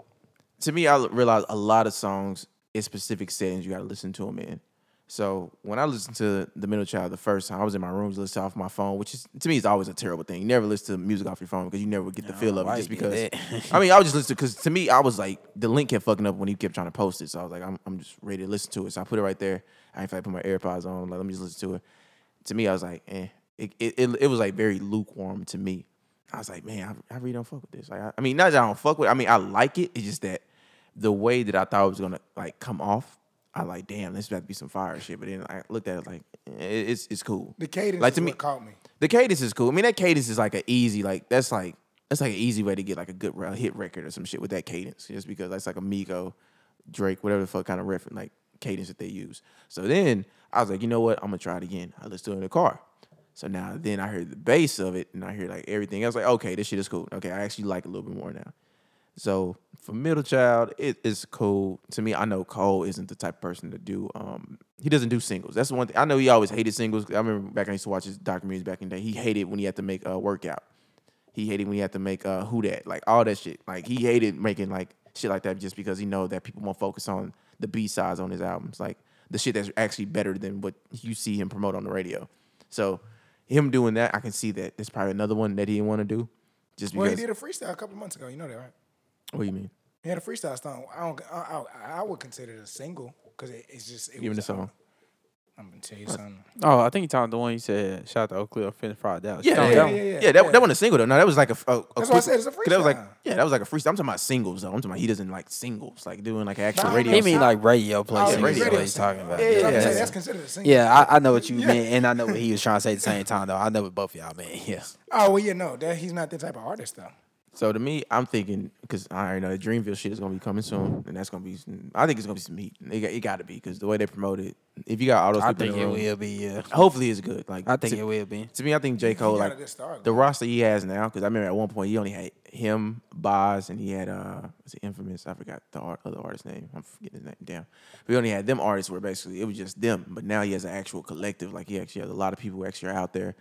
to me, I realize a lot of songs in specific settings you gotta listen to them in. So when I listened to the Middle Child the first time, I was in my room just listening off my phone, which is to me is always a terrible thing. You never listen to music off your phone because you never get the feel of why it. Just you did because that? I mean, I was just listening because to me, I was like the link kept fucking up when he kept trying to post it. So I was like, I'm, I'm just ready to listen to it. So I put it right there. I ain't feel like put my AirPods on. Like, let me just listen to it. To me, I was like, eh. It, it, it, it was like very lukewarm to me. I was like, man, I, I really don't fuck with this. Like, I, I mean, not that I don't fuck with. it. I mean, I like it. It's just that the way that I thought it was gonna like come off, I like, damn, this about to be some fire shit. But then I looked at it like, eh, it's it's cool. The cadence like is what caught me. the cadence is cool. I mean, that cadence is like an easy, like that's like that's like an easy way to get like a good re- hit record or some shit with that cadence, just because that's like Amigo, Drake, whatever the fuck kind of reference like cadence that they use. So then I was like, you know what, I'm gonna try it again. I listened to it in the car. So now then I heard the bass of it and I hear like everything. I was like, okay, this shit is cool. Okay, I actually like it a little bit more now. So for middle child, it is cool to me. I know Cole isn't the type of person to do. Um, he doesn't do singles. That's the one thing. I know he always hated singles. I remember back when I used to watch his documentaries back in the day. He hated when he had to make a workout. He hated when he had to make uh who that like all that shit. Like he hated making like shit like that just because he know that people won't focus on the B sides on his albums, like the shit that's actually better than what you see him promote on the radio. So him doing that, I can see that. There's probably another one that he didn't want to do. Just because. Well, he did a freestyle a couple months ago. You know that, right? what do you mean? He had a freestyle song. I don't. I, I, I would consider it a single because it, it's just. It Give me was, the song. I'm gonna tell you something. Oh, I think you talking the one you said. Shout out to Oak Cliff, Finn Fried. That was Yeah, Stone yeah, yeah, Cold. yeah, yeah, that, yeah. that wasn't a single though. No, that was like a. a, a That's quick, what I said, it's a 'cause That was like freestyle. yeah, that was like a freestyle. I'm talking about singles though. I'm talking about he doesn't like singles, like doing like actual Nah, radio. nah, He He mean mean nah. like radio Oh, plays. yeah, radio what plays. he's talking about. Yeah, So I'm yeah, saying yeah. that's considered a single. Yeah, I, I know what you meant, and I know what he was trying to say at the same time, though. I know what both of y'all meant. Yeah. Oh well, yeah, no, that he's not that type of artist though. So to me, I'm thinking because I already know the Dreamville shit is gonna be coming soon, and that's gonna be. I think it's gonna be some heat. It, got- it got to be because the way they promote it, if you got all those I people think in the it Oh, room, will be, yeah. hopefully it's good. Like I think to- it will be. To me, I think J. Cole, got a like good start, the man. roster he has now, because I remember at one point he only had him, Boz, and he had uh, was it Infamous? I forgot the art, other artist's name. I'm forgetting his name. Damn, but he only had them artists where basically it was just them. But now he has an actual collective. Like he actually has a lot of people who actually are out there,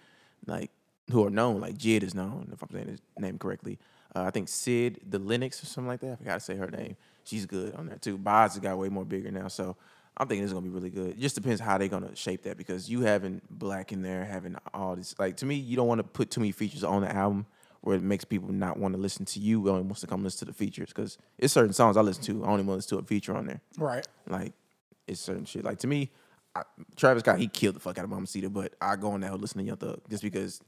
like who are known. Like Jid is known, if I'm saying his name correctly. Uh, I think Sid the Linux or something like that. I forgot to say her name. She's good on there too. Boz has got way more bigger now, so I'm thinking it's gonna be really good. It just depends how they're gonna shape that because you having black in there, having all this like to me, you don't want to put too many features on the album where it makes people not want to listen to you. But only wants to come listen to the features because it's certain songs I listen to. I only want to listen to a feature on there. Right. Like it's certain shit. Like to me, I, Travis Scott he killed the fuck out of Mama Cedar, but I go on that hoe listening to Young Thug just because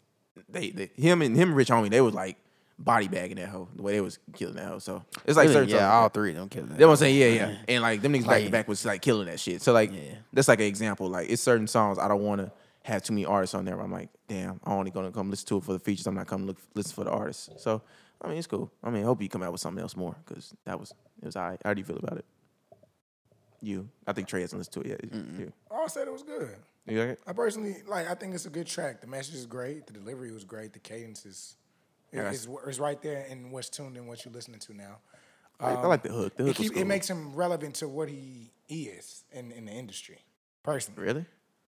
they, they him and him and Rich Homie they was like body bagging that hoe the way they was killing that hoe. So it's like certain songs- yeah, all three of them killing. that's it. what I'm saying. Yeah, yeah. And like them niggas back to Like- back was like killing that shit. So like that's like an example. Like it's certain songs I don't want to have too many artists on there. Where I'm like, damn, I'm only gonna come listen to it for the features. I'm not coming look listen for the artists. So I mean, it's cool. I mean, I hope you come out with something else more because that was it was. alright. How do you feel about it? You, I think Trey hasn't listened to it yet. You, All said it was good. you like it? I personally like. I think it's a good track. The message is great. The delivery was great. The cadence is it- Yeah. it's, it's right there in what's tuned in what you're listening to now. I, I like the hook. The hook It, was keep, cool. it makes him relevant to what he is in, in the industry. Personally, really.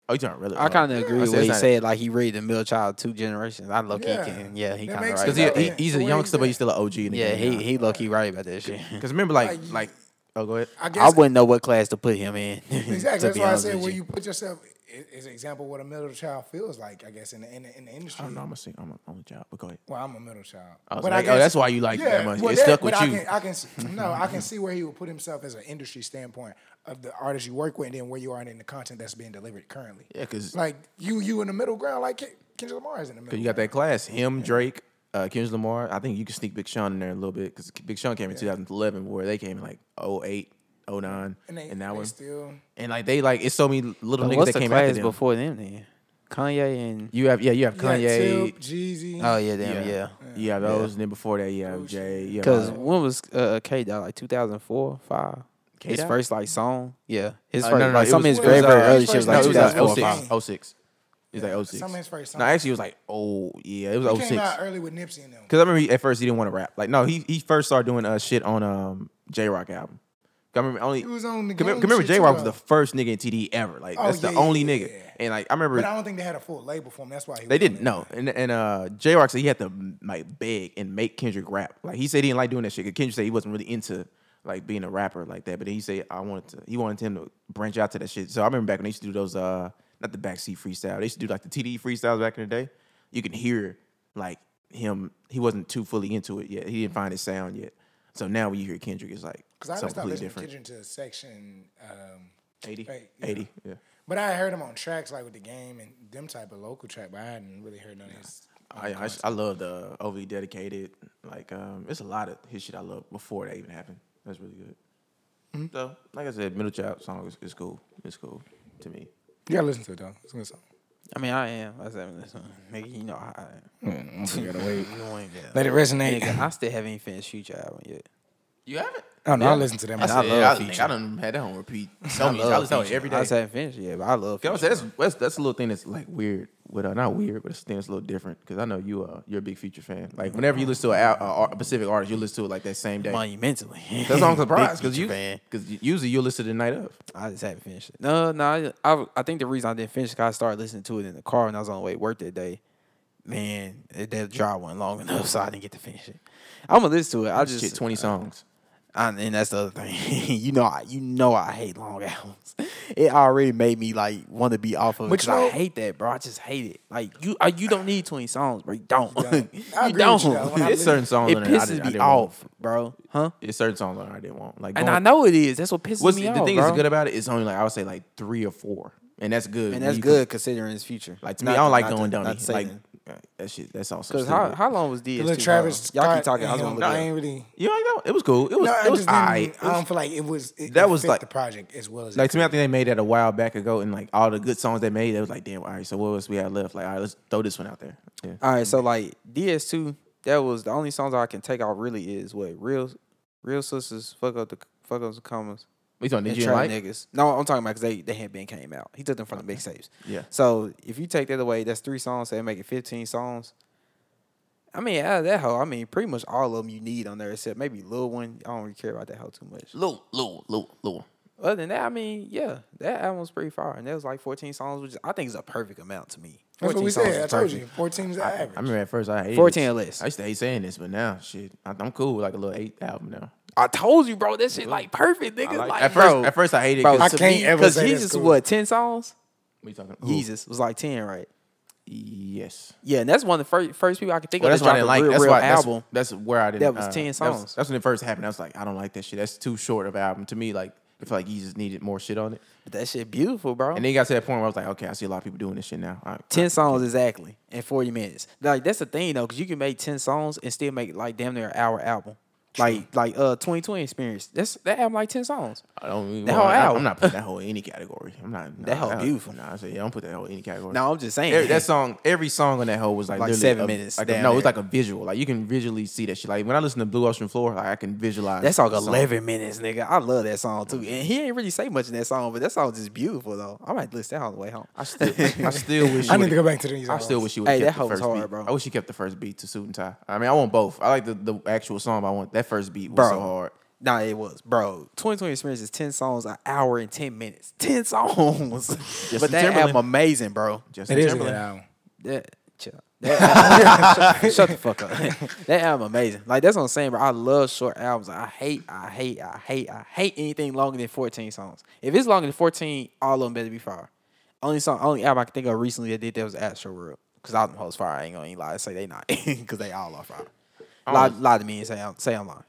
Oh, you talking really? I kind of agree I with said what it's he not- said. Like he read the middle child two generations. I low key Yeah. can. Yeah, he That kind of makes right. because sense. about he, he, that. he's a Where youngster, he's but at. he's still an OG. In the yeah, game he he low key right about that shit. Because remember, like, Like, like, oh, go ahead. I guess I wouldn't know what class to put him in. exactly. to That's be why I honest said with where you. you put yourself i- is an example of what a middle child feels like. I guess in the, in the, in the I industry. don't know. I'm a sing- I'm a- I'm a job, but go ahead. Well, I'm a middle child. I was like, oh, that's why you like it that much. well, It stuck but with I you. Can, I can, s- no, I can see where he would put himself as an industry standpoint of the artists you work with, and then where you are in the content that's being delivered currently. Yeah, because Like you, you in the middle ground, like Ken- Kendrick Lamar is in the middle. you got that ground. class. Him, Drake, uh, Kendrick Lamar. I think you can sneak Big Sean in there a little bit because Big Sean came in 2011, where they came in like 08, 09, and, and, they, that they one. still. and like they like it's so many little But niggas what's that the came after class them. before them then? Kanye and You have Oh, yeah, you have You got Kanye. Tip, Jeezy. oh yeah, damn yeah. yeah. You have those, and then before that, you have Jay. You have Because all that. when was uh, K Dot like 2004, five? His K-Dot? first like song, yeah. His Uh, first no, no, no, like it some of was- his it very was, very uh, early his shit was first- like no, it was like 2004 or 06. 5. 06. 06. It's like 06. Some of his first No, songs. actually, it was like, oh, yeah, it was He 06. came out early with Nipsey and them. Because I remember he, at first he didn't want to rap. Like no, he he first started doing uh shit on um J Rock album. 'Cause I remember only. He was on the Cause remember, gang remember shit J Rock too, was though. the first nigga in TD ever. Like Oh, that's the yeah, only yeah, nigga. yeah. And like I remember But I don't think they had a full label for him. That's why he. they was on there. didn't know. And and uh J Rock said he had to like beg and make Kendrick rap. Like he said he didn't like doing that shit. 'Cause Kendrick said he wasn't really into like being a rapper like that. But then he said I wanted to. He wanted him to branch out to that shit. So I remember back when they used to do those uh not the backseat freestyle. They used to do like the TD freestyles back in the day. You can hear like him. He wasn't too fully into it yet. He didn't find his sound yet. So now when you hear Kendrick, it's like Because I something stopped completely listening different. to Kendrick to section. Um, 80, Right, yeah. 80, yeah. But I heard him on tracks like with the game and them type of local track, but I hadn't really heard none of his. I, I, I love the overly dedicated. Like, um, it's a lot of his shit I love before that even happened. That's really good. So, like I said, middle child song is, is cool. It's cool to me. You gotta listen to it though. It's good song. I mean, I am. I was having this one. Nigga, you know how I am. You gotta wait. You ain't got- Let it resonate. Nigga, I still haven't even finished Future album yet. You haven't? I don't know. I listen to them. I, said, I, love think Future. I done had that on repeat. So many. times. I love listen to it Future. every day. I said finish, yeah, but I love. Okay, I would say Future. that's, that's that's a little thing that's like weird. With uh, not weird, but it's a thing that's a little different because I know you uh you're a big Future fan. Like whenever you listen to a, al- a, ar- a specific artist, you listen to it like that same day. monumentally. That's on Big surprise because Future you fan. because usually you listen to the night of. I just haven't finished it. No, no, I, I, I think the reason I didn't finish it, 'cause I started listening to it in the car and I was on the way to work that day. Man, it- that drive wasn't long enough, so I didn't get to finish it. I'm gonna listen to it. I just Shit, twenty songs. I, and that's the other thing. you know, I, you know, I hate long albums. It already made me like want to be off of it But you 'cause I know- hate that, bro. I just hate it. Like you, I, you don't need twenty songs, bro. You don't. You don't. I agree don't. with you, though. When I It's certain songs. it on there I pisses didn't- I me didn't want. off, bro. Huh? It's certain songs on there I didn't want. Like And going- I know it is. That's what pisses What's me the off. thing bro. is good about it? It's only like I would say like three or four, and that's good. And when that's you good considering his future. Like to me, I don't like going dummy. Like uh, that shit. That's also because how stupid. how long was DS? Little Travis. y'all Scott keep talking. I was and him, gonna look I it up. ain't really. you like that? It was cool. It was. No, I it was just didn't. I aight. It um, was- don't feel like it was. It, that it was fit like- the project as well as Like it. to me, I think they made that a while back ago, and like all the good songs they made, they was like, damn, all right. So what else we had left? Like, all right, let's throw this one out there. Yeah. All right, Mm. so like DS2, that was the only songs I can take out. Really, is what real, real sisters fuck up the fuck up the commas. We talking did and you trap like? niggas. No, I'm talking about because they they had been came out. He took them from the mixtapes. Yeah. So if you take that away, that's three songs. So that make it 15 songs. I mean, out of that hoe, I mean, pretty much all of them you need on there except maybe Lil one. I don't really care about that hoe too much. Little, little, little, little. Other than that, I mean, yeah, that album was pretty far, and that was like 14 songs, which I think is a perfect amount to me. That's what we 14 songs said. I is told perfect. you, fourteen is the I, I average. remember at first I hated 14 it. or less. I used to hate saying this, but now shit, I, I'm cool with like a little eight album now. I told you, bro, that shit like perfect, nigga. Like, at first, bro, at first I hated. it bro, 'cause- I can't ever because say that's Jesus cool. what 10 songs? we talking who? Jesus was like 10, right? Yes. Yeah, and that's one of the first first people I could think Well, of that's that why I dropped a didn't like. real, that's real why album. That's, that's where I didn't. That was uh, 10 that was- songs. that's when it first happened. I was like, I don't like that shit. That's too short of an album to me. Like, I feel like he just needed more shit on it. But that shit beautiful, bro. And then it got to that point where I was like, okay, I see a lot of people doing this shit now. I, 10 songs exactly in 40 minutes. Like that's the thing though, because you can make 10 songs and still make like damn near an hour album. Like like uh 2020 experience. That's that album like 10 songs. I don't. That well, whole I, album. I'm not putting that whole in any category. I'm not. nah, That whole beautiful. Nah, I said, yeah, I'm putting that whole in any category. No, I'm just saying Every, that song, every song on that whole was like, Like literally seven a- minutes Like a- down no, it's there. like a visual. Like you can visually see that shit. Like when I listen to Blue Ocean Floor, like, I can visualize. That song the song. 11 minutes, nigga. I love that song too. And he ain't really say much in that song, but that song just beautiful though. I might listen to that on the way home. I still, I still wish. you I need would've- to go back to these. I albums. still wish you would Hey, have that kept hoe the was first hard, beat. bro. I wish you kept the first beat to suit and tie. I mean, I want both. I like the, the actual song, but I want that first beat was bro. so hard. Nah, it was, bro. 2020 Experience is 10 songs, an hour and 10 minutes. 10 songs. but that Timberlake. album amazing, bro. Just It is a good album. That, chill. That album- shut, shut the fuck up. that album amazing. Like that's what I'm saying, bro. I love short albums. I hate, I hate, I hate, I hate anything longer than 14 songs. If it's longer than 14, all of them better be fire. Only song, only album I can think of recently that did that was Astro World. Cause all them hoes fire. I ain't gonna even lie. Say they not. Cause they all are fire. Lie, lie to me and say I'm say I'm lying.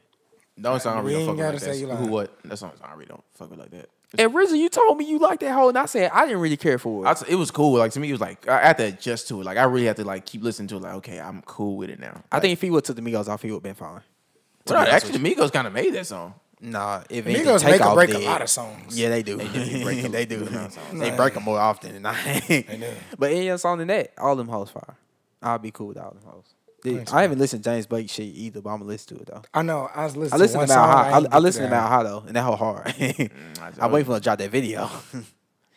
The only song I really We don't fuck ain't with like gotta that. say is you Who lying. what? That song I really don't fuck with like that. It's- And originally you told me you liked that whole, and I said I didn't really care for I it. t- it was cool. Like to me, it was like I had to adjust to it. Like I really had to like keep listening to it. Like okay, I'm cool with it now. I, think if he would took the Migos off, he would have been fine. But I- actually, Migos kind of made that song. Nah, if Migos anything, make or Takeoff break a did. lot of songs. Yeah, they do. They do. break a- they do. good amount of songs. They break them more often than I. do. but any other song than that, all them hoes fire. I'll be cool with all them hoes. Dude, I haven't listened to James Blake shit either, but I'm gonna listen to it though. I know. I was listening. I listened to one Mal song, High. ain't I, I get listened to that. Mal High though, and that whole hard. Mm, told I'm waiting you. for them to drop that video.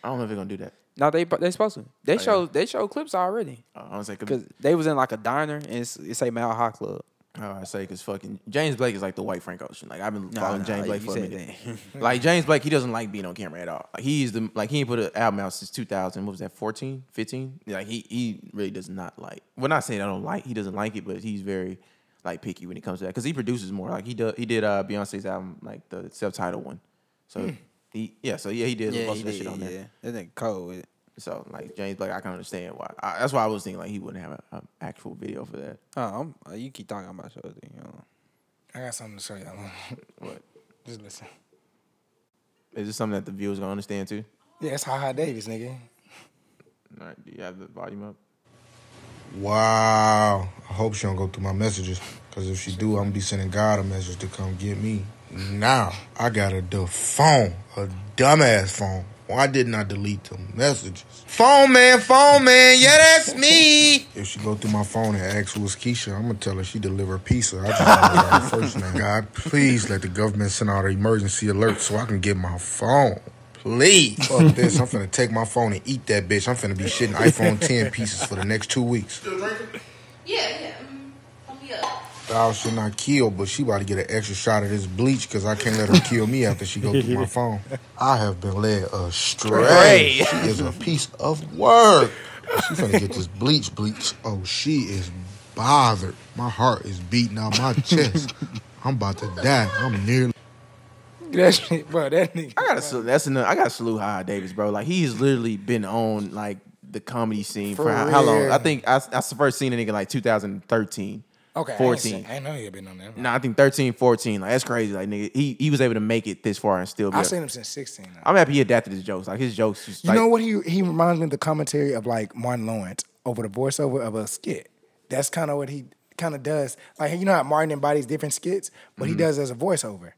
I don't know if they're gonna do that. no, they they supposed to. Oh, They show they show clips already Uh, I don't say because because they was in like a diner and it's, it's a Mal High club. I say because fucking James Blake is like the white Frank Ocean. Like I've been Nah, following nah, James you Blake for a said minute. like James Blake, he doesn't like being on camera at all. Like he's the like he ain't put an album out since 2000. What was that? 14, 15? Like he he really does not like. Well, not saying I don't like. He doesn't like it, but he's very like picky when it comes to that because he produces more. Like he does. He did uh Beyonce's album like the self titled one. So Hmm. he yeah. So yeah, he did most of that shit on there. That nigga cold. So like James Blake, I can understand why. I, that's why I was thinking like he wouldn't have an actual video for that. Oh, I'm, uh, you keep talking about your thing. You know. I got something to show y'all. What Just listen. is this something that the viewers gonna understand too? Yeah, it's Ha Ha Davis, nigga. All right, do you have the volume up? Wow. I hope she don't go through my messages. Cause if she do, I'm gonna be sending God a message to come get me. Now I got a the phone, a dumbass phone. Why didn't I delete them messages? Phone man, phone man, yeah, that's me. If she go through my phone and ask who is Keisha, I'm gonna tell her she delivered pizza. I just want her first name. God, please let the government send out an emergency alert so I can get my phone. Please. Fuck this. I'm finna take my phone and eat that bitch. I'm finna be shitting iPhone 10 pieces for the next two weeks. Yeah, yeah. mhm. Pump me up. Thou should not kill, but she about to get an extra shot of this bleach because I can't let her kill me after she go through my phone. I have been led astray. She is a piece of work. She's gonna get this bleach, bleach. Oh, she is bothered. My heart is beating out my chest. I'm about to die. I'm nearly. That shit, bro. That nigga. I gotta salute. That's another. I gotta salute High Davis, bro. Like he's literally been on like the comedy scene for, For how, how long? real. I think I, I first seen a nigga like 2013. Okay, 14. I, ain't seen- I ain't know he had been on that. No, I think 13, 14. Like that's crazy. Like nigga, he he was able to make it this far and still. Be I up. seen him since sixteen. though. I'm happy he adapted his jokes. Like his jokes, just You like, know what he he reminds me of the commentary of like Martin Lawrence over the voiceover of a skit. That's kind of what he kind of does. Like you know how Martin embodies different skits, but he does as a voiceover.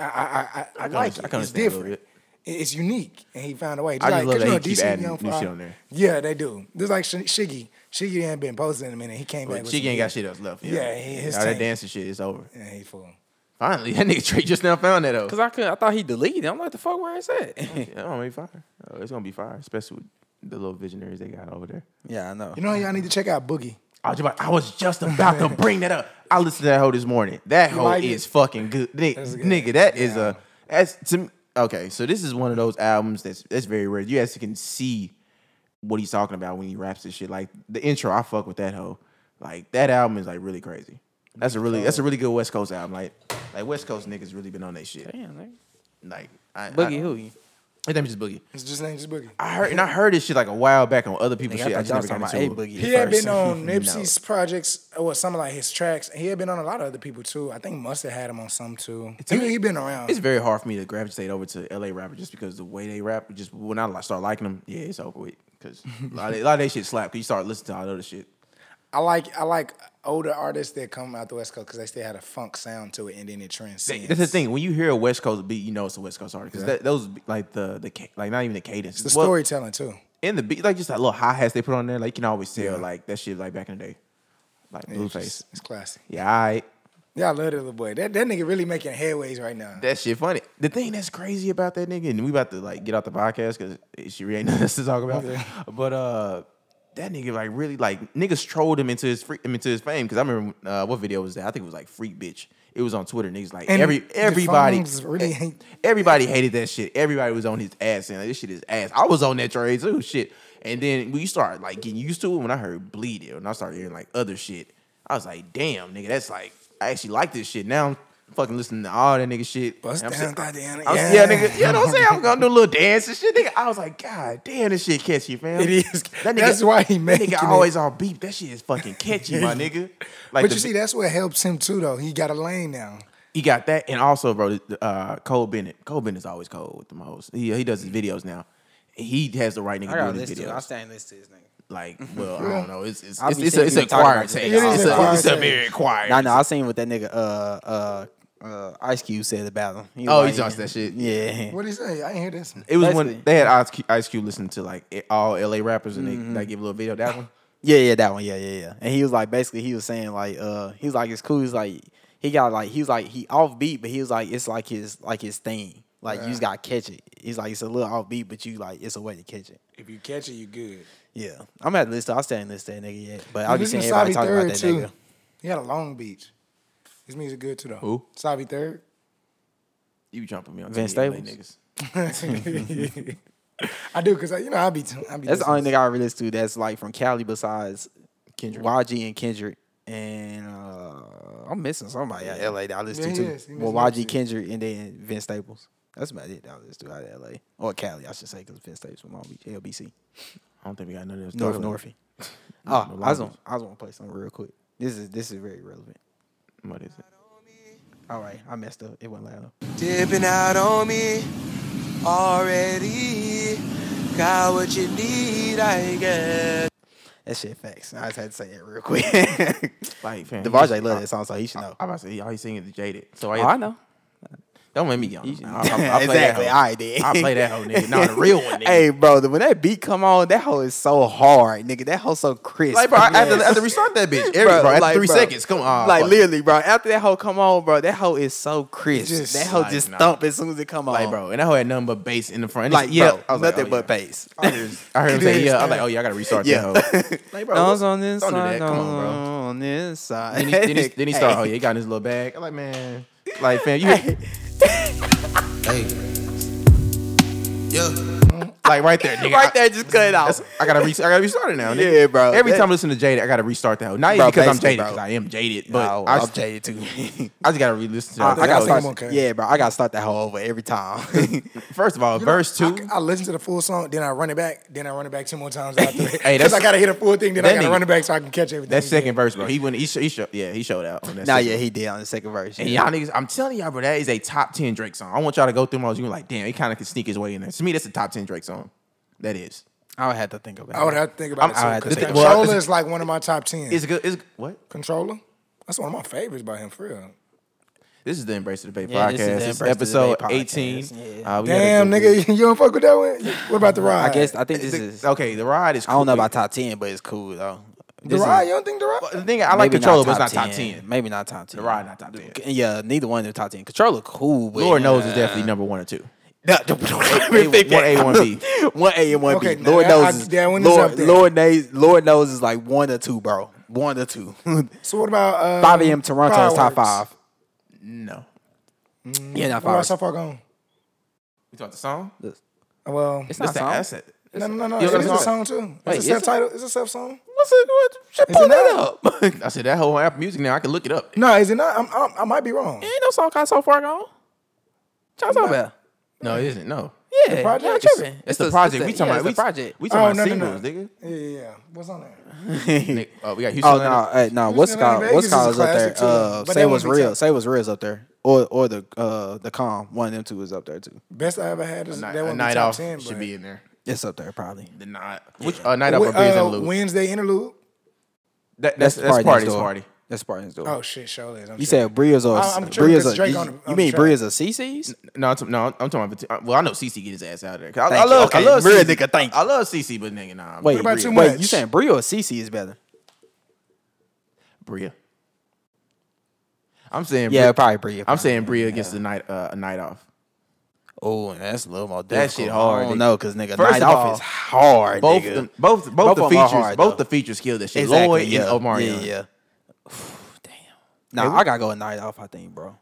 I I I, I, I like understand- Mm-hmm. I it. it's can understand a little different. bit. It- It's unique, and he found a way. I just like, love 'cause that you he keep DC adding Young new Fly- shit on there. Yeah, they do. This like Sh- Shiggy. Shiggy ain't been posted in a minute. He came back. but with she some ain't new- got shit else left. Yeah, Yeah, he- his all that tank. dancing shit is over. Yeah, he fool. Finally, that nigga Trey just now found that out. Cause I could, I thought he deleted. it. I'm like, the fuck, where is that? Yeah, gonna be fire. Oh, it's gonna be fire, especially with the little visionaries they got over there. yeah, I know. You know y'all need to check out Boogie. I was, about, I was just about to bring that up. I listened to that hoe this morning. That hoe like it? is fucking good, Ni- That's good. nigga. That is a that's to me, okay. So this is one of those albums that's that's very rare. You actually can see what he's talking about when he raps this shit. Like the intro, I fuck with that hoe. Like that album is like really crazy. That's a really that's a really good West Coast album. Like like West Coast niggas really been on that shit. Damn, nigga. Like I, Boogie I, who? you? His name is just Boogie. It's just named just Boogie. I heard and I heard this shit like a while back on other people's Nigga, shit. I I just never thought y'all got was into talking it. about A Boogie. He at had first. been on Nipsey's projects or some of like his tracks. He had been on a lot of other people too. I think Mustard had him on some too. He, he been around. It's very hard for me to gravitate over to LA rapper just because the way they rap. Just when I like, start liking them, yeah, it's over with. Because a lot of a lot of that shit slap. 'cause you start listening to all the other shit. I like I like older artists that come out the West Coast because they still had a funk sound to it and then it transcends. That's the thing. When you hear a West Coast beat, you know it's a West Coast artist. Because those like the the ca- like not even the cadence, It's the Well, storytelling too. and the beat, like just that little hi hats they put on there. Like you can always tell like that shit like back in the day, like It's, Blueface. just- it's classic. Yeah, all right. Yeah, I love that little boy. That that nigga really making headways right now. That shit funny. The thing that's crazy about that nigga, and we about to like get out the podcast because she really ain't nothing else to talk about. But uh, that nigga like really like niggas trolled him into his free, him into his fame because I remember uh, what video was that? I think it was like freak bitch. It was on Twitter. Niggas like And every the everybody eh, phones really ain't- everybody hated that shit. Everybody was on his ass and like, this shit is ass. I was on that trade too. Shit. And then we started like getting used to it when I heard bleed it and I started hearing like other shit. I was like, damn, nigga, that's like I actually like this shit. Now I'm fucking listening to all that nigga shit. Bust And I'm down, saying- goddamn. I was- yeah. nigga. You know what I'm saying? I'm gonna do a little dance and shit, nigga. I was like, God damn, this shit catchy, fam. It is. That's why he that making nigga it. always on beat. That shit is fucking catchy, my nigga. Like, but the- you see, that's what helps him too, though. He got a lane now. he got that, and also, bro, uh, Cole Bennett. Cole Bennett's always cold with the most. He he does his videos now. He has the right Mm-hmm. nigga I gotta doing his listen to. it. I videos. stay and listen to this nigga. Like, well, I don't know. It's it's I it's, be it's, a, seeing it's a people talking choir about taste. that. It is It's a a choir it's a taste. very choir. Nah, nah, I seen what that nigga uh uh uh Ice Cube said about him. He was Oh, like, he lost that shit. Yeah. What do you say? I ain't hear this. One. It was when Basically. they had Ice Cube, Ice Cube listen to like all LA rappers and Mm-hmm. they, they give a little video. That one. Yeah, yeah, that one. Yeah, yeah, yeah. And he was like, basically, he was saying like, uh, he was like, it's cool. He's like, he got like, he was like, he offbeat, but he was like, it's like his like his thing. Like you just gotta catch it. He's like, it's a little offbeat, but you like, it's a way to catch it. If you catch it, you good. Yeah, I'm at list. I stay in list that nigga yet, but I I'll be listen seeing to everybody Savi talking about Third that too. nigga. He had a Long Beach. His music good too though. Who? Savi Third. You jumping me on Vince 28 LA Staples? I do because you know I be I be. That's the only listening. nigga I really listen to that's like from Cali besides Kendrick, YG and Kendrick, and uh, I'm missing somebody out of LA that I listen Yeah, to he too. is. He well, missing that YG, shit. Kendrick, and then Vince Staples. That's about it that I listen to out of LA or Cali, I should say, because Vince Staples from Long Beach, LBC, I don't think we got none of this. North Dark Lane. Northie. Oh, Long I was Beach. gonna, I was gonna play something real quick. This is this is very relevant. What is it? All right, I messed up. It wasn't loud enough. Dipping out on me already. Got what you need, I guess. That shit facts. I just had to say that real quick. Like, fam, Devajay love that song, so he should know. I'm about to say, y'all, he's singing the Jaded. So Oh, I know. Don't make me young. I, I, I play that exactly. hoe. All right, then. I play that whole nigga. Nah, the real one, nigga. Hey, bro, the- when that beat come on, that hoe is so hard, nigga. That hoe so crisp. Like, bro, I have to- I have to restart that bitch every- bro, after three seconds. Come on, like fuck. literally, bro. After that hoe come on, bro, that hoe is so crisp. Just that hoe like, just nah. thump as soon as it come on, Like, bro, and that hoe had nothing but bass in the front. And Like, it's- yeah, bro, I was nothing like, oh, but yeah. bass. I heard, I heard him say, yeah. I was like, oh, yeah, I got to restart Yeah. that hoe. Like, bro, Those on this don't do side, that. Come on, bro. those on this side. Then he, then he, then he started, oh, Hey. yeah, he got in his little bag. I'm like, man. Like, fam, you. Hey. Yeah. Like, right there, nigga. right there, just cut it off. That's- I gotta re- I gotta restart it now. Nigga. Yeah, bro. Every That- time I listen to Jaded, I gotta restart that. hoe. Not Bro, even because I'm basically, jaded, bro. because I am jaded, but No, I, I'm just- jaded too. I just gotta re-listen to I, that. I gotta I start. think I'm okay. Yeah, bro, I gotta start that hoe over every time. First of all, verse two. I, I listen to the full song, then I run it back, then I run it back two more times after. hey, that's- I gotta hit a full thing, then I that gotta nigga- run it back so I can catch everything. That second again. verse, bro. He went. He, sh- he show, Yeah, he showed out. On that nah, second yeah, he did on the second verse. And yeah. y'all niggas, I'm telling y'all, bro, that is a top 10 Drake song. I want y'all to go through them all. You're like, damn, he kind of can sneak his way in there. To me, that's a top 10 Drake song. That is. I would have to think about. I would it. have to think about I'm- I it had too. to Because think- well, Controller it's- is like one of my top ten. It's good. It's what? Controller? That's one of my favorites by him, for real. This is the Embrace of the Bay Yeah, podcast. this is the This Embrace is the Bay episode podcast. 18. Yeah. Uh, we had a Damn, good nigga, you don't fuck with that one? What about the ride? I guess I think week. this is. The- okay, the ride is. I don't know cool. about top ten, but it's cool though. the This is- ride. You don't think the Well, ride? The thing I like maybe controller, but it's not top 10. Maybe not top ten. The ride not top 10. Yeah, neither one of them top ten. Controller cool, but Lord knows it's definitely number one or two. definitely one A, one B. one A and one Okay, B. now Lord that- knows, I- is, that one is Lord, up there. Lord, knows, Lord knows is like one or two, bro. One or two. So what about uh, Five AM Toronto is top Fireworks? five. No. Yeah, not What about five. so far gone? We thought the song. Well, It's That's not the song. asset. no, no, no, no. You It's know a that song too. Wait, It's a is it? self title. It's a self song. What's it? What? Shit, Is it pull that not? up. Ain't I said that whole app music. Now I can look it up. No, is it not? I'm, I'm, I might be wrong. no song called so far gone. Y'all talking about? No, it isn't. No, Yeah, The project? y'all It's- tripping. it's the project. it's We the- talking yeah, about we it's the project. We Oh, talking no, about no, no. singles, nigga. Yeah, yeah, yeah. What's on there? Nick, uh, we got Houston. Oh Atlanta. no, hey, no. What's Houston it Atlanta called? What's Vegas is it called is a up there? classic too, Uh, but that say won't what's be real. top. Say what's real is up there. Or or the uh the calm one of them two is up there too. Best I ever had is Night- that a one. night top off 10, should but- be in there. It's up there probably. The night, which uh, night off Wi- of Beers uh, and Lou. Wednesday interlude. That, that's that's, Party party's Next Door. party. That's Spartan's door. Oh shit, sure is. I'm you sure. said Bria's or I- I'm tripping Bria's 'cause or Drake you, on the- on you the mean track. Bria's or CC's? No, I'm, t- no, I'm talking about. The t- uh, well, I know CC get his ass out of there. 'Cause I, I Thank you. love, Okay, I love real CC. nigga, thank I love CC, but nigga, nah. I'm Wait, Bria. about Too wait. Much? You saying Bria or CC is better? Bria. I'm saying. Yeah, Bria- probably Bria. I'm saying Bria gets the night uh, a night off. Oh, that's a little more That difficult. shit hard, I nigga. don't know, cause nigga, First night of off all, is hard. Both, nigga. the, both, both, Both the of them are features, hard, both though. the features killed that shit. Exactly, Lloyd yeah, and Omarion. Yeah, yeah. Damn. Nah, I gotta go a night off. I think, bro.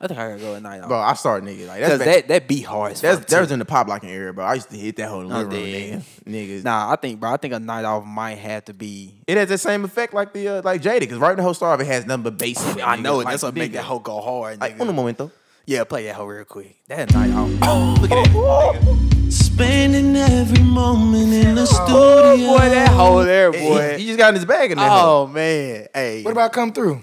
I think I gotta go a night off. Bro, I started nigga like that's Cause back- that that beat hard. As That's fuck, that was too. in the pop locking era, bro. I used to hit that whole Oh, living room, damn. nigga. Niggas. Nah, I think, bro. I think a night off might have to be. It has the same effect like the uh, like Jada, because right in the whole star of it has nothing but bass. in it, I nigga. know it. Like, That's what make nigga, that hoe go hard. Like, Nigga. on the momento. yeah, play that hoe real quick. That night off. Oh, Look at that. Spending every moment in the Oh studio. boy, that hoe there, He- boy. He, just got in his bag in that. hoe. oh man, hey. What about come through? What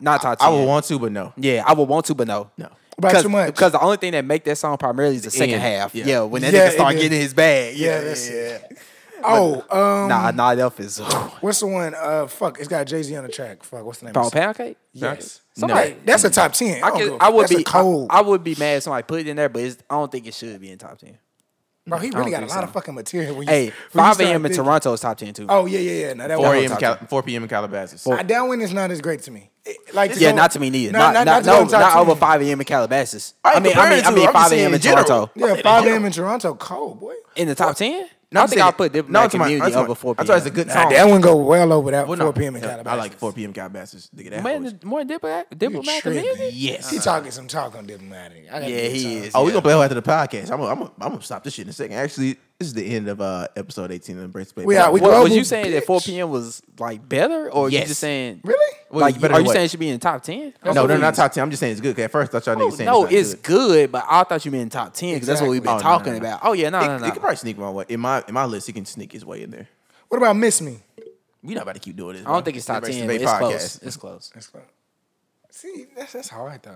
not top I ten? would want to, but no. Yeah, I would want to, but no. No. About Because- too much. Because the only thing that make that song primarily is the second end, half. Yeah, yeah. when that Yeah, nigga start it is. getting his bag. Yeah, Yeah, yeah. that's Oh, um, nah, Night Elf is what's the one? Uh, fuck, it's got Jay Z on the track. Fuck, what's the name? Pound of it? Pancake. Yes. Somebody, That's a top ten. I, I, Oh, don't could- give a I fuck. would That's a be cold. I, I would be mad if somebody put it in there, but it's, I don't think it should be in top ten. Bro, he don't really got a think lot so. of fucking material. When you, Hey, when you five start a.m. in thinking- Toronto is top ten too. Oh yeah, yeah, yeah. Now that 4 one- a.m. in Cal- 4 p.m. in Calabasas. Uh, that one is not as great to me. It- Like yeah, so- not to me neither. No, not, not, to no, go top not 10. over five a.m. in Calabasas. I I ain't mean, I mean, I comparing mean, to, I'm just five a.m. in saying in Toronto. Yeah, five a.m. in Toronto, cold boy. In the top ten, No, I I'm think saying- I'll put Diplomatic I'm talking about- Community I'm talking over about- four I'm sorry, it's a p.m. good Nah, song. that one go well over that Well, no. four p.m. in Yeah, Calabasas. I like 4 p.m. in Calabasas. Nigga, that Man, was- the- more Diplomatic You Diplomatic tripping? Community. Yes. he talking some talk on diplomatic. I gotta Yeah, give it he time. is. Oh, we Yeah. gonna play after the podcast. I'm gonna, I'm gonna, I'm gonna stop this shit in a second. Actually, this is the end of uh, episode 18 of Embrace Bay. We out, we Podcast. go- What, was Global you saying that 4 bitch. p.m. was like better, or you Yes. just saying Really? Well, Like, it's better are than you what? saying it should be in top ten? No, they're not top 10. I'm just saying it's good. 'cause at first, I thought y'all niggas saying Oh, no, it's, not it's good. good, but I thought you meant top ten because that's what we've been Oh, no, no, talking no. about. Oh yeah, no, It, no, no. it could probably sneak my way in my in my list. He can sneak his way in there. What about miss me? We not about to keep doing this. I don't think it's top ten. But it's close. It's close. That's close. See, that's that's hard though.